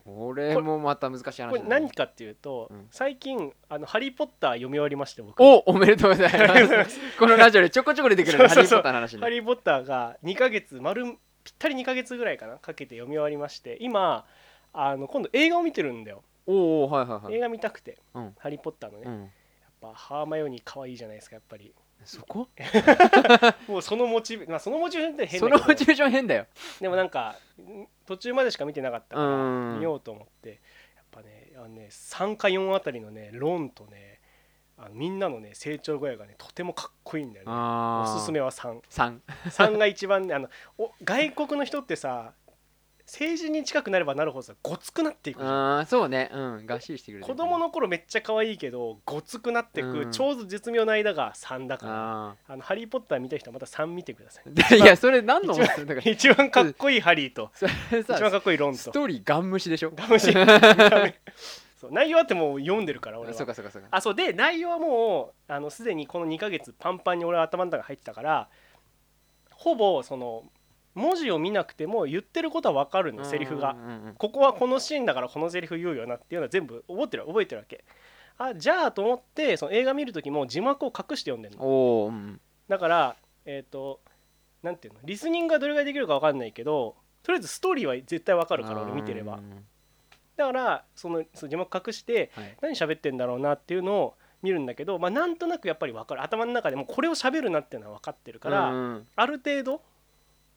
B: それもまた難しい話
A: こ
B: だ
A: れ
B: ね
A: 何かっていうと、
B: うん
A: 最近「あのハリー・ポッター」読み終わりまして僕。
B: おおめでとうございます
A: <laughs>
B: このラジオでちょこちょこ出てくるねハ
A: そ
B: リ
A: う
B: ー・
A: そうそう
B: ポッターの話
A: ハ
B: ね
A: リー・ポッターが2ヶ月丸ぴったり2ヶ月ぐらいかなかけて読み終わりまして今あの今度映画を見てるんだよ、
B: おおはいはい
A: 映
B: はい
A: 画見たくて
B: うん
A: 「ハリー・ポッター」のね、
B: う
A: やっ
B: ん
A: ぱハーマヨニー可愛いじゃないですかやっぱり
B: そこ
A: もうそのモチベ、まあ、そのモチベーションって変
B: そ
A: だ
B: の
A: け
B: モ
A: ど
B: チベーション変だよ
A: でもなんかん途中までしか見てなかったから
B: うん
A: 見ようと思ってやっぱねあのね3か4あたりのね論とねあのみんなのね成長具合がねとてもかっこいいんだよね
B: あ
A: お
B: ー
A: すすめは3
B: 3
A: <laughs> 3が一番ねあのお外国の人ってさ政治に近くなればなるほどさごつくなっていくじゃん
B: あーそうねうんがっしりしてくれる
A: 子供の頃めっちゃ可愛いけどごつくなってく、
B: うん
A: ちょうど絶妙な間が3だから
B: あ
A: あのハリー・ポッター見た人はまた3見てください
B: ー <laughs> いやそれ何の
A: 一
B: 面白いだから
A: 番 <laughs> 一番かっこいいハリーと
B: それ
A: 一番
B: <laughs> さ
A: かっこいいロン
B: ス
A: と
B: トーリーガン無視でしょ
A: ガムシ見た目 <laughs> そう内容あってもう読んでるから俺
B: そ
A: は
B: うかそうかそうか
A: あそうで内容はもうあのすでにこの2ヶ月パンパンに俺は頭の中に入ってたからほぼその文字を見なくても言ってることは分かるのセリフが
B: うんうんうん
A: ここはこのシーンだからこのセリフ言うよなっていうのは全部覚えてる覚えてるわけあじゃあと思ってその映画見る時も字幕を隠して読んでるの
B: おおうん
A: だからえっ、となんていうのリスニングがどれぐらいできるか分かんないけどとりあえずストーリーは絶対分かるから俺見てれば
B: うん
A: だからそのその字幕隠して
B: はい
A: 何喋ってんだろうなっていうのを見るんだけど、まあ、なんとなくやっぱり分かる頭の中でもうこれを喋るなっていうのは分かってるから、
B: うん
A: ある程度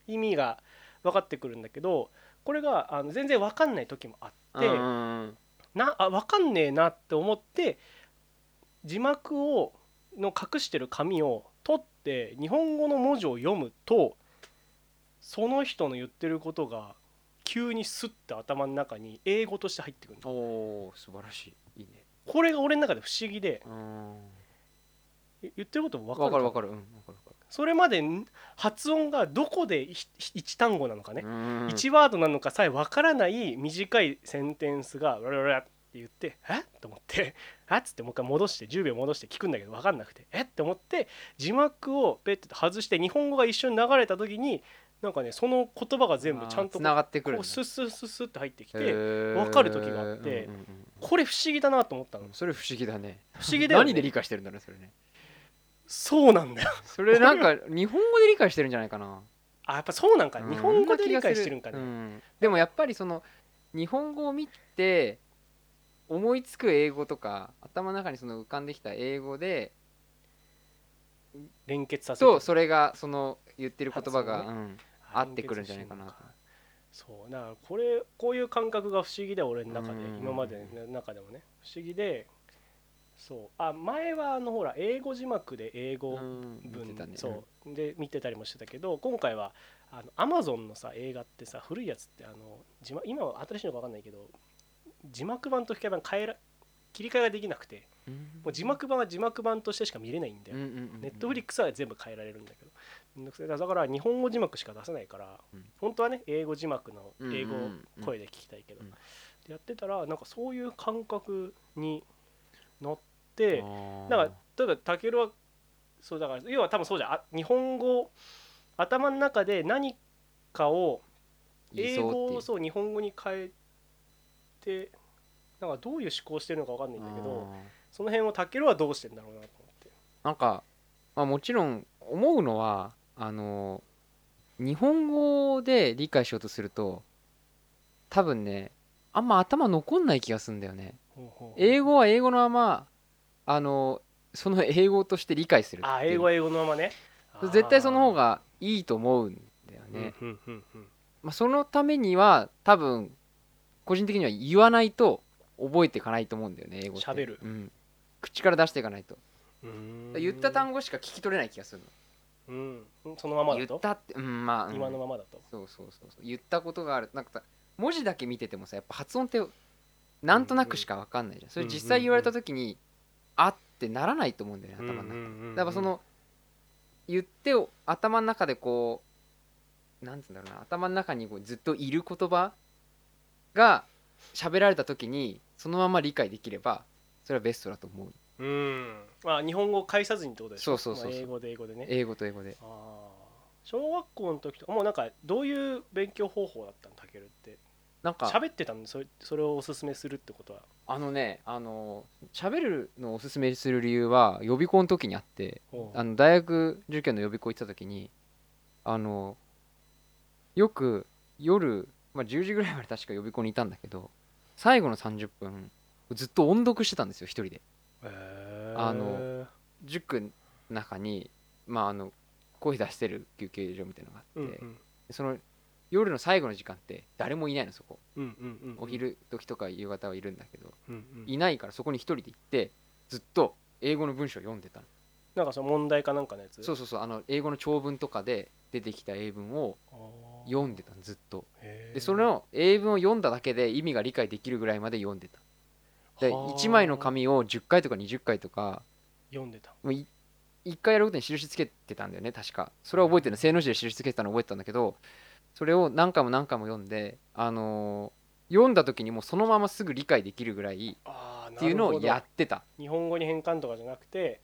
A: 意味が分かってくるんだけどこれがあの全然分かんない時もあって、
B: うんうん
A: なあ分かんねえなって思って字幕をの隠してる紙を取って日本語の文字を読むとその人の言ってることが急にスッて頭の中に英語として入ってくる
B: うんおお素晴らしいいいね
A: これが俺の中で不思議で
B: うん
A: え言ってることも分か
B: わ
A: る
B: かるわかるうんわかるわか
A: それまでん発音がどこで1単語なのかね
B: る、うん
A: 1ワードなのかさえわからない短いセンテンスが「わらわら」って言って「えと思って <laughs> 「あっ?」つってもう一回戻して10秒戻して聞くんだけどわかんなくて「えっ?」て思って字幕をペッて外して日本語が一緒に流れた時になんかねその言葉が全部ちゃんと
B: つ
A: こ
B: ながってくる
A: うん
B: だ
A: スッスッスッスッって入ってき
B: へ
A: て
B: ー
A: わかる時があって
B: うんうんうん
A: これ不思議だなと思ったの
B: それ不思議だね
A: 不思議だよね
B: 何で理解してるんだろうそれね
A: そうなんだよ
B: それな
A: <laughs>
B: んか日本語で理解してるんじゃないかな
A: あやっぱそうなんか
B: うん
A: 日本語で理解
B: そ
A: してるんかね
B: な気がするうんでもやっぱりその日本語を見て思いつく英語とか頭の中にその浮かんできた英語で
A: 連結させて
B: そうそれがその言ってる言葉が、
A: 発
B: うん合ってくるんじゃないかなと
A: 連結してんのそうだからこれこういう感覚が不思議で俺の中で
B: うん
A: 今までの中でもね不思議でそうあ前はあのほら英語字幕で英語
B: うん言って
A: 文、
B: たね
A: そうで見てたりもしてたけど今回はあのアマゾンのさ映画ってさ古いやつってあの字幕今は新しいのか分かんないけど字幕版と吹き替え版変えら切り替えができなくて
B: うん
A: もう字幕版は字幕版としてしか見れないんだよ、
B: うんうんうんうん
A: ネットフリックスは全部変えられるんだけどめんどくさいだから日本語字幕しか出さないから、
B: うん
A: 本当はね英語字幕の
B: うんうん
A: 英語を
B: うん
A: 声で聞きたいけど、
B: うん
A: でやってたらなんかそういう感覚に乗って、
B: あー
A: だから例えばたけるはそうだから要は多分そうじゃんあ日本語頭の中で何かを
B: 言い
A: 英
B: そう
A: 語
B: ってい
A: を
B: う
A: そう日本語に変えてなんかどういう思考してるのか分かんないんだけど
B: あー
A: その辺をたけるはどうしてんだろうなと思って。
B: なんか、まあ、もちろん思うのはあの日本語で理解しようとすると多分ねあんま頭残んない気がするんだよね
A: ほうほう
B: 英語は英語のままあのその英語として理解するっていう
A: あ英語は英語のままね
B: 絶対その方
A: が
B: がいいと思うんだよね、
A: うんうんうん
B: まあ、そのためには多分個人的には言わないと覚えていかないと思うんだよね英語って
A: 喋る
B: うん、口から出していかないと
A: うん
B: 言った単語しか聞き取れない気がするの
A: うんそのままだ
B: 言
A: と
B: ったってうんまあ、うん
A: 今のままだと
B: そうそうそうそう言ったことがあるなんかさ文字だけ見ててもさやっぱ発音ってなんとなくしか分かんないじゃんそれ実際言われた時にあってならないと思うんだよね頭の中
A: うんうんうんうん
B: だからその言ってを頭の中でこうなんつうんだろうな頭の中にこうずっといる言葉が喋られた時にそのまま理解できればそれはベストだと思う
A: うんまあ日本語を介さずにってことでしょ
B: そうそうそう
A: まあ
B: そう
A: 英語で英語でね
B: 英語と英語で
A: あー小学校の時とかもうなんかどういう勉強方法だったのたけるって
B: なんか
A: 喋ってたのそれそれをおすすめするってことは
B: あのねあの喋るのをおすすめする理由は予備校の時にあって
A: ほう
B: あの大学受験の予備校行ってた時にあのよく夜、まあ、10時ぐらいまで確か予備校にいたんだけど最後の30分ずっと音読してたんですよ一人で
A: へー
B: あの塾の中にまああのコーヒー出してる休憩所みたいなのが
A: う
B: あ
A: ん
B: っ
A: う
B: て、
A: ん
B: その夜の最後の時間って誰もいないのそこ
A: うんうんうん
B: お昼時とか夕方はいるんだけど、
A: うんうん
B: いないからそこに一人で行ってずっと英語の文章を読んでたの
A: なんかその問題かなんかのやつ
B: そうそうそうあの英語の長文とかで出てきた英文を
A: う
B: 読んでたのずっとで
A: で
B: その英文を読んだだけで意味が理解できるぐらいまで読んでたで
A: はあ
B: 1枚の紙を10回とか20回とか
A: 読んでた
B: もうい1回やることに印つけてたんだよね確かそれは覚えてる正の字で印つけてたの覚えてたんだけどそれを何回も何回も読んであのー読んだ時にもうそのまますぐ理解できるぐらい
A: あー
B: っていう
A: な
B: の
A: る
B: を
A: ほど
B: やってた
A: 日本語に変換とかじゃなくて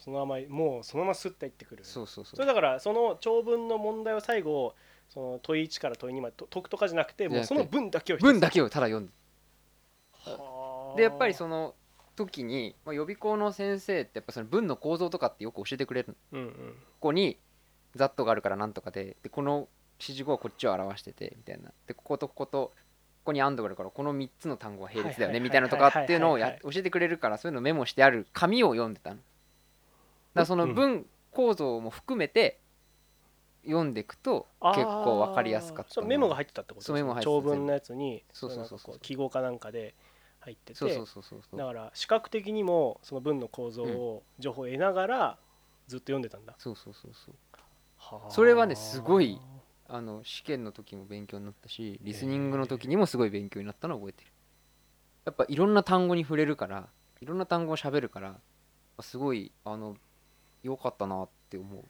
A: そのままもうそのままスッていってくる
B: そうそうそう
A: それだからその長文の問題を最後その問い1から問い2までと解くとかじゃなくてもうその文だけを
B: 文だ
A: け
B: けをただ読んででやっぱりその時に、まあ、予備校の先生ってやっぱその文の構造とかってよく教えてくれるの
A: うんうん
B: ここに「ざっと」があるからなんとかででこの指示語はこっちを表しててみたいなでこことこことここに「アンド」があるからこの3つの単語は並列だよ
A: は
B: ね
A: いはい
B: み
A: は
B: た
A: い
B: い
A: はい
B: なとかっていうのを
A: はい
B: や
A: はい
B: 教えてくれるからそういうのをメモしてある紙を読んでたのだからその文構造も含めて読んでいくと結構わかりやすかっ
A: あ
B: た
A: ーそ
B: な
A: うメモが入ってたってこと
B: そうメモ入ってた
A: 長文のやつに
B: そうそうそうそう
A: なんかこ記号かなんかで入ってて
B: そうそうそうそうそう
A: だから視覚的にもその文の構造を情報を得ながらずっと読んでたんだ、
B: そうそうそうそう
A: はー
B: それはねすごいあの試験の時も勉強になったしリスニングの時にもすごい勉強になったのを覚えてるやっぱいろんな単語に触れるからいろんな単語を喋るからすごいあの良かったなって思う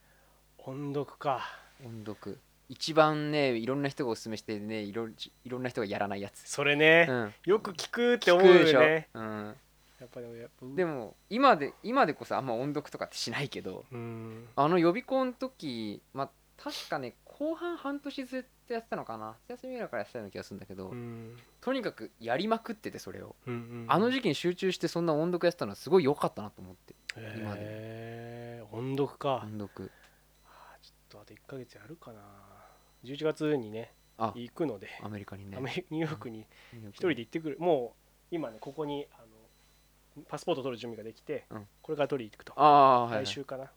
A: 音読か
B: 音読一番ねいろんな人がおすすめしてねいろいろんな人がやらない
A: <laughs>
B: やつ、
A: それね
B: う、ん、
A: よく聞くって
B: 聞
A: 思う
B: くでし
A: よ
B: ょ、
A: ね
B: うん、
A: やっぱでもやっぱ
B: でも今で今でこそあんま音読とかってしないけど
A: うん
B: あの予備校の時まあ確かね後半半年ずっとやってたのかな夏休みぐらいからやってたような気がするんだけど、
A: うん
B: とにかくやりまくっててそれを、
A: うんうん
B: あの時期に集中してそんな音読やってたのはすごい良かったなと思って今で
A: へえ音読か、
B: 音読
A: あーちょっとあと1ヶ月やるかな11月にね
B: あ
A: 行くので
B: アメリカにね
A: アメリニューヨークに
B: 一
A: 一人で行ってくるもう今ねここにあのパスポート取る準備ができて、
B: うん
A: これから取りに行くと
B: ああーはいはい
A: 来週かな、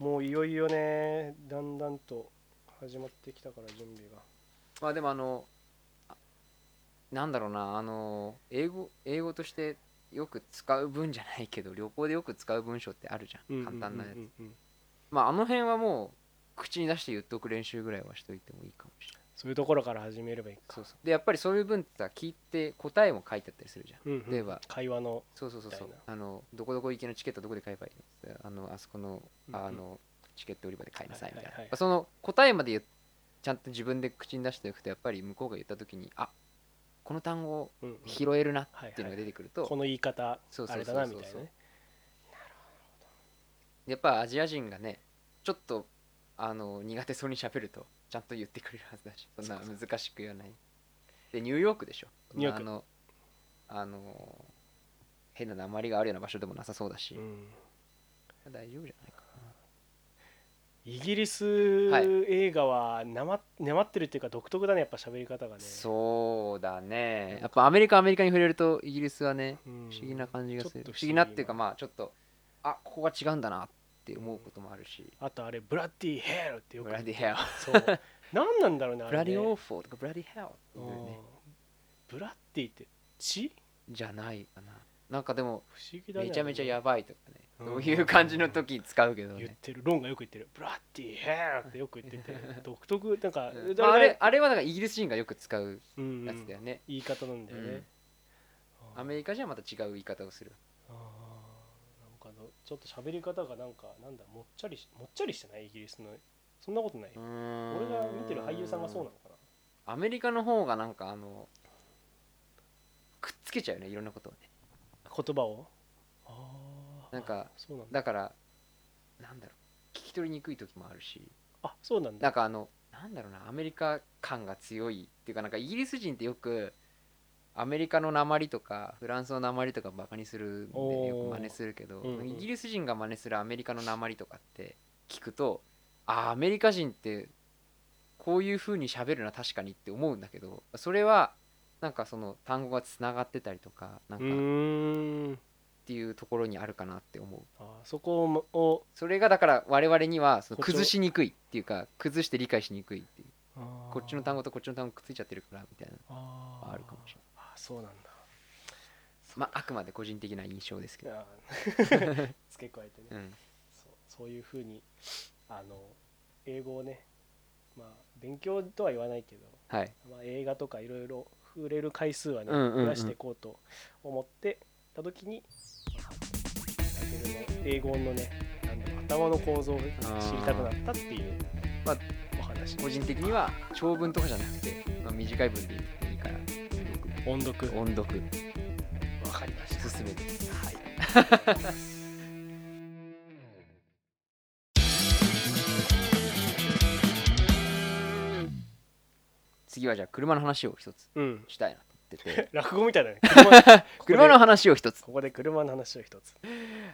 A: もういよいよねだんだんと始まってきたから準備が
B: まあでもあのあなんだろうなあの英語英語としてよく使う文じゃないけど旅行でよく使う文章ってあるじゃん簡単なやつ、
A: うんうんうんうん
B: まああの辺はもう口に出して言っとく練習ぐらいはしといてもいいかもしれない
A: そういうところから始めればいいか
B: そうそうでやっぱりそういう文ってさ聞いて答えも書いてあったりするじゃん
A: うんうん
B: 例えば
A: 会話の
B: そうそうそうそう
A: みたい
B: あのどこどこ行きのチケットどこで買えばいいのあのあそこの
A: うんうん
B: あのチケット売り場で買いなさいみたいな、
A: はいはいはいはい
B: その答えまで言っちゃんと自分で口に出しておくとやっぱり向こうが言った時にあこの単語
A: うんうん
B: 拾えるなっていうのが出てくると、
A: この言い方
B: そう
A: あ
B: そうそう
A: れ
B: そ
A: だ
B: う
A: なみたいなね
B: やっぱアジア人がねちょっとあの苦手そうに喋るとちゃんと言ってくれるはずだしそんな
A: そう
B: 難しく言わないでニューヨークでしょ
A: ニューヨーク
B: そんなあのあの変な鉛があるような場所でもなさそうだし、
A: うん
B: 大丈夫じゃないか
A: イギリス
B: はい
A: 映画はなまなまってるっていうか独特だねやっぱ喋り方がね
B: そうだねやっぱアメリカアメリカに触れるとイギリスはね
A: うん、
B: 不思議な感じがする、
A: ちょっと
B: 不思議なっていうか
A: な
B: まあちょっとあここが違うんだなって思うこともあるし、
A: あとあれブラッディヘルってよく
B: ブラディヘア
A: そう何なんだろうねあ
B: ブラ
A: れ
B: デ
A: ね
B: ィオーフォーとかブラディヘアっていうね
A: うんブラッディって血
B: じゃないかななんかでも
A: 不思議だね
B: めちゃめちゃ
A: あ
B: やばいとかね
A: うん
B: そういう感じの時使うけど
A: れね言っ
B: ね、
A: てるロンがよく言ってるブラッディヘルってよく言ってて独特なんか、
B: うん
A: だ
B: ま
A: いた
B: あ、あ
A: い
B: れあれはなんかイギリス人がよく使う
A: うんうん
B: やつだよね、
A: 言い方なんだよね、
B: アメリカ人はまた違う言い方をする
A: あーなんかあのちょっと喋り方がなんかなんだもっちゃりしもっちゃりしてないイギリスのそんなことない、俺
B: 俺
A: が見てる俳優さんがそうなのかな
B: アメリカの方がなんかあのくっつけちゃうよねいろんなことをね
A: 言葉をあー
B: なんか
A: そうなんだ
B: だからなんだろう聞き取りにくい時もあるし
A: あそうなんだ
B: なんかあのなんだろうなアメリカ感が強いっていうかなんかイギリス人ってよくアメリカの鉛とかフランスの鉛とかバカにするんでね、
A: おー
B: よく真似するけど、
A: うんうん
B: イギリス人が真似するアメリカの鉛とかって聞くとあーアメリカ人ってこういう風に喋るな確かにって思うんだけどそれはなんかその単語がつながってたりとかな
A: う
B: んか
A: ー
B: っ
A: ん
B: ていうところにあるかなって思う
A: あそこをもを
B: それがだから我々にはその
A: 誇張
B: 崩しにくいっていうか崩して理解しにくいっていう
A: あー
B: こっちの単語とこっちの単語くっついちゃってるからみたいな
A: あー
B: あるかもしれ
A: あそうなんだ
B: <laughs> まああくまで個人的な印象ですけど、
A: あ
B: <laughs>
A: ー付け加えてね、
B: うん、
A: そうそういうふうにあの英語をねまあ勉強とは言わないけど、
B: はい
A: まあ、映画とかいろいろ触れる回数はね
B: うんうんうん
A: 増やしていこうと思ってた時にまあ先ほどの英語のねなんだろう頭の構造を知りたくなったっていう
B: まあ
A: お話
B: 個人的には長文とかじゃなくて、まあ、短い文でいいから
A: 音読わ
B: 音読
A: かりました
B: おすすめですはい次はじゃあ車の話を一つ
A: うん
B: したいなと思ってて
A: 落語みたいだね車
B: <laughs> 車の
A: ここで
B: 話を一つ
A: ここで車の話を一つ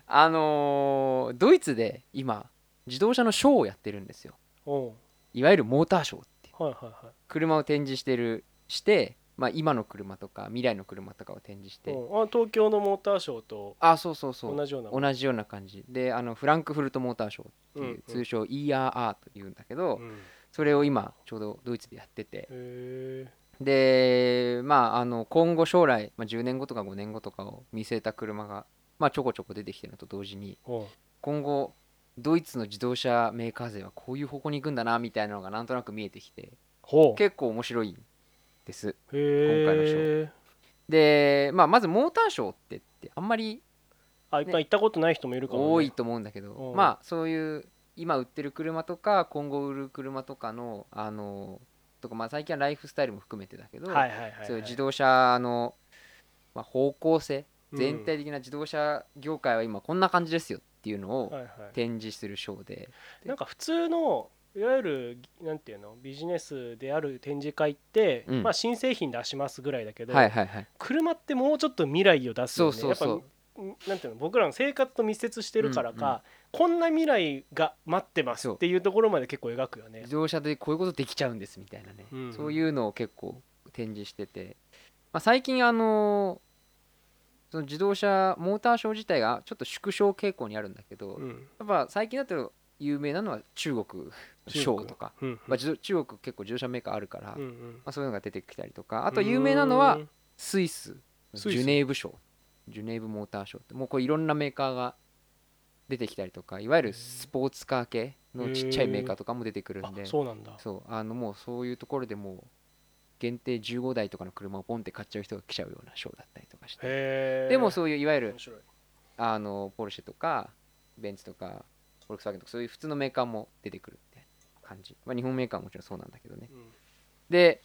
B: あのードイツで今自動車のショーをやってるんですよ
A: おう
B: いわゆるモーターショーっていう
A: はいはいは
B: 車を展示してるして、まあ、今の車とか未来の車とかを展示し
A: い、
B: て、
A: うんあ東京のモーターショーと
B: あそうそうそう
A: 同じような
B: 同じような感じであのフランクフルトモーターショーって
A: うん
B: いううん通称 ERR というんだけど、
A: うん
B: それを今ちょうどドイツでやってて
A: へ
B: でまああの今後将来、まあ、10年後とか5年後とかを見据えた車が、まあ、ちょこちょこ出てきてるのと同時に
A: ーおう
B: 今後ドイツの自動車メーカー勢はこういう方向に行くんだなみたいなのがなんとなく見えてきて
A: ほう
B: 結構面白いんです
A: へ
B: 今回のシ
A: ー
B: で、まあ、まずモーターショーってってあんまり
A: あ一般行ったことない人もいるかも、ね、
B: 多いと思うんだけ
A: う
B: ど、
A: ん
B: まあそういう今売ってる車とか今後売る車とかのあのとかまあ最近はライフスタイルも含めてだけど、
A: はいはいはい、はい、
B: そういう自動車の、まあ、方向性全体的な自動車業界は今こんな感じですよっていうの
A: うん、
B: を
A: はいはい
B: 展示するショーで、
A: なんか普通のいわゆるなんていうのビジネスである展示会って、
B: うん
A: まあ、新製品出しますぐらいだけど、
B: はいはいはい
A: 車ってもうちょっと未来を出すよね
B: そうそうそう
A: やっぱなんていうの僕らの生活と密接してるからか、こんな未来が待ってますっていうところまで結構描くよね
B: 自。動車でこういうことできちゃうんですみたいなね、
A: うん
B: そういうのを結構展示してて、まあ、最近あのその自動車モーターショー自体がちょっと縮小傾向にあるんだけど、
A: うん
B: やっぱ最近だと有名なのは中国省とか、
A: うん
B: まあ、自動中国結構自動車メーカーあるから、
A: うんう
B: ま
A: ん
B: あ、そういうのが出てきたりとかあと有名なのは
A: うーん
B: スイス
A: スイス
B: ジュネーブ賞ジュネーブモーターショーってもうこういろんなメーカーが出てきたりとかいわゆるスポーツカー系のちっちゃいメーカーとかも出てくる
A: あ
B: んで、
A: そうなんだ
B: そうあのもうそういうところでもう限定15台とかの車をポンって買っちゃう人が来ちゃうようなショーだったりとかして
A: へえ
B: でもそういういわゆる
A: 面白い
B: あのポルシェとかベンツとかフォルクスワーゲンとかそういう普通のメーカーも出てくるみたいな感じ、まあ、日本メーカーももちろんそうなんだけどね
A: うん
B: で、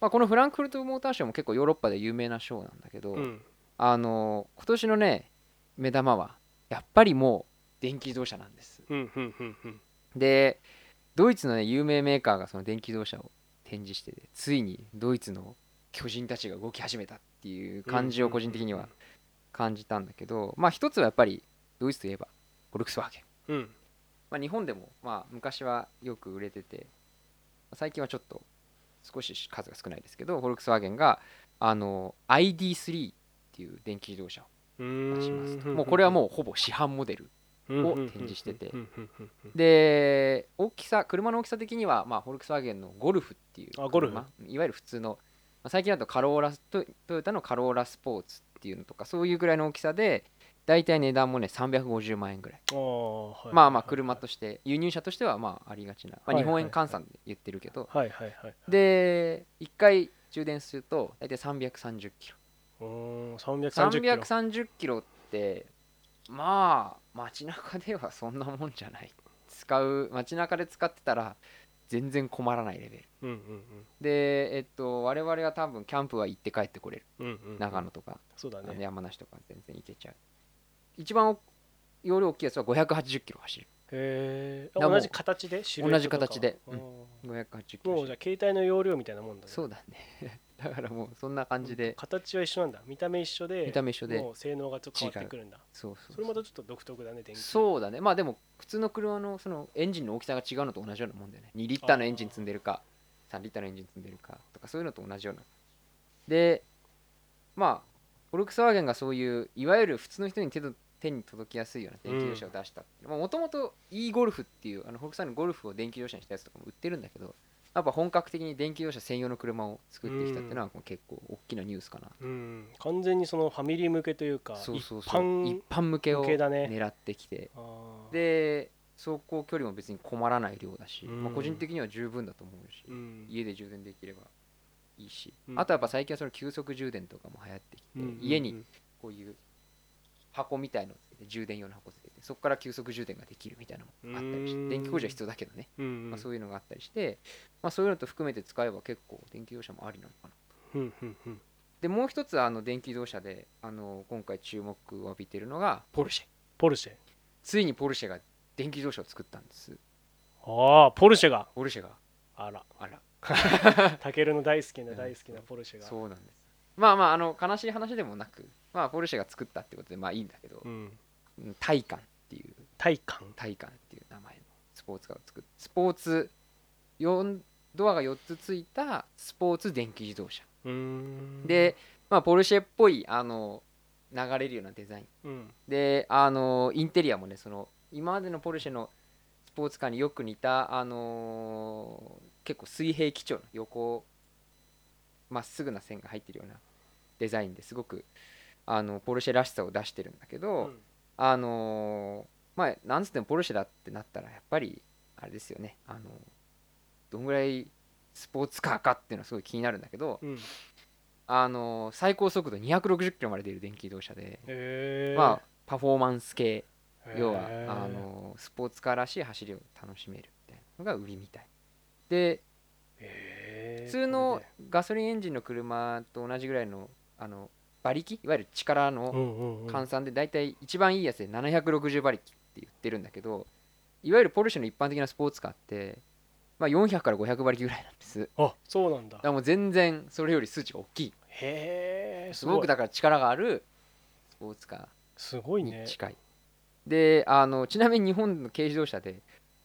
B: まあ、このフランクフルトモーターショーも結構ヨーロッパで有名なショーなんだけど、
A: うん
B: あの今年のね目玉はやっぱりもう電気自動車なんです
A: うんうんうんうん
B: でドイツのね有名メーカーがその電気自動車を展示しててついにドイツの巨人たちが動き始めたっていう感じを個人的には感じたんだけどまあ一つはやっぱりドイツといえばフォルクスワーゲン、
A: うん
B: まあ、日本でもまあ昔はよく売れてて最近はちょっと少し数が少ないですけどフォルクスワーゲンがあの ID3 っていう電気自動車を
A: うん
B: 出しますともうこれはもうほぼ市販モデル
A: うん
B: を展示してて
A: うんうんうんうん
B: で大きさ車の大きさ的には、まあ、フォルクスワーゲンのゴルフっていう車
A: あゴルフ
B: いわゆる普通の、まあ最近だとカローラトトヨタのカローラスポーツっていうのとかそういうぐらいの大きさで大体値段もね350万円ぐらい、
A: あーはい
B: まあまあ車として輸入車としてはまあありがちな、まあ、
A: はい
B: 日本円換算で言ってるけど、
A: はいはいはい
B: で1回充電すると大体330キロ
A: うーん330キロ
B: 330キロってまあ街中ではそんなもんじゃない使う街中で使ってたら全然困らないレベル
A: うんうん
B: でえっと我々は多分キャンプは行って帰ってこれる
A: うんうんうんうん
B: 長野とか、
A: そうだ
B: あの
A: ね
B: 山梨とか全然行けちゃう一番お容量大きいやつは580キロ走る
A: へえ
B: だからも
A: 同
B: う
A: じ形でシルエットとか
B: 同じ形で
A: あー
B: うん580キロ
A: も
B: 走
A: うじゃ
B: る
A: あ携帯の容量みたいなもんだね
B: そうだね <laughs> だからもうそんな感じで
A: 形は一緒なんだ見た目一緒で
B: 見た目一緒で
A: もう性能がちょっと変わってくるんだ
B: そうそう
A: それまたちょっと独特だね電気
B: そうだねまあでも普通の車のそのエンジンの大きさが違うのと同じようなもんだよね2リッターのエンジン積んでるか3リッターのエンジン積んでるかとかそういうのと同じようなでまあフォルクスワーゲンがそういういわゆる普通の人に手と手に届きやすいような電気自動車を出したもともと e ゴルフっていうあのフォルクスワーゲンのゴルフを電気自動車にしたやつとかも売ってるんだけどやっぱ本格的に電気自動車専用の車を作ってきたっていうのはもう結構大きなニュースかな
A: うん完全にそのファミリー向けというか
B: そうそう
A: 一
B: そう
A: 般
B: 一般向けを
A: 向けだね
B: 狙ってきて
A: あー
B: で走行距離も別に困らない量だし、
A: うん
B: まあ、個人的には十分だと思うし、
A: うん
B: 家で充電できればいいし、
A: うん
B: あとはやっぱ最近はその急速充電とかも流行ってきて、
A: うん
B: 家にこういう箱みたいのつけて充電用の箱つけてそこから急速充電ができるみたいなのもあったりし
A: う
B: て
A: ん
B: 電気工事は必要だけどね、
A: うんうん
B: まあ、そういうのがあったりして、まあ、そういうのと含めて使えば結構電気自動車もありなのかな
A: うんうんうん
B: でもう一つはあの電気自動車であの今回注目を浴びてるのがポルシェ
A: ポルシェ
B: ついにポルシェが電気自動車を作ったんです
A: ああポルシェが
B: ポルシェが
A: あら
B: あら
A: タケルの大好きな
B: うん
A: 大好きなポルシェが
B: そうなんですまあまああの悲しい話でもなくまあポルシェが作ったってことでまあいいんだけど、
A: うん
B: うん、タイカンっていう
A: 体感
B: タイカンっていう名前のスポーツカーを作ってスポーツ四ドアが4つついたスポーツ電気自動車、
A: うーん
B: で、まあ、ポルシェっぽいあの流れるようなデザイン
A: うん
B: であのインテリアもねその今までのポルシェのスポーツカーによく似たあの結構水平基調の横まっすぐな線が入ってるようなデザインですごくあのポルシェらしさを出してるんだけ
A: う
B: ど、
A: ん
B: あのまあなんつってもポルシェだってなったらやっぱりあれですよねあのどんぐらいスポーツカーかっていうのはすごい気になるんだけど、
A: うん
B: あの最高速度260キロまで出る電気自動車で、
A: へえ
B: まあパフォーマンス系
A: へー
B: 要はあのスポーツカーらしい走りを楽しめるみたいなのが売りみたいで
A: へー
B: 普通のガソリンエンジンの車と同じぐらいのあの馬力いわゆる力
A: これで
B: の
A: うんうんうん
B: 換算で大体一番いいやつで760馬力って言ってるんだけどいわゆるポルシェの一般的なスポーツカーって、まあ、400から500馬力ぐらいなんですだか
A: あそうなんだ
B: らもう全然それより数値が大きい
A: へえ
B: すごくだから力があるスポーツカー
A: すごいね
B: に近い。であのちなみに日本の軽自動車で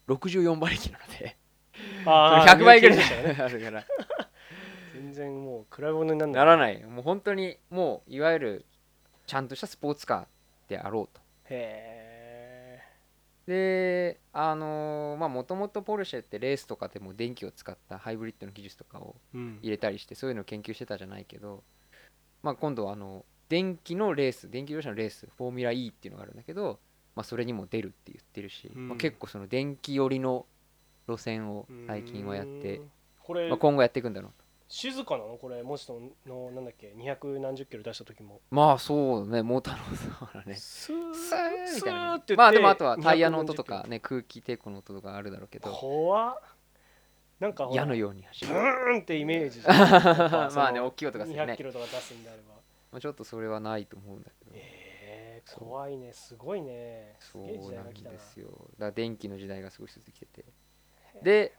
B: 64馬力なので
A: あー
B: 100倍ぐらい
A: 人気でしたね
B: あるから
A: 全然もう比べ物にならない
B: ならない <laughs> もう本当にもういわゆるちゃんとしたスポーツカーであろうと
A: へ
B: であのーまあもともとポルシェってレースとかでも電気を使ったハイブリッドの技術とかを
A: うん
B: 入れたりしてそういうのを研究してたじゃないけど、まあ、今度はあの電気のレース電気自動車のレースフォーミュラ E っていうのがあるんだけど、まあ、それにも出るって言ってるし、
A: うん
B: まあ、結構その電気寄りの路線を最近はやって
A: うんこれ、
B: まあ、今後やっていくんだろうと
A: 静かなのこれもしののなんだっけ200何十キロ出した時も
B: まあそうねモーターのそうだね
A: スー
B: スーみたいな
A: スーっ
B: ね
A: て言って
B: まあでもあとはタイヤの音とかね空気抵抗の音とかあるだろうけど
A: 怖っなんかほら
B: 矢のように走
A: ブ
B: る <laughs>
A: ーンってイメージ
B: まあね大きい音がする
A: 200
B: ね
A: キ、ロとか出すんであれば
B: まあ、ちょっとそれはないと思うんだけど
A: えー、
B: そう
A: 怖いねすごいねす
B: そう
A: げえ時代
B: な
A: が
B: ん
A: 来たな
B: ですよだから電気の時代がすごい続いてて
A: へー
B: で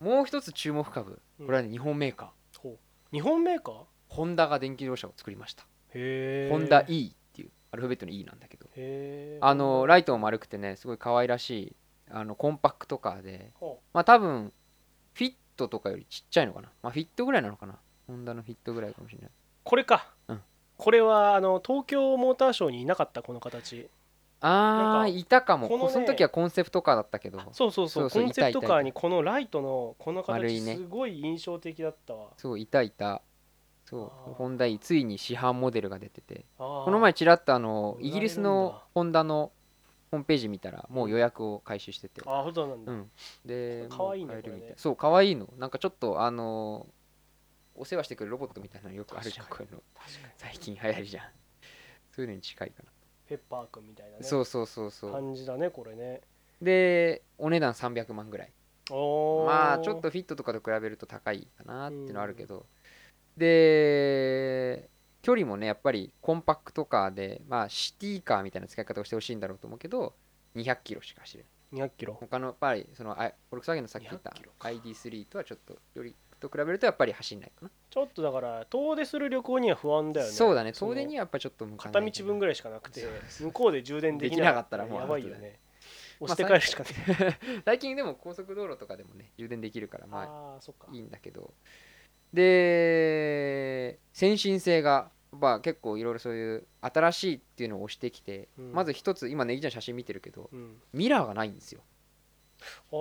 B: もう一つ注目株
A: うん
B: これはね日本メーカー
A: ほう日本メーカー
B: ホンダが電気自動車を作りました
A: へえ
B: ホンダ E っていうアルファベットの E なんだけど
A: へー
B: あのライトも丸くてねすごい可愛らしいあのコンパクトカーで
A: ほ
B: まあ多分フィットとかよりちっちゃいのかなまあフィットぐらいなのかなホンダのフィットぐらいかもしれないう
A: これか、
B: うん
A: これはあの東京モーターショーにいなかったこの形
B: あ
A: なんか
B: ーいたかも
A: このね
B: その時はコンセプトカーだったけど
A: そうそうそう
B: そうそう
A: コンセプト
B: いたいたいた
A: カーにこのライトのこの
B: 丸
A: 形
B: いね
A: すごい印象的だったわ、
B: そういたいた
A: あ
B: そ
A: ー
B: うホンダ E ついに市販モデルが出てて
A: こ
B: この前ちらっとあ
A: 売られ
B: の
A: るんだ
B: イギリスのホンダのホームページ見たらもう予約を開始してて、
A: ああそうなんだ、
B: うん、で
A: 可愛いね
B: もう
A: こ
B: 買えるみた
A: れね
B: いそう可愛いのなんかちょっとあのお世話してくれるロボットみたいなのよくあるじゃん
A: 確
B: こういうの
A: 確かに
B: 最近流行りじゃんそういうのに近いかな、
A: ペッパーくんみたいなね
B: そうそうそうそう
A: 感じだねこれね
B: でお値段300万ぐらい
A: おー
B: まあちょっとフィットとかと比べると高いかなっていうのはあるけど、で距離もねやっぱりコンパクトカーでまあシティカーみたいな使い方をしてほしいんだろうと思うけど200キロしか走れない
A: 200キロ
B: 他のやっぱりそのあフォルクスワーゲンのさっき言った
A: 200キロか
B: ID3 とはちょっとよりと比べるとやっぱり走んないかな
A: ちょっとだから遠出する旅行には不安だよね
B: そうだね
A: の
B: 遠出にはやっぱちょっと向か
A: 片道分ぐら
B: らい
A: いしかなくて
B: そうそう
A: 向こうで充電できなかったら
B: できな
A: や
B: かっ
A: ば
B: たらもう
A: いよ
B: アウトだ
A: ね押して帰るしかね
B: <laughs> 最近でも高速道路とかでもね充電できるからま
A: ああーそっか
B: あいいんだけどで先進性がまあ結構いろいろそういう新しいっていうのを押してきて、
A: うん
B: まず一つ今ネギちゃん写真見てるけど
A: うん
B: ミラーがないんですよ
A: あ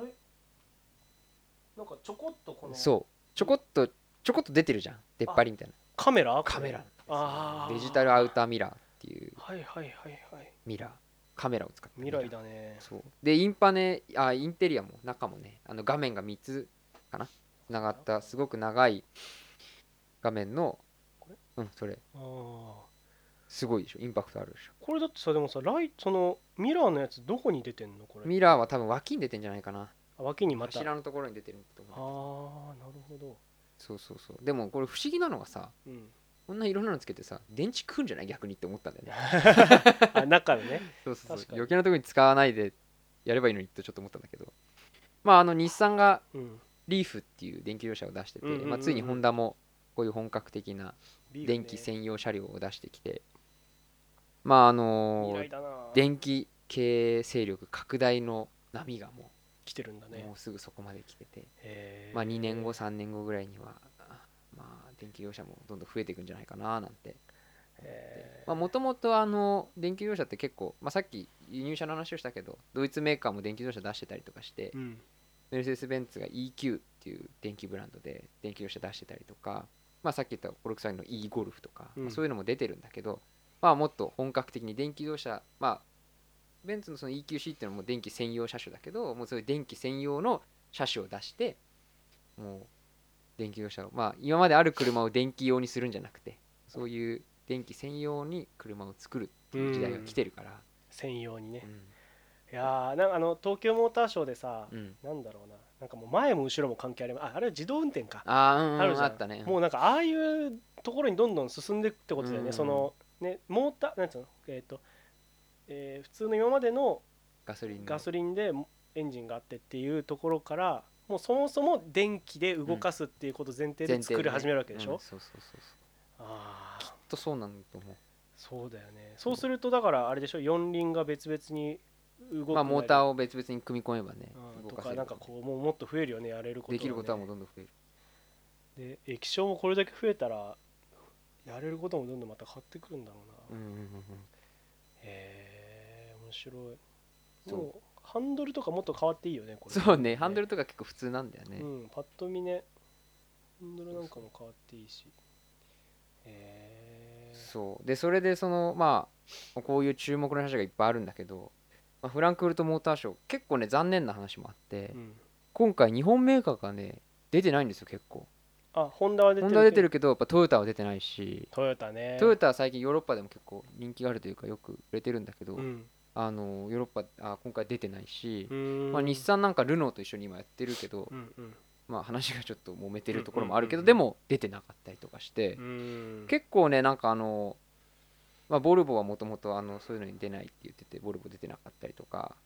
A: ああれなんかちょこっとこの
B: そうちょこっとちょこっと出てるじゃん出っ張りみたいな
A: カメラ
B: カメラ
A: ああ
B: デジタルアウターミラーっていう
A: はいはいはいはい
B: ミラーカメラを使って
A: 未来だね
B: そうでインパネあインテリアも中もねあの画面が3つかなつながったすごく長い画面の
A: これ
B: うんそれ
A: ああ
B: すごいでしょインパクトあるでしょ
A: これだってさでもさライそのミラーのやつどこに出てんのこれ
B: ミラーは多分脇に出てんじゃないかな
A: あ脇にまたあ
B: 柱のところに出てると
A: あ
B: 思
A: ー
B: う
A: なるほど
B: そうそうそうでもこれ不思議なのがさ
A: <laughs> うん
B: こんないろんなのつけてさ電池食うんじゃない逆にって思ったんだよね
A: あ中でね
B: そうそうそう
A: 確かに
B: 余計なとこに使わないでやればいいのにとちょっと思ったんだけどまああの日産が
A: うん
B: リーフっていう電気自動車を出してて、
A: うんうんうんうん
B: まあ、ついにホンダもこういう本格的な
A: ビーフね
B: <laughs> 電気専用車両を出してきて、まああ
A: 未
B: の
A: 来だな
B: 電気経営勢力拡大の波がも
A: 来てるんだ
B: う,、
A: ね
B: もうすぐそこまで来てて、
A: へー
B: まあ、2年後3年後ぐらいにはまあ電気業者もどんどん増えていくんじゃないかななんて
A: へー
B: もともとあの電気業者って結構、まあ、さっき輸入車の話をしたけどドイツメーカーも電気自動車出してたりとかして、
A: うん
B: メルセデス・ベンツが EQ っていう電気ブランドで電気自動車出してたりとか、まあ、さっき言ったフォルクスワーゲンの E ゴルフとか、
A: うん
B: まあそういうのも出てるんだけど、まあ、もっと本格的に電気自動車、まあ、ベンツのその EQC っていうのも電気専用車種だけどもうそういう電気専用の車種を出してもう電気自動車を、まあ、今まである車を電気用にするんじゃなくてそういう電気専用に車を作るっていう時代が来てるから、
A: 専用にね
B: うん
A: いやーなんかあの東京モーターショーでさ
B: うん
A: なんだろうななんかもう前も後ろも関係ありまああれは自動運転か
B: あーうんうん
A: あるじゃん
B: あったね
A: もうなんかああいうところにどんどん進んでいくってことだよね、
B: うん
A: そのねモーターなんつうのえっ、と、えー普通の今までの
B: ガソリンの
A: ガソリンでエンジンがあってっていうところからもうそもそも電気で動かすっていうこと前提で作り始めるわけでしょ、
B: うんそうそうそうそう
A: ああ
B: きっとそうなんだと思
A: そうだよねそうするとだからあれでしょ四輪が別々に動く
B: うまあモーター
A: を
B: を別々に組み込めばね動
A: と
B: かせ
A: か
B: る
A: なんかこうもうもっと増えるよねやれることはね、
B: できることはもうどんどん増える
A: で液晶もこれだけ増えたらやれることもどんどんまた変わってくるんだろうな、
B: うんうんうんうん
A: へえ面白い
B: そ
A: もうハンドルとかもっと変わっていいよねこ
B: う
A: れ
B: そうねハンドルとか結構普通なんだよね、
A: うんパッと見ねハンドルなんかも変わっていいしへえ
B: そうでそれでそのまあこういう注目の話がいっぱいあるんだけど、まあ、フランクフルトモーターショー結構ね残念な話もあって、
A: うん
B: 今回日本メーカーがね出てないんですよ結構
A: あホンダは出て
B: ホ
A: る
B: ンダは出てるけどやっぱトヨタは出てないし
A: トヨタね
B: トヨタは最近ヨーロッパでも結構人気があるというかよく売れてるんだけど、
A: うん
B: あのヨーロッパあ今回出てないし
A: う、ーん
B: まあ、日産なんかルノーと一緒に今やってるけど、
A: うんうん
B: まあ、話がちょっと揉めてるところもあるけど、
A: うんうん
B: で
A: うん
B: も出てなかったりとかして、
A: うん
B: 結構ねなんかあの、まあ、ボルボはもともとあのそういうのに出ないって言っててボルボ出てなかったりとか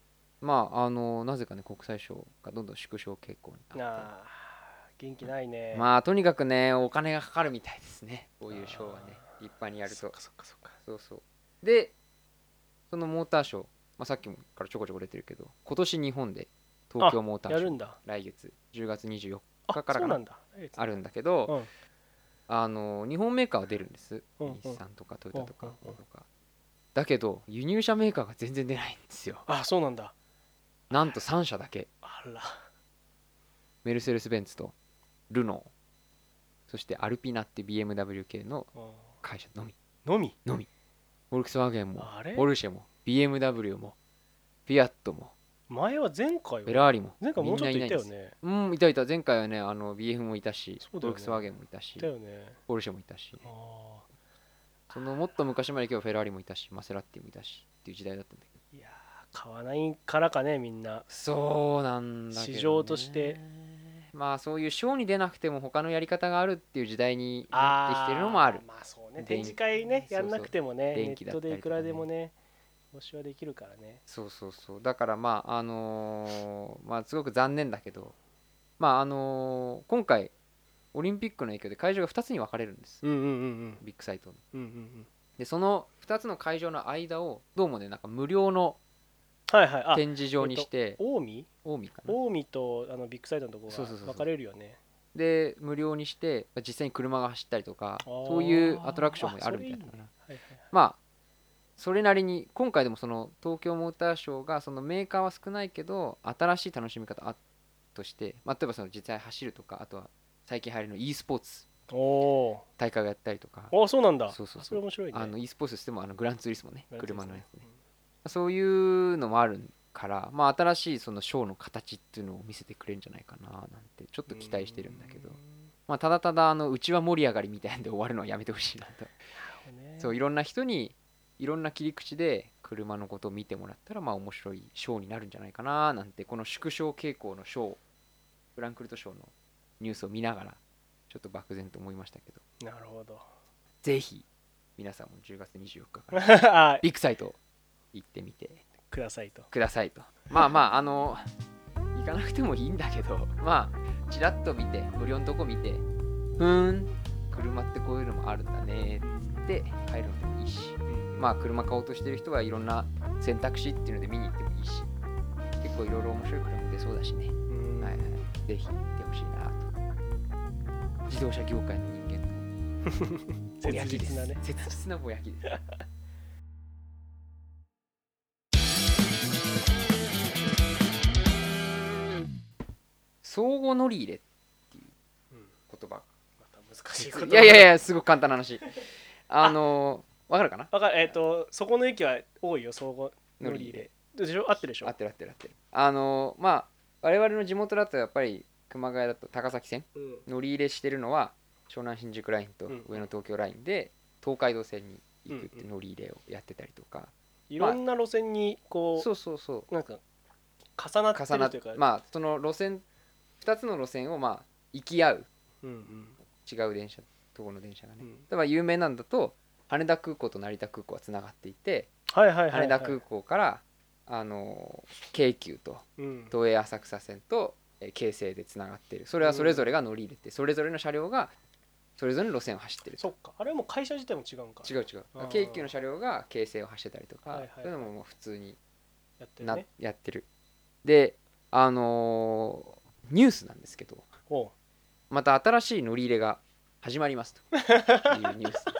B: まああのなぜかね国際賞がどんどん縮小傾向にあって
A: あー元気ないね
B: まあとにかくねお金がかかるみたいですねこういう賞はね立派にやる
A: そっ
B: と
A: かそっかそっか
B: そうそうでそのモーターショー、まあ、さっきもからちょこちょこ出てるけど今年日本で東京モーター
A: や
B: ショ
A: る
B: ー
A: んだ
B: 来月10月24日
A: あ
B: からかな
A: そうなんだ
B: あるんだけど、
A: うん
B: あの日本メーカーは出るんです、
A: うんうん
B: 日産とかトヨタと
A: う
B: か
A: んうんうん
B: とかだけど輸入車メーカーが全然出ないんですよ
A: あそうなんだ
B: なんと3社だけ
A: あら
B: メルセデス・ベンツとルノーそしてアルピナって BMW 系の
A: うん
B: 会社のみ
A: のみ
B: フォルクスワーゲンも
A: あれ
B: ポルシェも BMW もフィアットも
A: 前は前回
B: フェ
A: は
B: ラーリも
A: 前回もうちょっと
B: みんないな
A: たよ
B: いんです
A: ね
B: うんいたいた前回はねあの BF もいたし、
A: そ
B: フ
A: う
B: ォ
A: だよね
B: ルクスワーゲンもいたし
A: いたよね
B: ポルシェもいたし
A: ああ
B: そのもっと昔まで今日フェラーリもいたしマセラッティもいたしっていう時代だったんだけど
A: いやー買わないからかねみんな
B: そうなんだけど、ね、
A: 市場として
B: まあそういうショーに出なくても他のやり方があるっていう時代になって
A: あー
B: きてるのもある
A: まあそうね
B: 電気
A: 展示会ねやんなくてもね
B: そうそう
A: ネ
B: 電気
A: ッ
B: だった
A: ト
B: りとかね
A: でいくらでもね募集はできるからね
B: そうそうそうだからまああのーまあすごく残念だけどまああのー今回オリンピックの影響で会場が2つに分かれるんです、
A: うんうんうん
B: ビッグサイトの
A: うんうんうん
B: でその2つの会場の間をどうもねなんか無料の
A: はいはいあ
B: 展示場にして、
A: 近江
B: 近江かな
A: 近江とあのビッグサイトのとこ
B: そうそうそ
A: が
B: うそう
A: 分かれるよね
B: で無料にしてまあ実際に車が走ったりとか
A: あー
B: そういうアトラクションもあるみたいだ
A: あそれいい
B: な
A: ねはいはい
B: まあそれなりに今回でもその東京モーターショーがそのメーカーは少ないけど新しい楽しみ方あとして、まあ、例えばその実際走るとかあとは最近流行りの e スポーツ
A: おお
B: 大会をやったりとか
A: ーあそうなんだ
B: そうそうそう
A: あれ面白いね
B: あの e スポーツしてもあのグランツーリスモね車のやつね
A: うん
B: そういうのもあるから、まあ、新しいそのショーの形っていうのを見せてくれるんじゃないかななんてちょっと期待してるんだけど
A: う、
B: まあ、ただただあのうちは盛り上がりみたいんで終わるのはやめてほしいなと
A: ーんね
B: そういろんな人にいろんな切り口で車のことを見てもらったらまあ面白いショーになるんじゃないかななんてこの縮小傾向のショーフランクルトショーのニュースを見ながらちょっと漠然と思いましたけど
A: なるほど
B: ぜひ皆さんも10月24日か
A: <laughs>
B: ら
A: あ
B: ビッグサイト行ってみて
A: くださいと
B: くださいとまあまああの行かなくてもいいんだけどまあちらっと見て無料のとこ見てふーん車ってこういうのもあるんだねって入るのでもいいしまあ、車買おうとしてる人はいろんな選択肢っていうので見に行ってもいいし結構いろいろ面白い車も出そうだしね、
A: うん
B: はいはい、ぜひ行ってほしいなと自動車業界の人間のぼや
A: 切
B: きです
A: 実なね
B: 切実なぼやきです相互乗り入れ
A: うん
B: 言葉
A: また難しいこと
B: いやいやいやすごく簡単な <laughs> 話あのわかるかな
A: わかるえっ、とそこの駅は多いよ総合乗り入れでしょ合ってるでしょ
B: 合ってる合ってる合ってるあのまあ我々の地元だとやっぱり熊谷だと高崎線
A: うん
B: 乗り入れしてるのは湘南新宿ラインと
A: うん
B: 上野東京ラインで東海道線に行くっていう乗り入れをやってたりとか、
A: いろんな路線にこう、
B: そうそうそう
A: なんか重なって
B: 重
A: る
B: なっ
A: というか、
B: まあその路線2つの路線をまあ行き合う
A: うんうん
B: 違う電車とこの電車がね、
A: うん
B: 例えば有名なんだと羽田空港と成田空港はつながっていて、
A: はいはいはい、はい、
B: 羽田空港からあの京急と
A: うん、
B: 東映浅草線とえー京成でつながってるそれはそれぞれが乗り入れてそれぞれの車両がそれぞれの路線を走ってる
A: そっかあれも会社自体も違うんか
B: 違う違う
A: あー
B: 京急の車両が京成を走ってたりと
A: はい
B: か
A: はい
B: そういうのももう普通に
A: やってる
B: な
A: ね
B: やってるであのーニュースなんですけど
A: おう <laughs>
B: また新しい乗り入れが始まりますというニュースです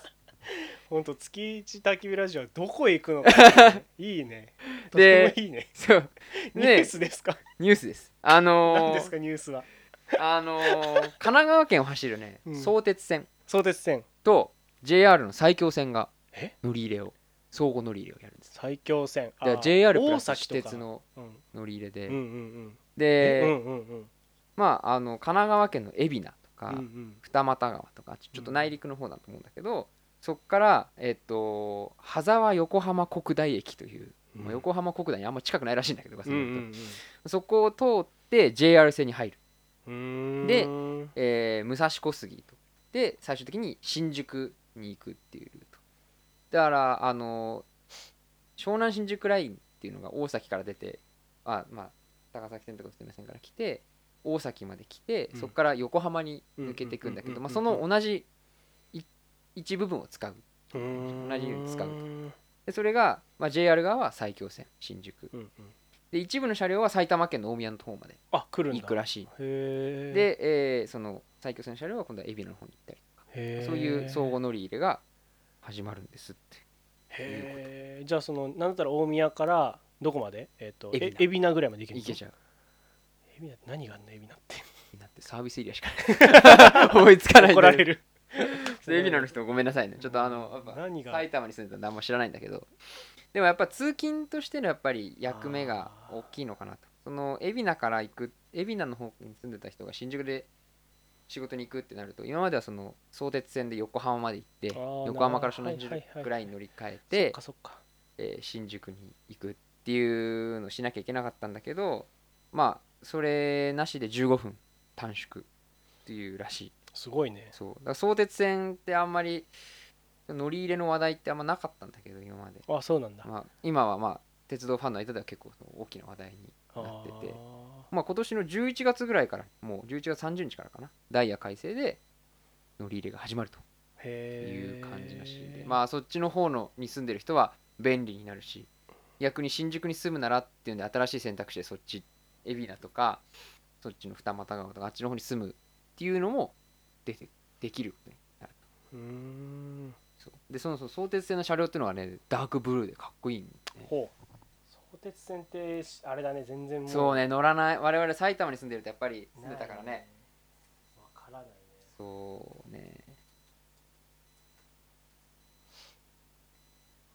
A: ほんと月一焚き火ラジオはどこへ行く
B: <laughs>
A: のかっていうねいいねとて
B: で
A: もいいね
B: そう
A: ニュースです
B: <laughs>
A: か、
B: ニュースですあ
A: 何
B: の
A: です
B: ー
A: かニュースは
B: あのー神奈川県を走るね、
A: うん
B: 相鉄線
A: 相鉄線
B: と JR の最強線が
A: え
B: 乗り入れを相互乗り入れをやるんです
A: 最強線あ
B: で
A: ー
B: JR プラス
A: 大
B: 私
A: 崎とか
B: 鉄の
A: うん
B: 乗り入れで、
A: うんうんうん
B: で、
A: うんうんうん
B: まああの神奈川県の海老名とか、
A: うんうん
B: 二俣川とかちょちょっと内陸の方だと思うんだけど、そっから、えっと羽沢横浜国大駅という、まあ
A: うん
B: 横浜国大にあんま近くないらしいんだけど、
A: うんうん
B: そこを通って JR 線に入る、
A: うん
B: で
A: うーん
B: えー武蔵小杉とで最終的に新宿に行くっていうルートだからあの湘南新宿ラインっていうのが大崎から出てあまあ高崎線とか宇都宮線から来て大崎まで来て
A: うん
B: そこから横浜に抜けていくんだけ
A: うんう
B: ど
A: んうんうんうん
B: まあその同じい一部分を使う
A: うーん
B: 同じように使うと
A: うん
B: でそれが、まあ、JR 側は埼京線新宿
A: うん
B: で一部の車両は埼玉県の大宮の方まで
A: あ来るん
B: 行
A: だ
B: くらし
A: へ
B: い
A: え
B: で、えーその埼京線の車両は今度は海老名の方に行ったり
A: へー
B: そういう相互乗り入れが始まるんですって
A: へえじゃあそのなんだったら大宮からどこまでえっ、と
B: 海
A: え
B: 老名
A: 海老名ぐらいまで行ける
B: いけちゃう
A: 海老名って何があんの
B: <laughs>
A: 海老名って
B: だってサービスエリアしかない <laughs> 思いつかないん
A: 怒
B: だ
A: ら
B: けど
A: れる
B: そう海老名の人もごめんなさいねちょっとあのやっぱ
A: 何が
B: 埼玉に住んでたら何も知らないんだけどでもやっぱ通勤としてのやっぱり役目が大きいのかなとその海老名から行く海老名の方に住んでた人が新宿で仕事に行くってなると今まではその相鉄線で横浜まで行って
A: あー
B: 横浜から湘
A: なるほど
B: 南新
A: はいはいはい
B: 宿ラインに乗り換え
A: そってかそっか
B: えー新宿に行くっていうのをしなきゃいけなかったんだけどまあそれなしで15分短縮っていうらしい
A: すごいね
B: そうだから相鉄線ってあんまり乗り入れの話題ってあんまなかったんだけど今まで、
A: あそうなんだ
B: まあ、今はまあ鉄道ファンの間では結構大きな話題になってて
A: あ
B: まあ、今年の11月ぐらいからもう11月30日からかなダイヤ改正で乗り入れが始まると
A: ーへ
B: い
A: え
B: う感じらしいんでまあそっちの方のに住んでる人は便利になるし逆に新宿に住むならっていうんで新しい選択肢でそっち海老名とかそっちの二俣川とかあっちの方に住むっていうのも出てできることになる
A: うーん
B: そうでそのその相鉄線の車両っていうのはねダークブルーでかっこいいんで
A: ほう相鉄線ってしあれだね全然もう
B: そうね乗らない我々埼玉に住んでるとやっぱり住んでたからね
A: わからないね
B: そうね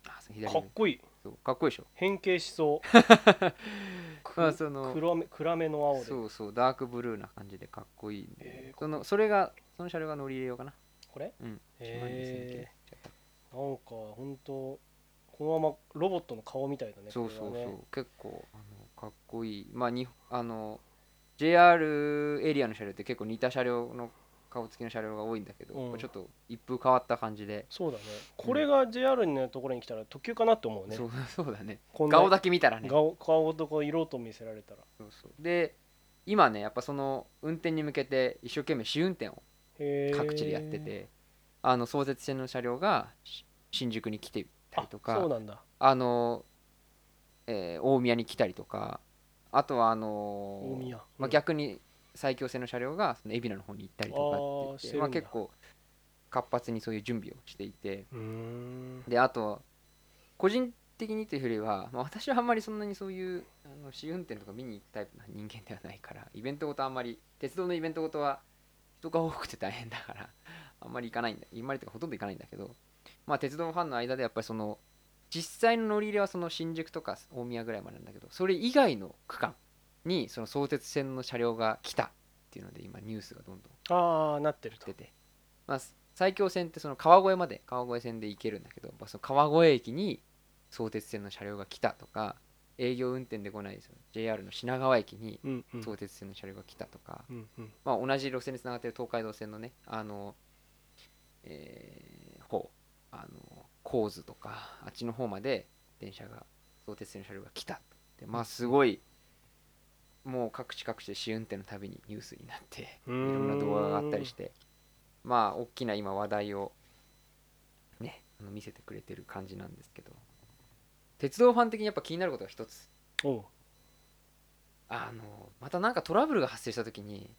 B: あそう左
A: か
B: 目
A: っこいい
B: そうかっこいいでしょ
A: 変形しそうく
B: まあその
A: 黒め暗めの青で
B: そうそうダークブルーな感じでかっこいいんで、
A: えー
B: そのそれがその車両が乗り入れようかな
A: これ
B: うん1万2000
A: え
B: 系
A: ー、なんか本当このままロボットの顔みたいだね
B: そうそうそう、
A: これはね
B: 結構あのかっこいいまあにあの JR エリアの車両って結構似た車両の顔つきの車両が多いんだけど、
A: うん
B: ちょっと一風変わった感じで、
A: そうだねこれが JR のところに来たら特急かなって思うね
B: そう <laughs> そうだね
A: こんな
B: 顔だけ見たらね
A: 顔顔とこう色と見せられたら
B: そうそうで今ねやっぱその運転に向けて一生懸命試運転を
A: へー
B: 各地でやってて、あの相鉄線の車両がし新宿に来てたりとか
A: あそうなんだ
B: あの、えー大宮に来たりとかあとはあのー
A: 大宮
B: まあ、逆に最強線の車両がその海老名の方に行ったりとかって言って
A: あーしてるんだ
B: まあ、結構活発にそういう準備をしていて
A: うーん
B: であと個人的にというよりは、まあ、私はあんまりそんなにそういうあの試運転とか見に行くタイプな人間ではないからイベントごとあんまり鉄道のイベントごとは人が多くて大変だからあんまり行かないんだあんまりというかほとんど行かないんだけど、まあ、鉄道ファンの間でやっぱりその実際の乗り入れはその新宿とか大宮ぐらいまでなんだけどそれ以外の区間にその相鉄線の車両が来たっていうので今ニュースがどんどん
A: ああなってると
B: 出て、まあ、埼京線ってその川越まで川越線で行けるんだけど、まあ、その川越駅に相鉄線の車両が来たとか営業運転で来ないですよ JR の品川駅に
A: うんうん
B: 相鉄線の車両が来たとか、
A: うんうん
B: まあ、同じ路線につながってる東海道線のねあの、えー方あの神津とかあっちの方まで電車が相鉄線の車両が来たでまあすごいもう各地各地で試運転のたびにニュースになって。
A: いろ
B: いろんな動画があったりしてまあ大きな今話題をねあの見せてくれてる感じなんですけど鉄道ファン的にやっぱ気になることが一つ
A: おう
B: あのまたなんかトラブルが発生した時に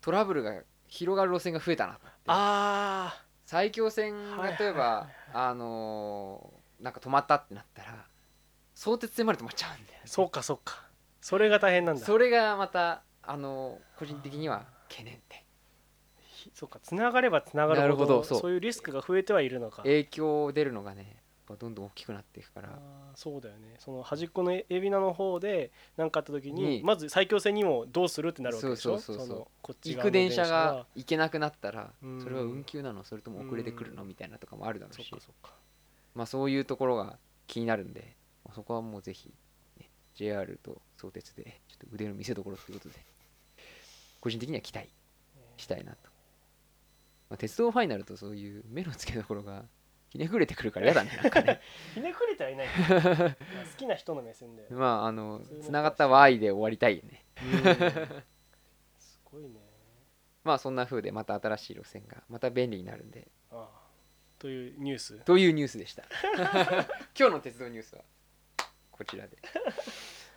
B: トラブルが広がる路線が増えたなって
A: ああ
B: 埼京線
A: はいはい
B: が例えば、あのーなんか止まったってなったら相鉄線まで止まっちゃうんだよね
A: そうかそうかそれが大変なんだ
B: それがまたあのー個人的には懸念点
A: ひそうかつながればつながるほど
B: なるほど
A: そ
B: そうう
A: いうリスクが増えてはいるのか
B: 影響出るのがねどんどん大きくなっていくか
A: あ
B: ら
A: ーそうだよねその端っこのエビナの方で何かあった時に
B: に
A: まず最強線にもどうするってなるわけでしょ
B: そうそうそうそう
A: のこっち
B: 行
A: 側の
B: く電車
A: は
B: が行けなくなったら
A: うん
B: それは運休なのそれとも遅れてくるの
A: うん
B: みたいなとかもあるだろう
A: そっ
B: し
A: かそっか
B: まあ、そういうところが気になるんで、まあそこはもうぜひ、ね、JR と相鉄でちょっと腕の見せ所ということで個人的には期待したいなと、まあ、鉄道ファイナルとそういう目の付けどころがひねくれてくるから嫌だねなんか
A: <laughs>
B: ね
A: ひねくれてはい
B: <laughs>
A: ないけどまあ好きな人の目線でうん
B: まああのつながったわーいで終わりたいよね
A: すごいね
B: まあそんな風でまた新しい路線がまた便利になるんで
A: ああというニュース <laughs>
B: というニュースでした <laughs> 今日の鉄道ニュースはこちらで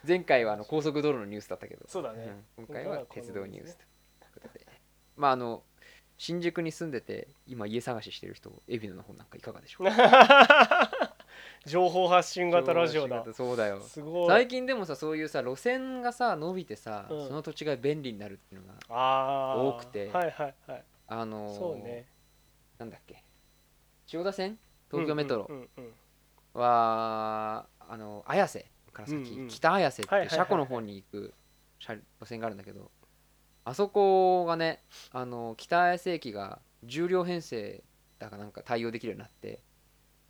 B: 前回はあの高速道路のニュースだったけど
A: そうだね
B: うん今回は鉄道ニュースということでまああの新宿に住んでて今家探ししてる人海老名の方なんかいかがでしょ
A: <laughs>
B: うか
A: 情報発信型ラジオだ
B: 新型そうだよ
A: すごい
B: 最近でもさそういうさ路線がさ伸びてさ、
A: うん
B: その土地が便利になるっていうのが
A: あー
B: 多くて
A: はいはいはい
B: あのー
A: そうね
B: なんだっけ千代田線東京メトロ、
A: うんうんうんうん
B: はあの綾瀬から先、
A: うんうん
B: 北綾瀬って
A: はいは
B: いう
A: いはいは
B: 車
A: い
B: 庫の方に行く車路線があるんだけどあそこがねあの北綾瀬駅が重量編成だかなんか対応できるようになって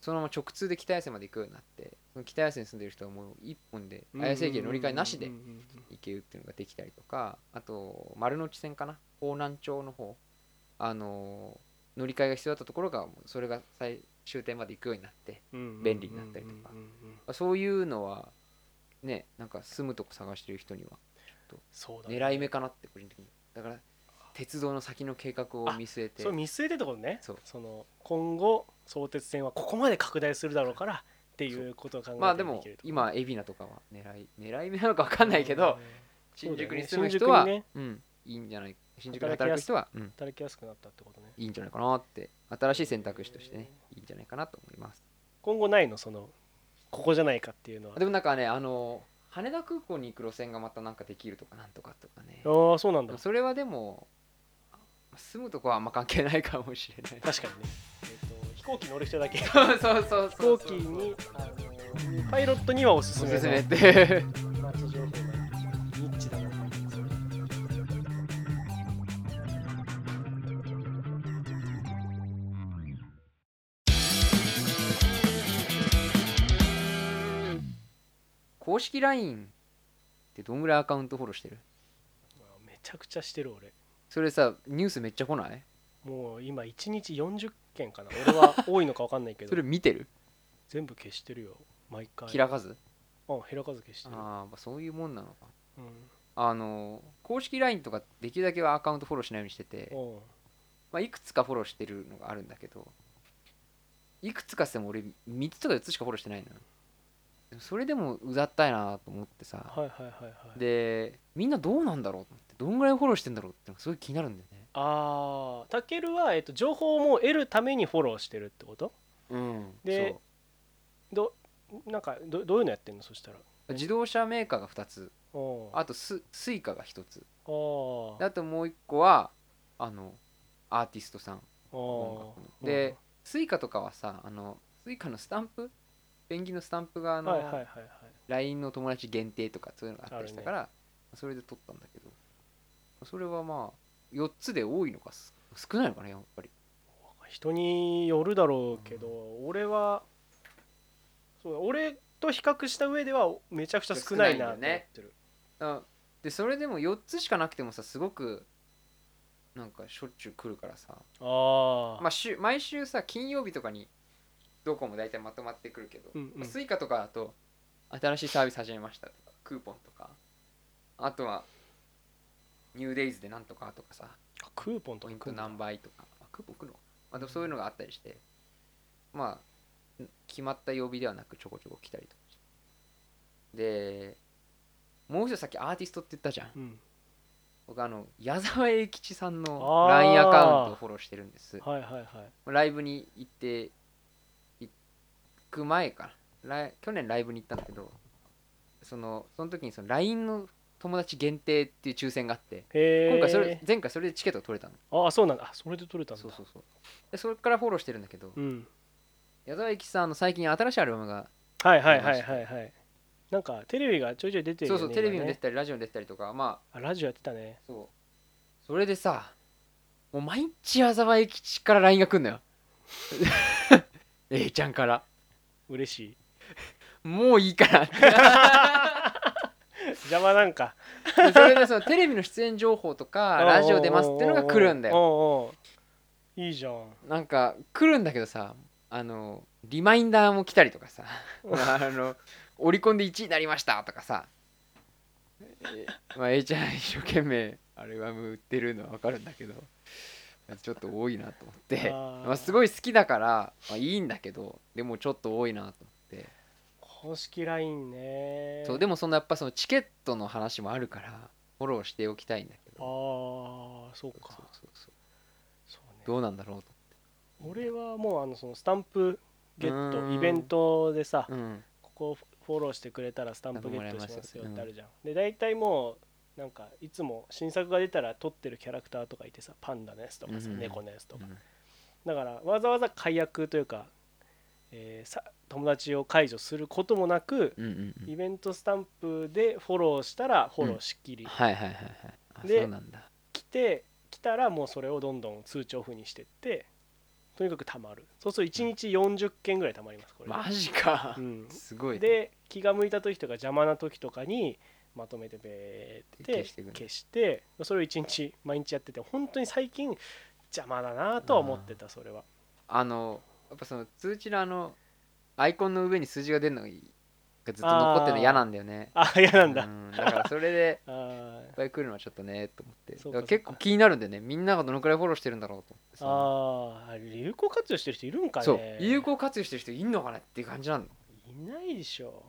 B: そのまま直通で北綾瀬まで行くようになってその北綾瀬に住んでる人はもう一本で綾瀬駅で乗り換えなしで
A: うんうんうんうん
B: 行けるっていうのができたりとかあと丸の内線かな方南町の方あの乗り換えが必要だったところがもうそれが最終点まで行くようになって
A: うんうんうん
B: 便利になったりとか
A: うんうんうん
B: まあそういうのはねなんか住むとこ探してる人には
A: そうだね
B: 狙い目かなって個人的にだから鉄道の先の計画を見据えて
A: そう見据えてってことね
B: そう
A: その今後相鉄線はここまで拡大するだろうからっていうことを考えて
B: まあでも
A: きると
B: 今海老名とかは狙い狙い目なのか分かんないけど、
A: うん
B: 新宿
A: そうだよね
B: に住む人は
A: 新宿にね
B: うんいいんじゃない新宿で働く人は、うん、
A: 働きやすくなったってことね
B: いいんじゃないかなって新しい選択肢としてねいいんじゃないかなと思います
A: 今後ないのそのここじゃないかっていうのは
B: でもなんかねあの羽田空港に行く路線がまたなんかできるとかなんとかとかね
A: ああそうなんだ
B: それはでも住むとこはあんま関係ないかもしれない
A: 確かにね、えー、と飛行機乗る人だけ飛
B: そうそうそうそう
A: 行機にあのパイロットにはおすす
B: お
A: め
B: すす
A: の
B: めって
A: 街情報がニッチだな
B: 公式 LINE ってどんぐらいアカウントフォローしてる
A: めちゃくちゃしてる俺
B: それさニュースめっちゃ来ない
A: もう今1日40件かな俺は多いのか分かんないけ
B: それ <laughs>
A: ど
B: 見てる
A: 全部消してるよ毎回
B: 開かず
A: うん開かず消して
B: あ
A: る
B: ー、まあそういうもんなのか
A: うん
B: あの公式 LINE とかできるだけはアカウントフォローしないようにしてて、
A: うん
B: まあ、いくつかフォローしてるのがあるんだけどいくつかしても俺3つとか4つしかフォローしてないのよでもそれでもうざったいなと思ってさ
A: はいはいはいはい
B: でみんなどうなんだろうと思ってどんぐらいフォローしてんだろうってのがすごい気になるんだよね
A: ああたけるは、えっと、情報も得るためにフォローしてるってこと
B: うん
A: でどなんかどどういうのやってんのそしたら
B: そう自動車メーカーが2つ
A: うんあ
B: あとススイカが1つ
A: あー
B: であともう1個はあのアーティストさん
A: あ
B: 音楽の
A: ー
B: でスイカとかはさあのスイカのスタンプペンギンのスタンプがあ
A: うん
B: の、
A: はいはいはいはい
B: LINE の友達限定とかそういうのがあったりしたから、それで撮ったんだけどそれはまあ4つで多いのかす少ないのかなやっぱり
A: 人によるだろうけど、俺はそうだ俺と比較した上ではめちゃくちゃ少ないなって思ってる、
B: あでそれでも4つしかなくてもさすごくなんかしょっちゅう来るからさ、
A: ああ、
B: まあ、週毎週さ金曜日とかにどこも大体まとまってくるけど、
A: うんうん、
B: スイカとかだと新しいサービス始めましたとかクーポンとかあとはニューデイズでなんとかとかさ
A: クーポンと
B: ポ
A: か
B: イン
A: 来
B: ト
A: るんだ
B: 何倍とか、あクーポン来るのかまあ、でもそういうのがあったりして、まあ、ん決まった曜日ではなくちょこちょこ来たりとかしてで、もう一つさっきアーティストって言ったじゃん。
A: うん
B: 僕あの矢沢永吉さん
A: あ
B: の
A: ー
B: LINE アカウントをフォローしてるんです
A: はいはいはい
B: ライブに行って行く前かな来去年ライブに行ったんだけどそのその時にその LINE の友達限定っていう抽選があって
A: へえ
B: 今回それ前回それでチケットが取れたの
A: ああそうなんだあそれで取れたんだ
B: そうそうそうでそれからフォローしてるんだけど
A: うん
B: 矢沢永吉さんの最近新しいアルバムが
A: はいはいはいはいはいなんかテレビがちょいちょい出てる
B: そ
A: よ
B: う
A: ね
B: そうテレビ
A: 今
B: に
A: ね
B: 出てたりラジオに出てたりとかまあ
A: あラジオやってたね
B: そうそれでさもう毎日矢沢永吉から LINE が来んのよ <laughs> A ちゃんから
A: 嬉しい
B: もういいから <laughs> って
A: 邪魔なんか
B: でそれでそ
A: <laughs>
B: のテレビの出演情報とかラジオ出ますっていうのが来るんだよ
A: よいいじゃん
B: なんか来るんだけどさあのリマインダーも来たりとかさあのオリコンで1位になりましたとかさえまあ A ちゃん一生懸命アルバム売ってるのは分かるんだけどちょっと多いなと思って
A: あー
B: まあ、すごい好きだから、まあ、いいんだけどでもちょっと多いなと思って、
A: 公式 LINE ね
B: そうでもそんなやっぱそのチケットの話もあるからフォローしておきたいんだけど
A: ああそうか
B: そうそうそう
A: そうね
B: どうなんだろうと
A: 俺はもうあのそのスタンプゲッ
B: う
A: ト
B: ん
A: イベントでさ、
B: うん
A: ここフォローしてくれたらスタンプゲットしますよ
B: う
A: っ
B: ん
A: てあるじゃん、で大体もうなんかいつも新作が出たら撮ってるキャラクターとかいてさパンダのやつとかさ、
B: うん
A: 猫のやつとか、
B: うん
A: だからわざわざ解約というか、えーさ友達を解除することもなく、
B: うんうんうん
A: イベントスタンプでフォローしたらフォローしっきり、
B: はいはいはいはいあ
A: で
B: そうなんだ
A: 来て来たらもうそれをどんどん通帳風にしてってとにかく貯まるそうすると1日40件ぐらい貯まりますこれ、
B: マジか
A: う、ん、
B: すごいね
A: で気が向いた時とか邪魔な時とかにまとめてベーって
B: 消していくの
A: 消してそれを1日毎日やってて本当に最近邪魔だなとは思ってたそれは
B: あのやっぱその通知のあのアイコンの上に数字が出るのがいいがずっと残ってるの嫌なんだよね
A: あ嫌なん
B: う
A: だ
B: んだからそれで
A: あー
B: いっぱい来るのはちょっとねと思って
A: そう
B: だ
A: か
B: か
A: そう
B: ら
A: か
B: 結構気になるんだよねみんながどのくらいフォローしてるんだろうと思ってさ
A: あー有効活用してる人いるんかね
B: そう有効活用してる人いんのかなっていう感じなの
A: いないでしょ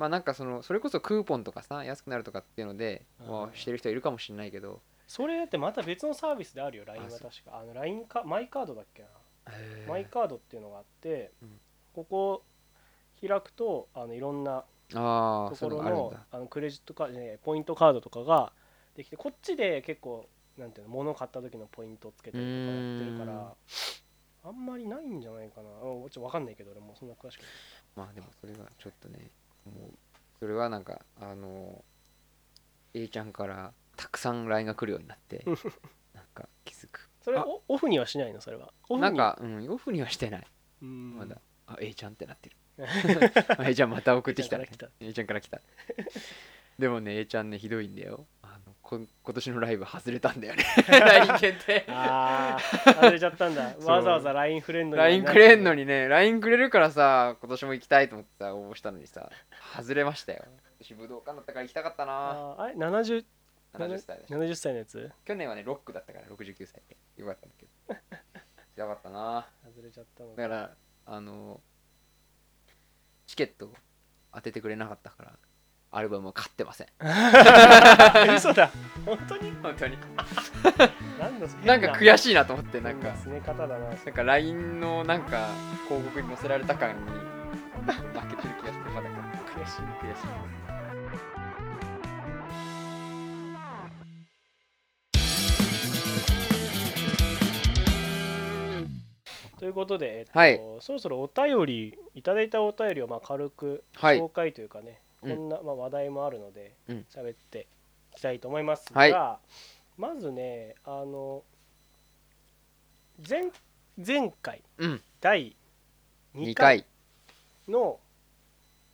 B: まあなんかそのそれこそクーポンとかさ安くなるとかっていうので
A: あー
B: まあしてる人いるかもしれないけど
A: それだってまた別のサービスであるよ LINE は
B: そう
A: 確かあの LINE かマイカードだっけなマイ
B: 毎
A: カードっていうのがあって
B: うん
A: ここ開くとあのいろんな
B: ああ
A: と
B: そ
A: こ
B: うい
A: ろ
B: うのがある
A: の
B: んだ
A: あのクレジットカードじゃないポイントカードとかができてこっちで結構なんていうの物を買った時のポイントをつけてとかやってるか
B: う
A: らあんまりないんじゃないかなうんちょっと分かんないけど俺もそんな詳しくない
B: まあでもそれがちょっとねもうそれはなんかあの A ちゃんからたくさん LINE が来るようになって <laughs> なんか気づく
A: それ
B: あ
A: おオフにはしないのそれはオフに
B: なんかうんオフにはしてない
A: うん
B: まだ、あ A ちゃんってなってる <laughs> A ちゃんまた送ってきた,、ね、A ちゃんから来た <laughs> でもね A ちゃんねひどいんだよあのこ今年のライブ外れたんだよ <laughs> ね LINE 限定
A: あ
B: <laughs>
A: あ外れちゃったんだ
B: そう
A: わざわざ LINE フレンドに
B: LINE くれんのにね LINE くれるからさ今年も行きたいと思ってさ応募したのにさ外れましたよ今年武道館だったから行きたかったな
A: あーあれ 70,
B: 70歳で
A: 70歳のやつ
B: 去年はねロックだったから69歳でよかったんだけ <laughs> どやばかったな
A: 外れちゃったの
B: だからあのチケット当ててくれなかったからアルバムは買ってません
A: ら <laughs> 嘘だ本当に
B: 本当に
A: 何の変
B: なんか悔しいなと思ってなん
A: 変
B: か
A: なすね方だな
B: なんか LINE のなんか広告に載せられた感に負けてる気がしてまだか
A: 悔しい
B: 悔しい
A: ということで、えっと
B: はい
A: そろそろお便りいただいたお便りをまあ軽く
B: はい
A: 紹介というかね、
B: うん
A: こんなまあ話題もあるので
B: うん
A: 喋っていきたいと思いますが、
B: はい
A: まずねあの前前回
B: うん
A: 第2回
B: 2回
A: の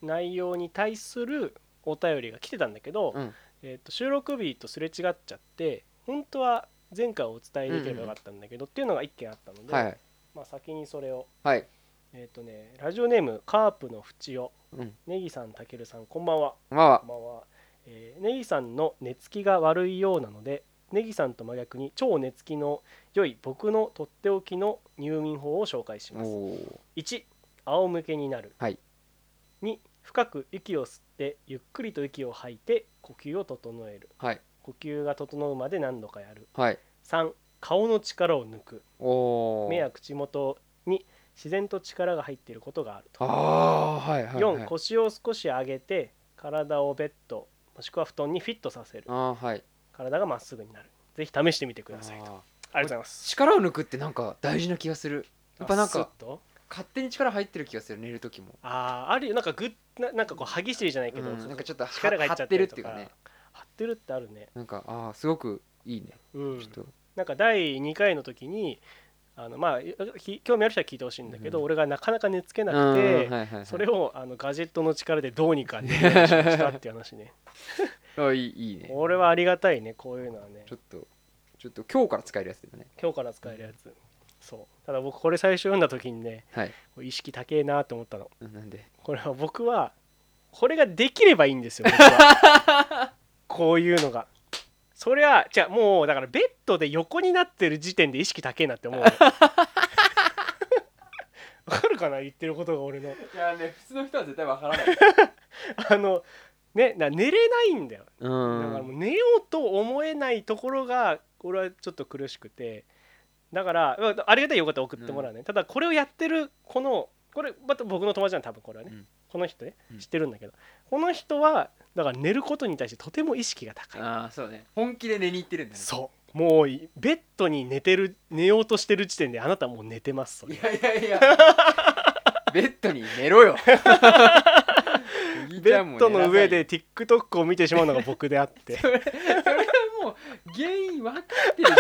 A: 内容に対するお便りが来てたんだけど、
B: うん
A: えっと収録日とすれ違っちゃって本当は前回お伝えできればよかったんだけど、っていうのが1件あったので、
B: はい
A: まあ、先にそれを
B: はい
A: えっ、とね、ラジオネームカープの淵よ、
B: うん
A: ネギさん、たけるさん、こんばんは。
B: まあま
A: こんばんは。えーネギさんの寝つきが悪いようなので、ネギさんと真逆に超寝つきの良い僕のとっておきの入眠法を紹介し
B: あ
A: ます。
B: おー
A: 1、仰向けになる。
B: はい
A: 2、深く息を吸ってゆっくりと息を吐いて呼吸を整える。
B: はい
A: 呼吸が整うまで何度かやる
B: はい
A: 3顔の力を抜く
B: おお
A: 目や口元に自然と力が入っていることがあると
B: ああはいはい、はい、
A: 4腰を少し上げて体をベッドもしくは布団にフィットさせる
B: ああはい
A: 体がまっすぐになるぜひ試してみてくださいとあり
B: あ
A: が
B: ー
A: とうございます
B: 力を抜くってなんか大事な気がするやっぱなんか
A: あスッと
B: 勝手に力入ってる気がする寝る時も、
A: あーあるよなんかぐっななんかこう歯ぎしりじゃないけ
B: う
A: ど、
B: ん、なんかちょっとは
A: 力が入っち
B: 張
A: ゃ
B: っ
A: ってた
B: る
A: り
B: っ
A: と
B: ていう
A: か
B: かね
A: 張ってるってあるね、
B: なんかああすごくいいね、
A: うん、
B: ちょっと
A: なんか第2回の時にあのまあひ興味ある人は聞いてほしいんだけど、
B: うん
A: 俺がなかなか寝つけなくて、
B: うんはいはいはい、
A: それをあのガジェットの力でどうにか寝るようにしましたっていう話ね
B: あいいいい <laughs> ね
A: 俺はありがたいねこういうのはね
B: ちょっとちょっと今日から使えるやつだよね
A: 今日から使えるやつそうただ僕これ最初読んだ時にね
B: はい
A: 意識高えなと思ったの
B: なんで
A: これは僕はこれができればいいんですよ僕はこういうのがそりゃじゃあもうだからベッドで横になってる時点で意識高えなって思うのわかるかな言ってることが俺の
B: いやね普通の人は絶対わからない
A: あのねな寝れないんだよ
B: う
A: だから
B: ん
A: もう寝ようと思えないところが俺はちょっと苦しくてだからまあありがたいよかったら送ってもらうね、ただこれをやってるこのこれまた僕の友達なん多分これはね、
B: うん
A: この人ね
B: うん
A: 知ってるんだけど、この人はだから寝ることに対してとても意識が高い、
B: ああそうね本気で寝に行ってるんだね
A: そうもういベッドに寝てる寝ようとしてる時点であなたもう寝てますそれ
B: いやいやい <laughs> やベッドに寝ろ <laughs> よ
A: ベッドの上で
B: そ
A: TikTok を見てしまうのが僕であって
B: <laughs> れはもう原因分かってるじゃん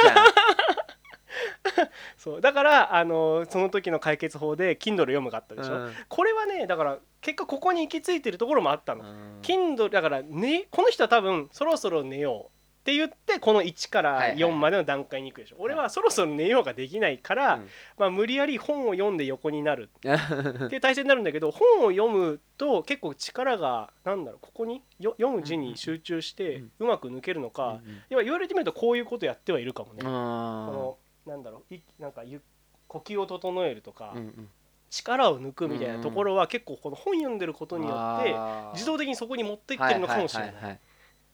A: そうだからあのその時の解決法で Kindle 読むがあったでしょ、
B: うん
A: これはねだから結果ここに行き着いてるところもあったの、
B: うん、
A: Kindle だから、ね、この人は多分そろそろ寝ようって言ってこの1か
B: はい
A: ら
B: はい
A: 4までの段階に行くでしょ、俺はそろそろ寝ようができないから、
B: うん
A: まあ、無理やり本を読んで横になる
B: うん
A: っていう体制になるんだけど本を読むと結構力がなんだろうここによ読む字に集中してうまく抜けるのか、要は言われてみるとこういうことやってはいるかもね、このなんだろういなんかゆ呼吸を整えるとか、
B: うんうん
A: 力を抜くみたいなところは結構この本読んでることによって
B: あー
A: 自動的にそこに持っていってるのかもしれ
B: は
A: ない
B: ははは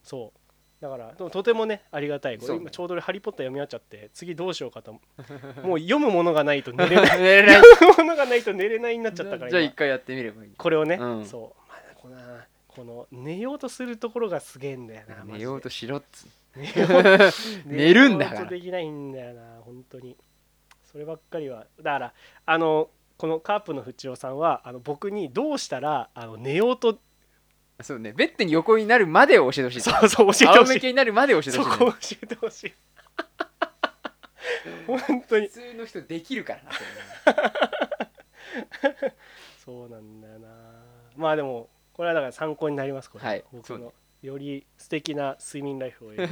A: そうだからでもとてもねありがたいこれ
B: そうね
A: 今ちょうど俺「ハリー・ポッター」読み終わっちゃって次どうしようかともう読むものがないと寝れない
B: 寝れない
A: 読むものがないと寝れないになっちゃったから
B: じゃあ
A: 今
B: 一回やってみればいい
A: これをね、
B: うん
A: そう、まあ、このこの寝ようとするところがすげえんだよなマジで
B: 寝よう
A: <laughs>
B: としろっつ
A: 寝よう
B: 寝るんだから
A: 寝ようとできないんだよな本当にそればっかりはだからあのこのカープの淵尾さんはあの僕にどうしたらあの寝ようと
B: そうねベッドに横になるまでを教えてほしい
A: そうそう教えて
B: 仰
A: ほし
B: 向
A: い
B: けになるまで教えて
A: そ
B: ほしいね、
A: こを教えてほしい本当に
B: 普通の人できるからなそれね
A: そうなんだよなまあでもこれはだから参考になりますこれ、
B: はいそ
A: 僕
B: うね
A: のより素敵な睡眠ライフをや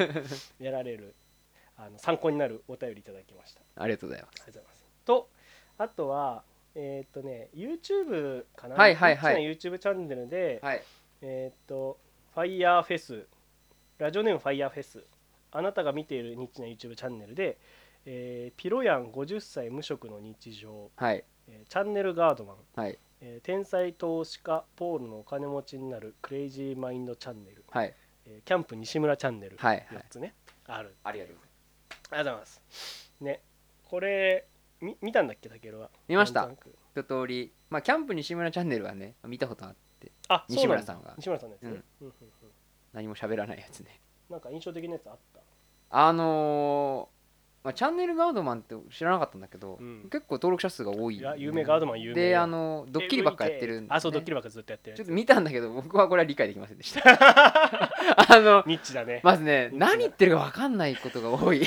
A: やられる
B: <laughs>
A: あの参考になるお便りいただきました
B: ありがとうございま
A: ありがとうございます。とあとはえーっ、とね YouTube かな、
B: はいはいはい
A: こっちの YouTube チャンネルで、
B: すはい
A: えーっ、とファイヤーフェスラジオネームファイヤーフェスあなたが見ているニッチな YouTube チャンネルで、えーピロヤン50歳無職の日常、
B: はい
A: えーチャンネルガードマン、
B: はい
A: えー天才投資家ポールのお金持ちになるクレイジーマインドチャンネル、
B: はい
A: えーキャンプ西村チャンネル、
B: はいはい
A: 4つねある
B: ありがとうございます
A: ありがとうございます。ね、これ、み見たんだっけ、たけるは。
B: 見ました
A: なんとなく
B: 一通りまあキャンプ西村チャンネルはね見たことあって
A: あ、
B: 西村
A: ん。
B: さんが
A: 西村さんですね。うんうんうん
B: 何も喋らないやつね
A: なんか印象的なやつあった。
B: あのーまあ、チャンネルガードマンって知らなかったんだけど、
A: うん
B: 結構登録者数が多い、
A: いや有名ガードマン有名
B: であのードッキリばっかやってるんで、
A: であ、そう、ドッキリばっかずっとやってる
B: ちょ
A: や
B: っ
A: つ。
B: と見たんだけど僕はこれは理解できません
A: <laughs>
B: でしたあの
A: ニッチだね。
B: まずね
A: うん
B: 何言ってるか分かんないことが多い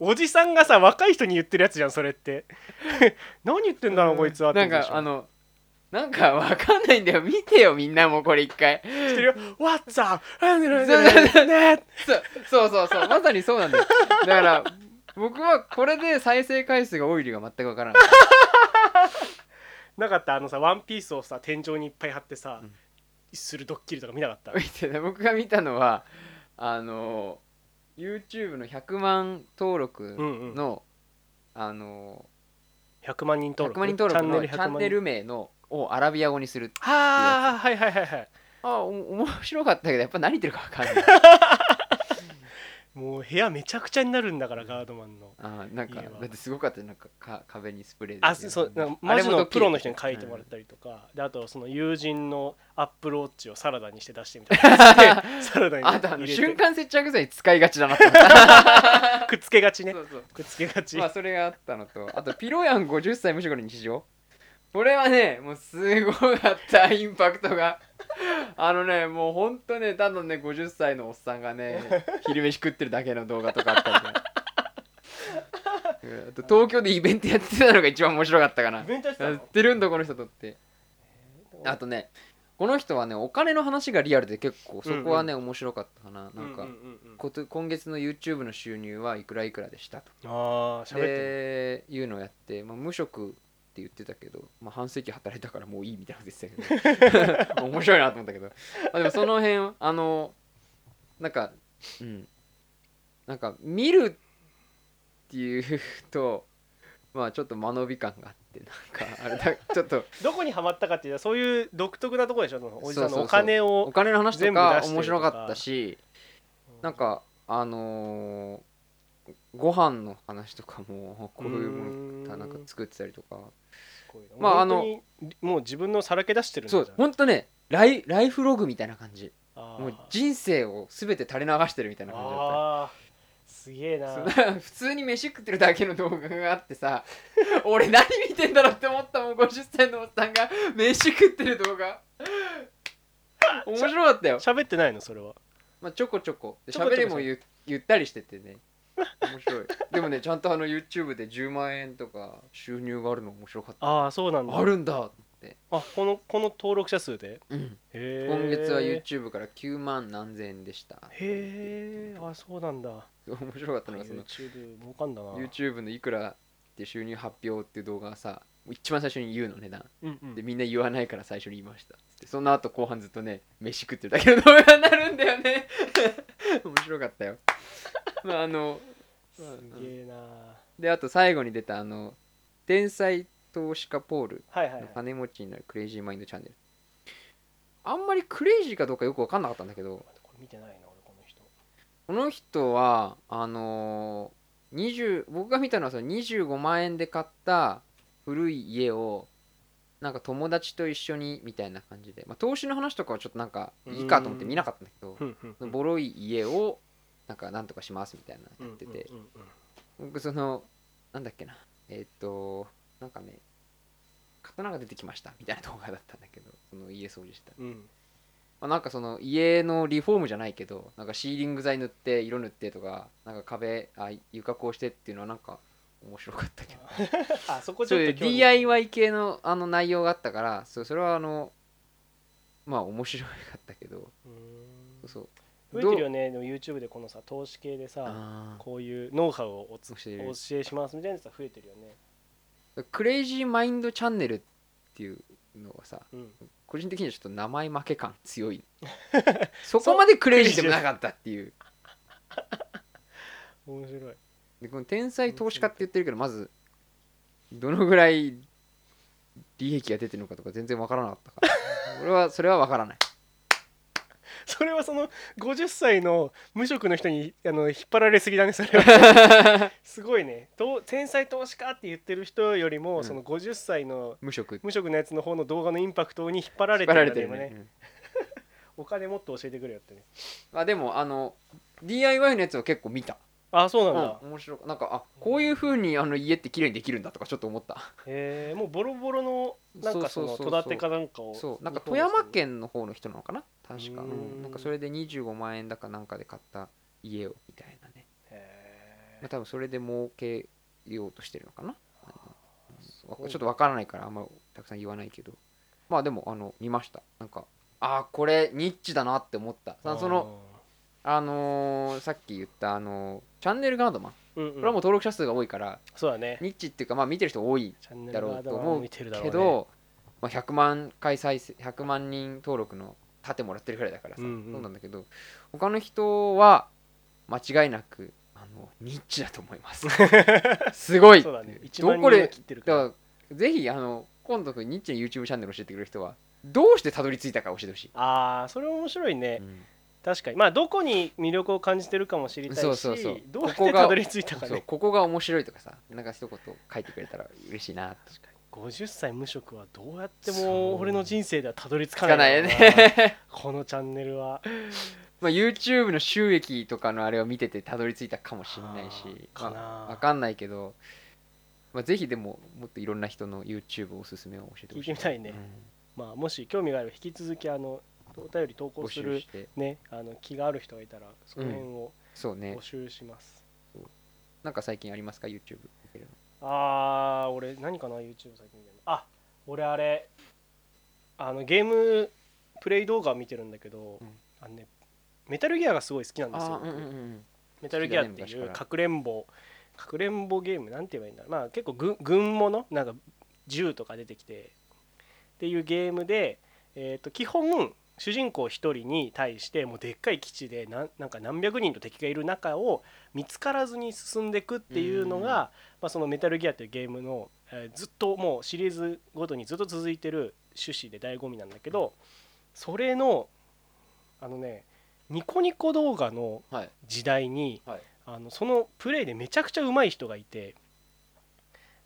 A: おじさんがさ、若い人に言ってるやつじゃん、それって。何言ってんだろう、こいつは。
B: なんか
A: の、
B: あのなんか分かんないんだよ見てよみんなもうこれ一回
A: 知ってるよ。What's up? ね
B: そう
A: ね
B: そうそうそうそうまさにそうなんだよだから僕はこれで再生回数が多い理由が全く分からない
A: なかった、あのさ、ワンピースをさ、天井にいっぱい貼ってさ
B: うん、
A: するドッキリとか見なかった。
B: 見てね僕が見たのはあの YouTube の100万登録
A: うんうん。
B: の、あの
A: 100万人登
B: 100
A: 録。
B: 万人登録のチ
A: 100
B: ャンネル名のをアラビア語にする
A: はあはいはいはいはいはい
B: あお面白かったけどやっぱ何言ってるか分かんない
A: もう部屋めちゃくちゃになるんだからガードマンの
B: <laughs> あーなんか
A: いいわ
B: だってすごかったよなんかか壁にスプレー
A: あそそうな
B: な
A: んん
B: か
A: かマジのプロの人に書いてもらっ
B: った
A: りとか、であとその友人のアップルウォッチをサラダにして出してみたい
B: <laughs>
A: な感じでサラダに
B: あとあの
A: 入れ
B: 瞬
A: て
B: 間接着剤使いがちだなと
A: <laughs>
B: 思った
A: くっつけがちね
B: そうそう
A: くっつけがち、
B: まあそれがあったのとあとピロヤン50歳無職の日常これはねもうすごかったインパクトがあのねもうほんとねただね50歳のおっさんがね昼飯食ってるだけの動画とかあったりとかうんあと東京でイベントやってたのが一番面白かったかな
A: イベントやってた
B: や
A: の
B: ってるんだこの人とってあとねこの人はねお金の話がリアルで結構そこはね、面白かったかななんか、
A: ううううん
B: こと今月の YouTube の収入はいくらいくらでしたと
A: ああ喋ってる
B: でいうのをやって、まあ、無職って言ってたけど、まあ、半世紀働いたからもういいみたいなこと言ってた
A: <laughs>
B: けど <laughs> 面白いなと思ったけどあでもその辺あのなんかうんなんか見るっていうとまあちょっと間延び感があってなんかあ
A: <laughs>
B: れだちょっと
A: どこにはまったかっていうのはそういう独特なところでしょそのおじさん
B: そうそうそ
A: の
B: う
A: お金
B: お
A: を
B: 金の話と
A: 全部出し
B: か
A: てるとか
B: 面白かったしなんかあのーご飯の話とかもこういうもの
A: う
B: なんか作ってたりとか
A: ま
B: ま
A: あ
B: あ
A: あ
B: あ
A: の
B: の
A: もう自分のさらけ出してるんだ
B: そうほんとねライライフログみたいな感じ
A: あー
B: もう人生を全て垂れ流してるみたいな感じだっ
A: あーすげえな
B: たそう普通に飯食ってるだけの動画があっ
A: <laughs>
B: てさ俺何見てんだろうって思ったもん50歳のおっさんが飯食ってる動画面白かったよ、
A: 喋ってないのそれは
B: まあ、ちょこちょこで
A: ちょこちょこ
B: 喋りもゆゆったりしててね面白いでもねちゃんとあの YouTube で10万円とか収入があるの面白かった
A: ああそうなんだ
B: あるんだ、
A: あこのこの登録者数で
B: うん
A: へえ
B: 今月は YouTube から9万何千円でした
A: へえあそうなんだ
B: 面白かったのがその
A: YouTube 儲かんだな
B: YouTube のいくらって収入発表っていう動画がさ一番最初に言うの値段
A: うんうん
B: でみんな言わないから最初に言いましたでその後後半ずっとね飯食ってるだけの動画になるんだよね <laughs> 面白かったよまああの
A: すげえな
B: であと最後に出たあの天才投資家ポール
A: はいはい
B: の
A: はい
B: 金持ちになるクレイジーマインドチャンネルあんまりクレイジーかどうかよく分かんなかったんだけど
A: これ見てないな俺この人
B: この人はあのー、20僕が見たのはその25万円で買った古い家をなんか友達と一緒にみたいな感じで、まあ、投資の話とかはちょっとなんかいいかと思って見なかったんだけど
A: うんうん
B: ボロい家をなんかなんとかしますみたいな
A: う
B: の
A: ん
B: やってて、
A: うんうんうん
B: 僕そのなんだっけなえーっとなんかね刀が出てきましたみたいな動画だったんだけどその家掃除してた
A: うん
B: まあ、なんかその家のリフォームじゃないけどなんかシーリング剤塗って色塗ってとかなんか壁あ床こうしてっていうのはなんか面白かったけど
A: あそこち
B: そう
A: ょ
B: い
A: っ
B: う
A: と興味
B: DIY 系のあの内容があったからそうそれはあのまあ面白かったけど
A: うーん
B: そう
A: 増え
B: ど
A: て
B: う
A: るよねでも YouTube でこのさ投資系でさ
B: あ
A: こういうノウハウをおつ
B: 教える
A: お教えしますみたいなやつは増えてるよね
B: ークレイジーマインドチャンネルっていうのがさ
A: うん
B: 個人的にはちょっと名前負け感
A: <laughs>
B: 強いそこまでクレイジーでもなかったっていう
A: 面白い
B: でこの天才投資家って言ってるけどまずどのぐらい利益が出てるのかとか全然わからなかったから <laughs> 俺はそれはわからない
A: それはその50歳の無職の人にあの引っ張られすぎだねそれは
B: <laughs>
A: すごいねと天才投資家って言ってる人よりも、
B: うん
A: その50歳の
B: 無職
A: 無職のやつの方の動画のインパクトに引っ張られ
B: 引って張
A: るよね
B: られて
A: で
B: る
A: も
B: ね
A: ね
B: うん
A: お金もっと教えてくれよってね
B: まあでもあの DIY のやつは結構見た、
A: あそうな
B: う
A: んんだ、、
B: 面白かなんかあこういう風にあの家って綺麗にできるんだとかちょっと思った
A: えーもうボロボロのなんかその
B: そうそうそうそ
A: 戸
B: う
A: 建てかなんかを
B: そうなんか富山県の方の人なのかな確か
A: う
B: うんんなんかそれで25万円だかなんかで買った家をみたいなね、
A: へ
B: ま
A: ー
B: あ、多分それで儲けようとしてるのかな
A: す
B: わ
A: ごい
B: ちょっとわからないからあんまたくさん言わないけどまあでもあの見ましたなんかああこれニッチだなって思ったさそのあのーさっき言ったあのーチャンネルガードマンこ
A: うんうん
B: れはもう登録者数が多いから、
A: そうだね
B: ニッチっていうかまあ見てる人多い
A: チャンネ
B: だ
A: ル
B: ろ
A: が
B: うと思う
A: 見て
B: け
A: る
B: ど、
A: だろうね
B: まあ、100万回再生100万人登録の盾もらってるくらいだからさ、
A: うんうん
B: そうなんだけど他の人は間違いなくあのニッチだと思います
A: <laughs>
B: すごい
A: そうだね一
B: ど
A: 万
B: こ
A: 人
B: で
A: は切ってるか
B: だ
A: ら
B: からぜひあの今度ニッチの YouTube チャンネル教えてくれる人はどうしてたどり着いたか教えてほしい、
A: あーそれ面白いね、確かにまあどこに魅力を感じてるかも知りたいし
B: そうそうそう
A: どうやっ
B: ここ
A: て
B: が
A: たどり着いたか
B: そう
A: ね
B: ここが面白いとかさなんか一言書いてくれたら嬉しい <laughs> な
A: 確かに50歳無職はどうやって
B: そ
A: も
B: う
A: 俺の人生ではたどり着
B: つ
A: か
B: かな
A: ないいだ
B: よ
A: ろうな
B: ね
A: このチャンネルは
B: <laughs> まあ YouTube の収益とかのあれを見ててたどり着いたかもしれないし
A: あーかな
B: まあわかんないけど、まあ、ぜひでももっといろんな人の YouTube おすすめを教えてほしい
A: 聞いてみたいねまあもし興味があれば引き続きあのお便り投
B: うん
A: 稿
B: 募
A: す
B: 集
A: る
B: して
A: ねあの気がある人がいたらその辺を
B: そうね
A: 募集します、
B: なんか最近ありますか YouTube 見てるの
A: あー俺何かな YouTube 最近見てるのあ俺あれあのゲームプレイ動画見てるんだけど、
B: うん
A: あのねメタルギアがすごい好きなんですよ
B: あ、うんうんうん
A: メタルギアって
B: 好きだ
A: い
B: ね
A: う
B: 昔から
A: かくれんぼかくれんぼゲームなんて言えばいいんだろうまあ結構軍軍物なんか銃とか出てきてっていうゲームで、えー、と基本主人公一人に対してもうでっかい基地でなんなんか何百人と敵がいる中を見つからずに進んでいくっていうのが
B: うん
A: まあ、その「メタルギア」っていうゲームの、えーずっともうシリーズごとにずっと続いてる趣旨で醍醐味なんだけどそれのあのねニコニコ動画の
B: はい
A: 時代に、
B: はい
A: あのそのプレーでめちゃくちゃ上手い人がいて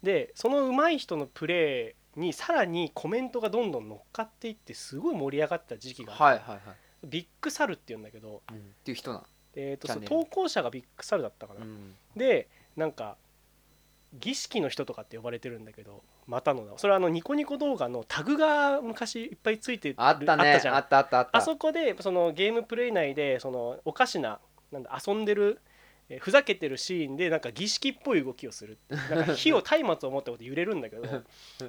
A: でその上手い人のプレーにさらにコメントがどんどん乗っかっていってすごい盛り上がった時期が、
B: はいはいはい、
A: ビッグサルっていうんだけど、
B: うんっていう人な
A: えー、と
B: チャ
A: そう
B: ンネル
A: 投稿者がビッグサルだったかな、
B: の、ん、
A: でなんか儀式の人とかって呼ばれてるんだけどまたの名をそれはあのニコニコ動画のタグが昔いっぱいついてる
B: あった
A: あ
B: ねあ
A: った
B: っ
A: じゃん
B: たあったあった
A: あそこでそのゲームプレイ内でそのおかしななんだ遊んでるえーふざけてるシーンでなんか儀式っぽい動きをするなんか火を松明を持ったこと揺れるん
B: <laughs>
A: だけど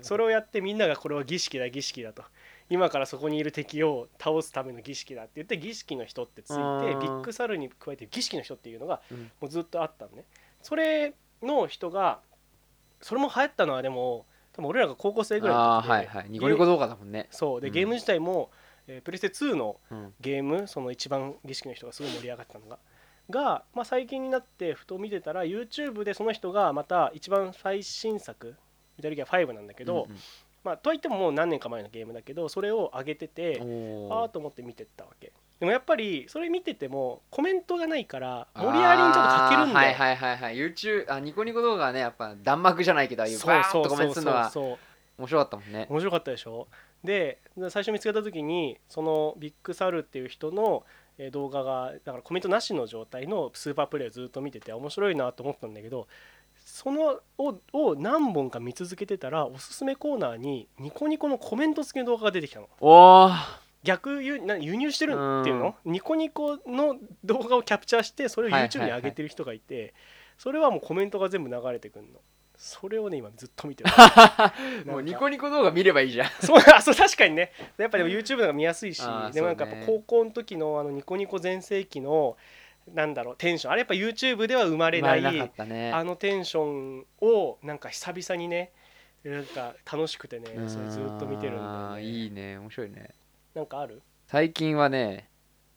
A: それをやってみんながこれは儀式だ儀式だと今からそこにいる敵を倒すための儀式だって言って儀式の人ってついて
B: う
A: ビ
B: ー
A: ッ
B: ん
A: グサルに加えて儀式の人っていうのが
B: うん
A: もうずっとあったのねそれの人がそれも流行ったのはでも多分俺らが高校生ぐらいの
B: あ
A: 時
B: ー
A: で
B: はいはいニコニコ動画だもんね、
A: そうで
B: うん
A: ゲーム自体も、えープレステ2の
B: うん、
A: ゲームその一番儀式の人がすごい盛り上がってたのがが、まあ、最近になってふと見てたら YouTube でその人がまた一番最新作「メタルギア5」なんだけど、まあ、とはいってももう何年か前のゲームだけどそれを上げてて
B: うん、
A: ああ
B: あ
A: と思って見てったわけでもやっぱりそれ見ててもコメントがないから盛り上がりにちょっと欠けるんだよ、
B: ーはいはいはいはい YouTube あニコニコ動画はねやっぱ弾幕じゃないけどああいう
A: そう
B: バー
A: そ
B: ッと
A: う
B: コ
A: そ
B: メン
A: うそ
B: トす
A: う
B: るのは
A: そう
B: 面白かったもんね
A: 面白かったでしょで最初見つけた時にそのビッグサルっていう人のえー動画がだからコメントなしの状態のスーパープレイをずっと見てて面白いなと思ったんだけどそのをを何本か見続けてたらおすすめコーナーにニコニコのコメント付きの動画が出てきたの
B: おお
A: 逆輸な輸入してるっていうのニコニコの動画をキャプチャーしてそれを
B: はいはい
A: YouTube に上げてる人がいて、それはもうコメントが全部流れてくるのそれをね今ずっと見てる
B: もう
A: なん
B: ニ
A: か
B: コニコ動画見ればいいじゃん <laughs>
A: そうあそう確かにねやっぱでも YouTube の方が見やすいし
B: あー
A: でもなんか
B: そう
A: や
B: ね
A: っぱ高校の時のあのニコニコ全盛期のなんだろうテンションあれやっぱ YouTube では生まれない
B: かったね
A: あのテンションをなんか久々にねなんか楽しくてねそれずっと見てるんだよ
B: あー
A: ね
B: いいね面白いね
A: なんかある、
B: 最近はね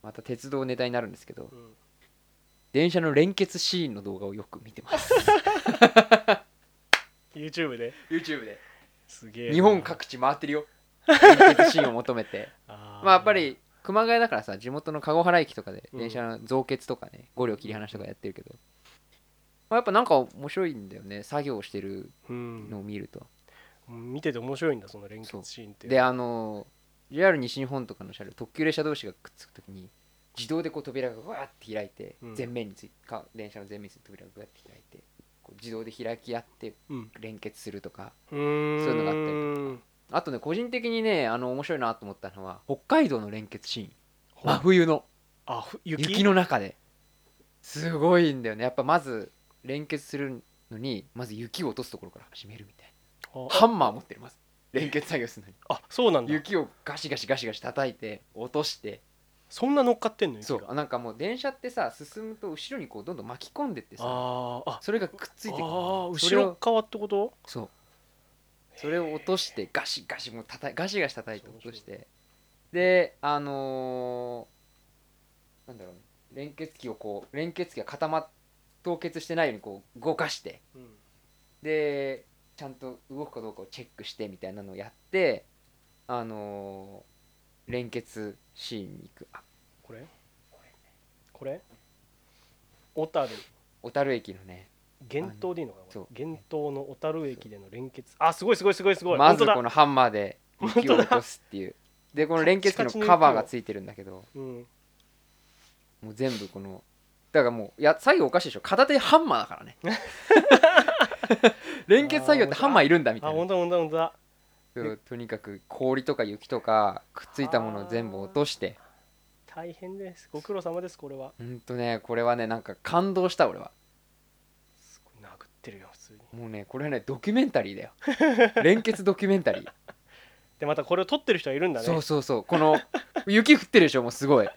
B: また鉄道ネタになるんですけど
A: うん
B: 電車の連結シーンの動画をよく見てます
A: <laughs> YouTube で
B: YouTube です
A: げえな
B: 日本各地回ってるよ連結シーンを求めて
A: <laughs> あー
B: まあやっぱり熊谷だからさ地元の籠原駅とかで電車の増結とかね5両切り離しとかやってるけど、まあ、やっぱなんか面白いんだよね作業してる
A: うん
B: のを見ると、
A: 見てて面白いんだその連結シーンって
B: であの JR 西日本とかの車両特急列車同士がくっつくときに自動でこう扉がわーって開いて、
A: うん
B: 前面についか電車の前面について扉がわーって開いてこう自動で開き合って
A: うん
B: 連結するとか
A: うーん
B: そういうのがああとね個人的にねあの面白いなと思ったのは北海道の連結シーン
A: ほ
B: 真冬の
A: あふ雪
B: 雪の中ですごいんだよねやっぱまず連結するのにまず雪を落とすところから始めるみたいなハ
A: あ
B: ンマー持ってるまず連結作業するのに
A: あそうなんだ
B: 雪をガシガシガシガシ叩いて落として
A: そんな乗っかってんの雪
B: そ
A: が
B: うあなんかもう電車ってさ進むと後ろにこうどんどん巻き込んでってさ
A: あーあ
B: それがくっついてくる
A: ああ
B: そ
A: 後
B: れを
A: ろ側ってこと
B: そうそれを落としてガシガシもうたガシガシ叩いて落としてであのーなんだろうね連結器をこう連結器が固まっ凍結してないようにこう動かしてでちゃんと動くかどうかをチェックしてみたいなのをやってあのー連結シーンに行くあ
A: これ
B: これ
A: これ小樽
B: 小樽駅のね
A: 源頭でいいのかな
B: そ
A: こ
B: う
A: れ源頭の小樽駅での連結あすごいすごいすごいすごい
B: まず
A: 本当だ
B: このハンマーで雪を落とすっていうでこの連結器のカバーがついてるんだけど
A: うん
B: もう全部このだからもういや作業おかしいでしょ片手ハンマーだか
A: <laughs>
B: らね連結作業ってハンマーいるんだみ
A: あ
B: たい
A: 本
B: な
A: 当だ本当だ本当だ
B: そうとにかく氷とか雪とかくっついたものを全部落として
A: 大変ですご苦労様ですこれは
B: ほんとねこれはねなんか感動した俺は
A: すごい殴ってるよ普通に
B: もうねこれはねドキュメンタリーだ
A: <laughs>
B: よ連結ドキュメンタリー
A: でまたこれを撮ってる人はいるんだね
B: そうそうそうこの雪降ってるでしょもうすごい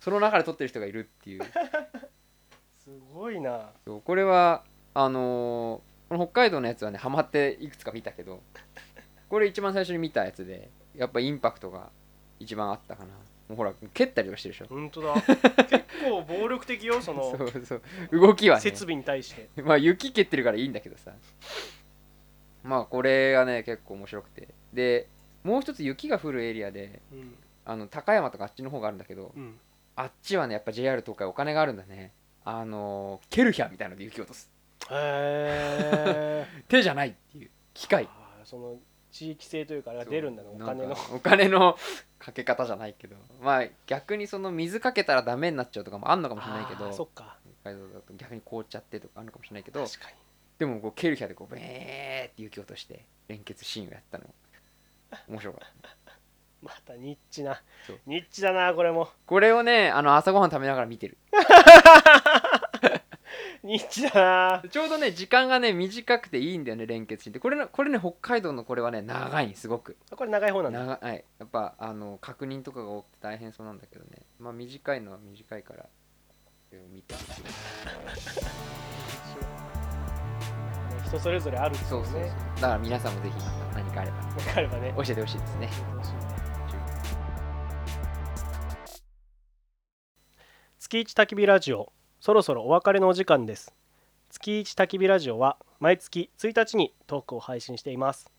B: その中で撮ってる人がいるっていう
A: すごいな
B: そうこれはあのーこの北海道のやつはねハマっていくつか見たけどこれ一番最初に見たやつでやっぱインパクトが一番あったかなもうほら蹴ったりとかしてるでしょ
A: 本当
B: <laughs>
A: だ結構暴力的よその
B: そうそう動きはね
A: 設備に対して
B: まあ雪蹴ってるからいいんだけどさまあこれがね結構面白くてでもう一つ雪が降るエリアで
A: うん
B: あの高山とかあっちの方があるんだけど
A: うん
B: あっちはねやっぱ JR 東海お金があるんだねあのーケルヒャーみたいなので雪落とす
A: へえ
B: 手じゃないっていう機械
A: あーその地域性というかあれが出るんだねお金
B: なん
A: の
B: か <laughs> お金のかけ方じゃないけどまあ逆にその水かけたらダメになっちゃうとかもあんのかもしれないけ
A: あ
B: ど
A: ーそっか
B: 北海道だと逆に凍っちゃってとかあるのかもしれないけど
A: 確かに
B: でもこうケルヒャーでこうベーって雪落として連結シーンをやったの面白かった
A: またニッチな
B: そう
A: ニッチだなこれも
B: これをねあの朝ごはん食べながら見てる
A: ニッチだな
B: ちょうどね時間がね短くていいんだよね連結シーンってこれのこれね北海道のこれはね長いんすごく
A: これ長い方なんだ
B: 長いやっぱあの確認とかが多くて大変そうなんだけどねまあ短いのは短いからこれを見てますね
A: 人それぞれあるんです
B: そ
A: よ
B: うそうそう、
A: ね
B: だから皆さんもぜひまた何かあれば
A: 分かればね
B: 教えてほしいですね
A: 月一焚き火ラジオそろそろお別れのお時間です月一焚き火ラジオは毎月1日にトークを配信しています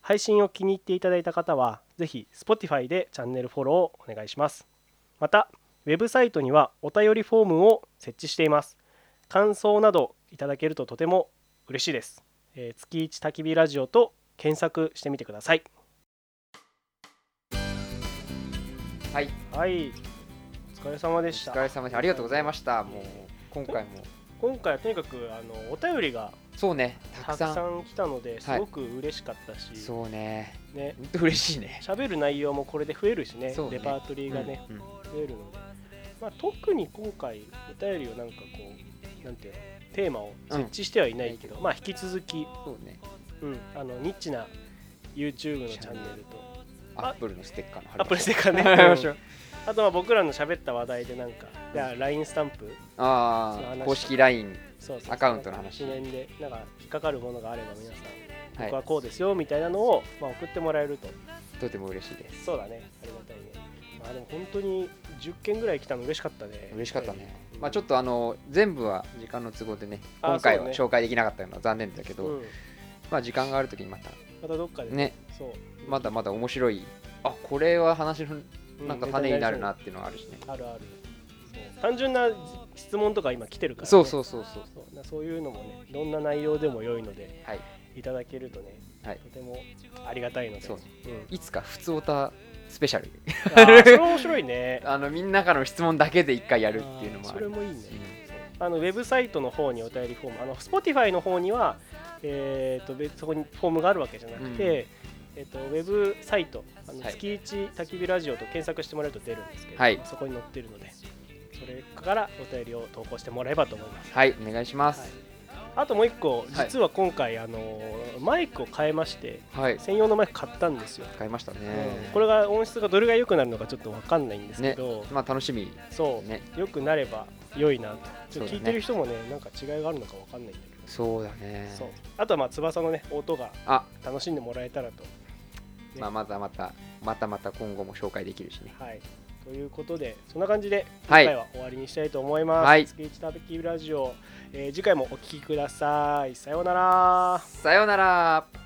A: 配信を気に入っていただいた方はぜひ Spotify でチャンネルフォローをお願いしますまたウェブサイトにはお便りフォームを設置しています感想などいただけるととても嬉しいです、えー月一焚き火ラジオと検索してみてください
B: はい
A: はいお疲れ様
B: お
A: でした
B: 疲れ様でしたありがとうございましたもう今回も
A: 今回はとにかくあのお便りが
B: そうねた
A: た
B: く
A: く
B: さん
A: さん来たので
B: い
A: すごく嬉しかったし、
B: そうね
A: ね
B: ほんと嬉しいね
A: 喋る内容もこれで増えるしね
B: そうね
A: レパートリーがね、
B: うんうん
A: 増えるので、まあ、特に今回お便りをなんかこうなんていうのテーマを設置してはいないけど、
B: うん
A: まあ引き続き、
B: そうね
A: うん、あのニッチな YouTube のチャンネルと
B: アップルのステッカーの貼り
A: アップルステッカーね、
B: 貼りましょ
A: う
B: うん
A: あとは僕らの喋った話題でなんかじゃあ LINE スタンプ
B: あ
A: そう
B: あ
A: 話
B: 公式 LINE
A: そうそうそう
B: アカウントの話
A: 一面でなんか引っかかるものがあれば皆さん
B: は
A: 僕はいこうですよみたいなのを、まあ、送ってもらえると
B: とても嬉しいです
A: そうだねありがたいね、まあ、でも本当に10件ぐらい来たの嬉しかったね
B: 嬉しかったね
A: うん
B: まあちょっとあの全部は時間の都合でね
A: あ
B: 今回
A: そう
B: は
A: ね
B: 紹介できなかったのは残念だけ
A: う
B: ど
A: ん、
B: まあ時間がある時にまた
A: またどっかで
B: ね
A: そう
B: まだまだ面白いあこれは話の
A: うん
B: なんか種になるなっていうのがあるしね、
A: あるあるそう単純な質問とか今来てるから、ね、
B: そうそうそうそう
A: そうなそういうのもねどんな内容でも良いので
B: はい
A: いただけるとね、
B: はい
A: とてもありがたいので
B: そうね
A: うん
B: いつか普通オタスペシャル
A: あーそれ面白いね
B: あのみんなからの質問だけで一回やるっていうのも
A: あー
B: あ
A: それ
B: る
A: もいいね、あのウェブサイトの方にお便りフォームあの Spotify の方には、えー、と別そこにフォームがあるわけじゃなくて、
B: うん
A: えー、とウェブサイトあの
B: はい
A: 月一焚き火ラジオと検索してもらうと出るんですけど、
B: はい
A: そこに載ってるのでそれからお便りを投稿してもらえばと思います、
B: はいお願いします
A: はいあともう一個実は今回、あのーマイクを変えまして
B: はい、
A: 専用のマイク買ったんですよ、
B: 使いましたね、
A: うんこれが音質がどれが良くなるのかちょっと分かんないんですけど、
B: まあ楽しみ
A: そう、
B: ね
A: 良くなれば良いなとちょっと
B: そうだね
A: 聞いてる人もねなんか違いがあるのかわかんないんだけど、
B: そうだね
A: そうあとはまあ翼のね音が
B: あ、
A: 楽しんでもらえたらと、ね
B: まあ、またまたまたまた今後も紹介できるしね
A: はいということでそんな感じで今
B: はい
A: 回は終わりにしたいと思います、
B: はい
A: 月一たべきラジオ、えー次回もお聞きくださいさようなら
B: さようなら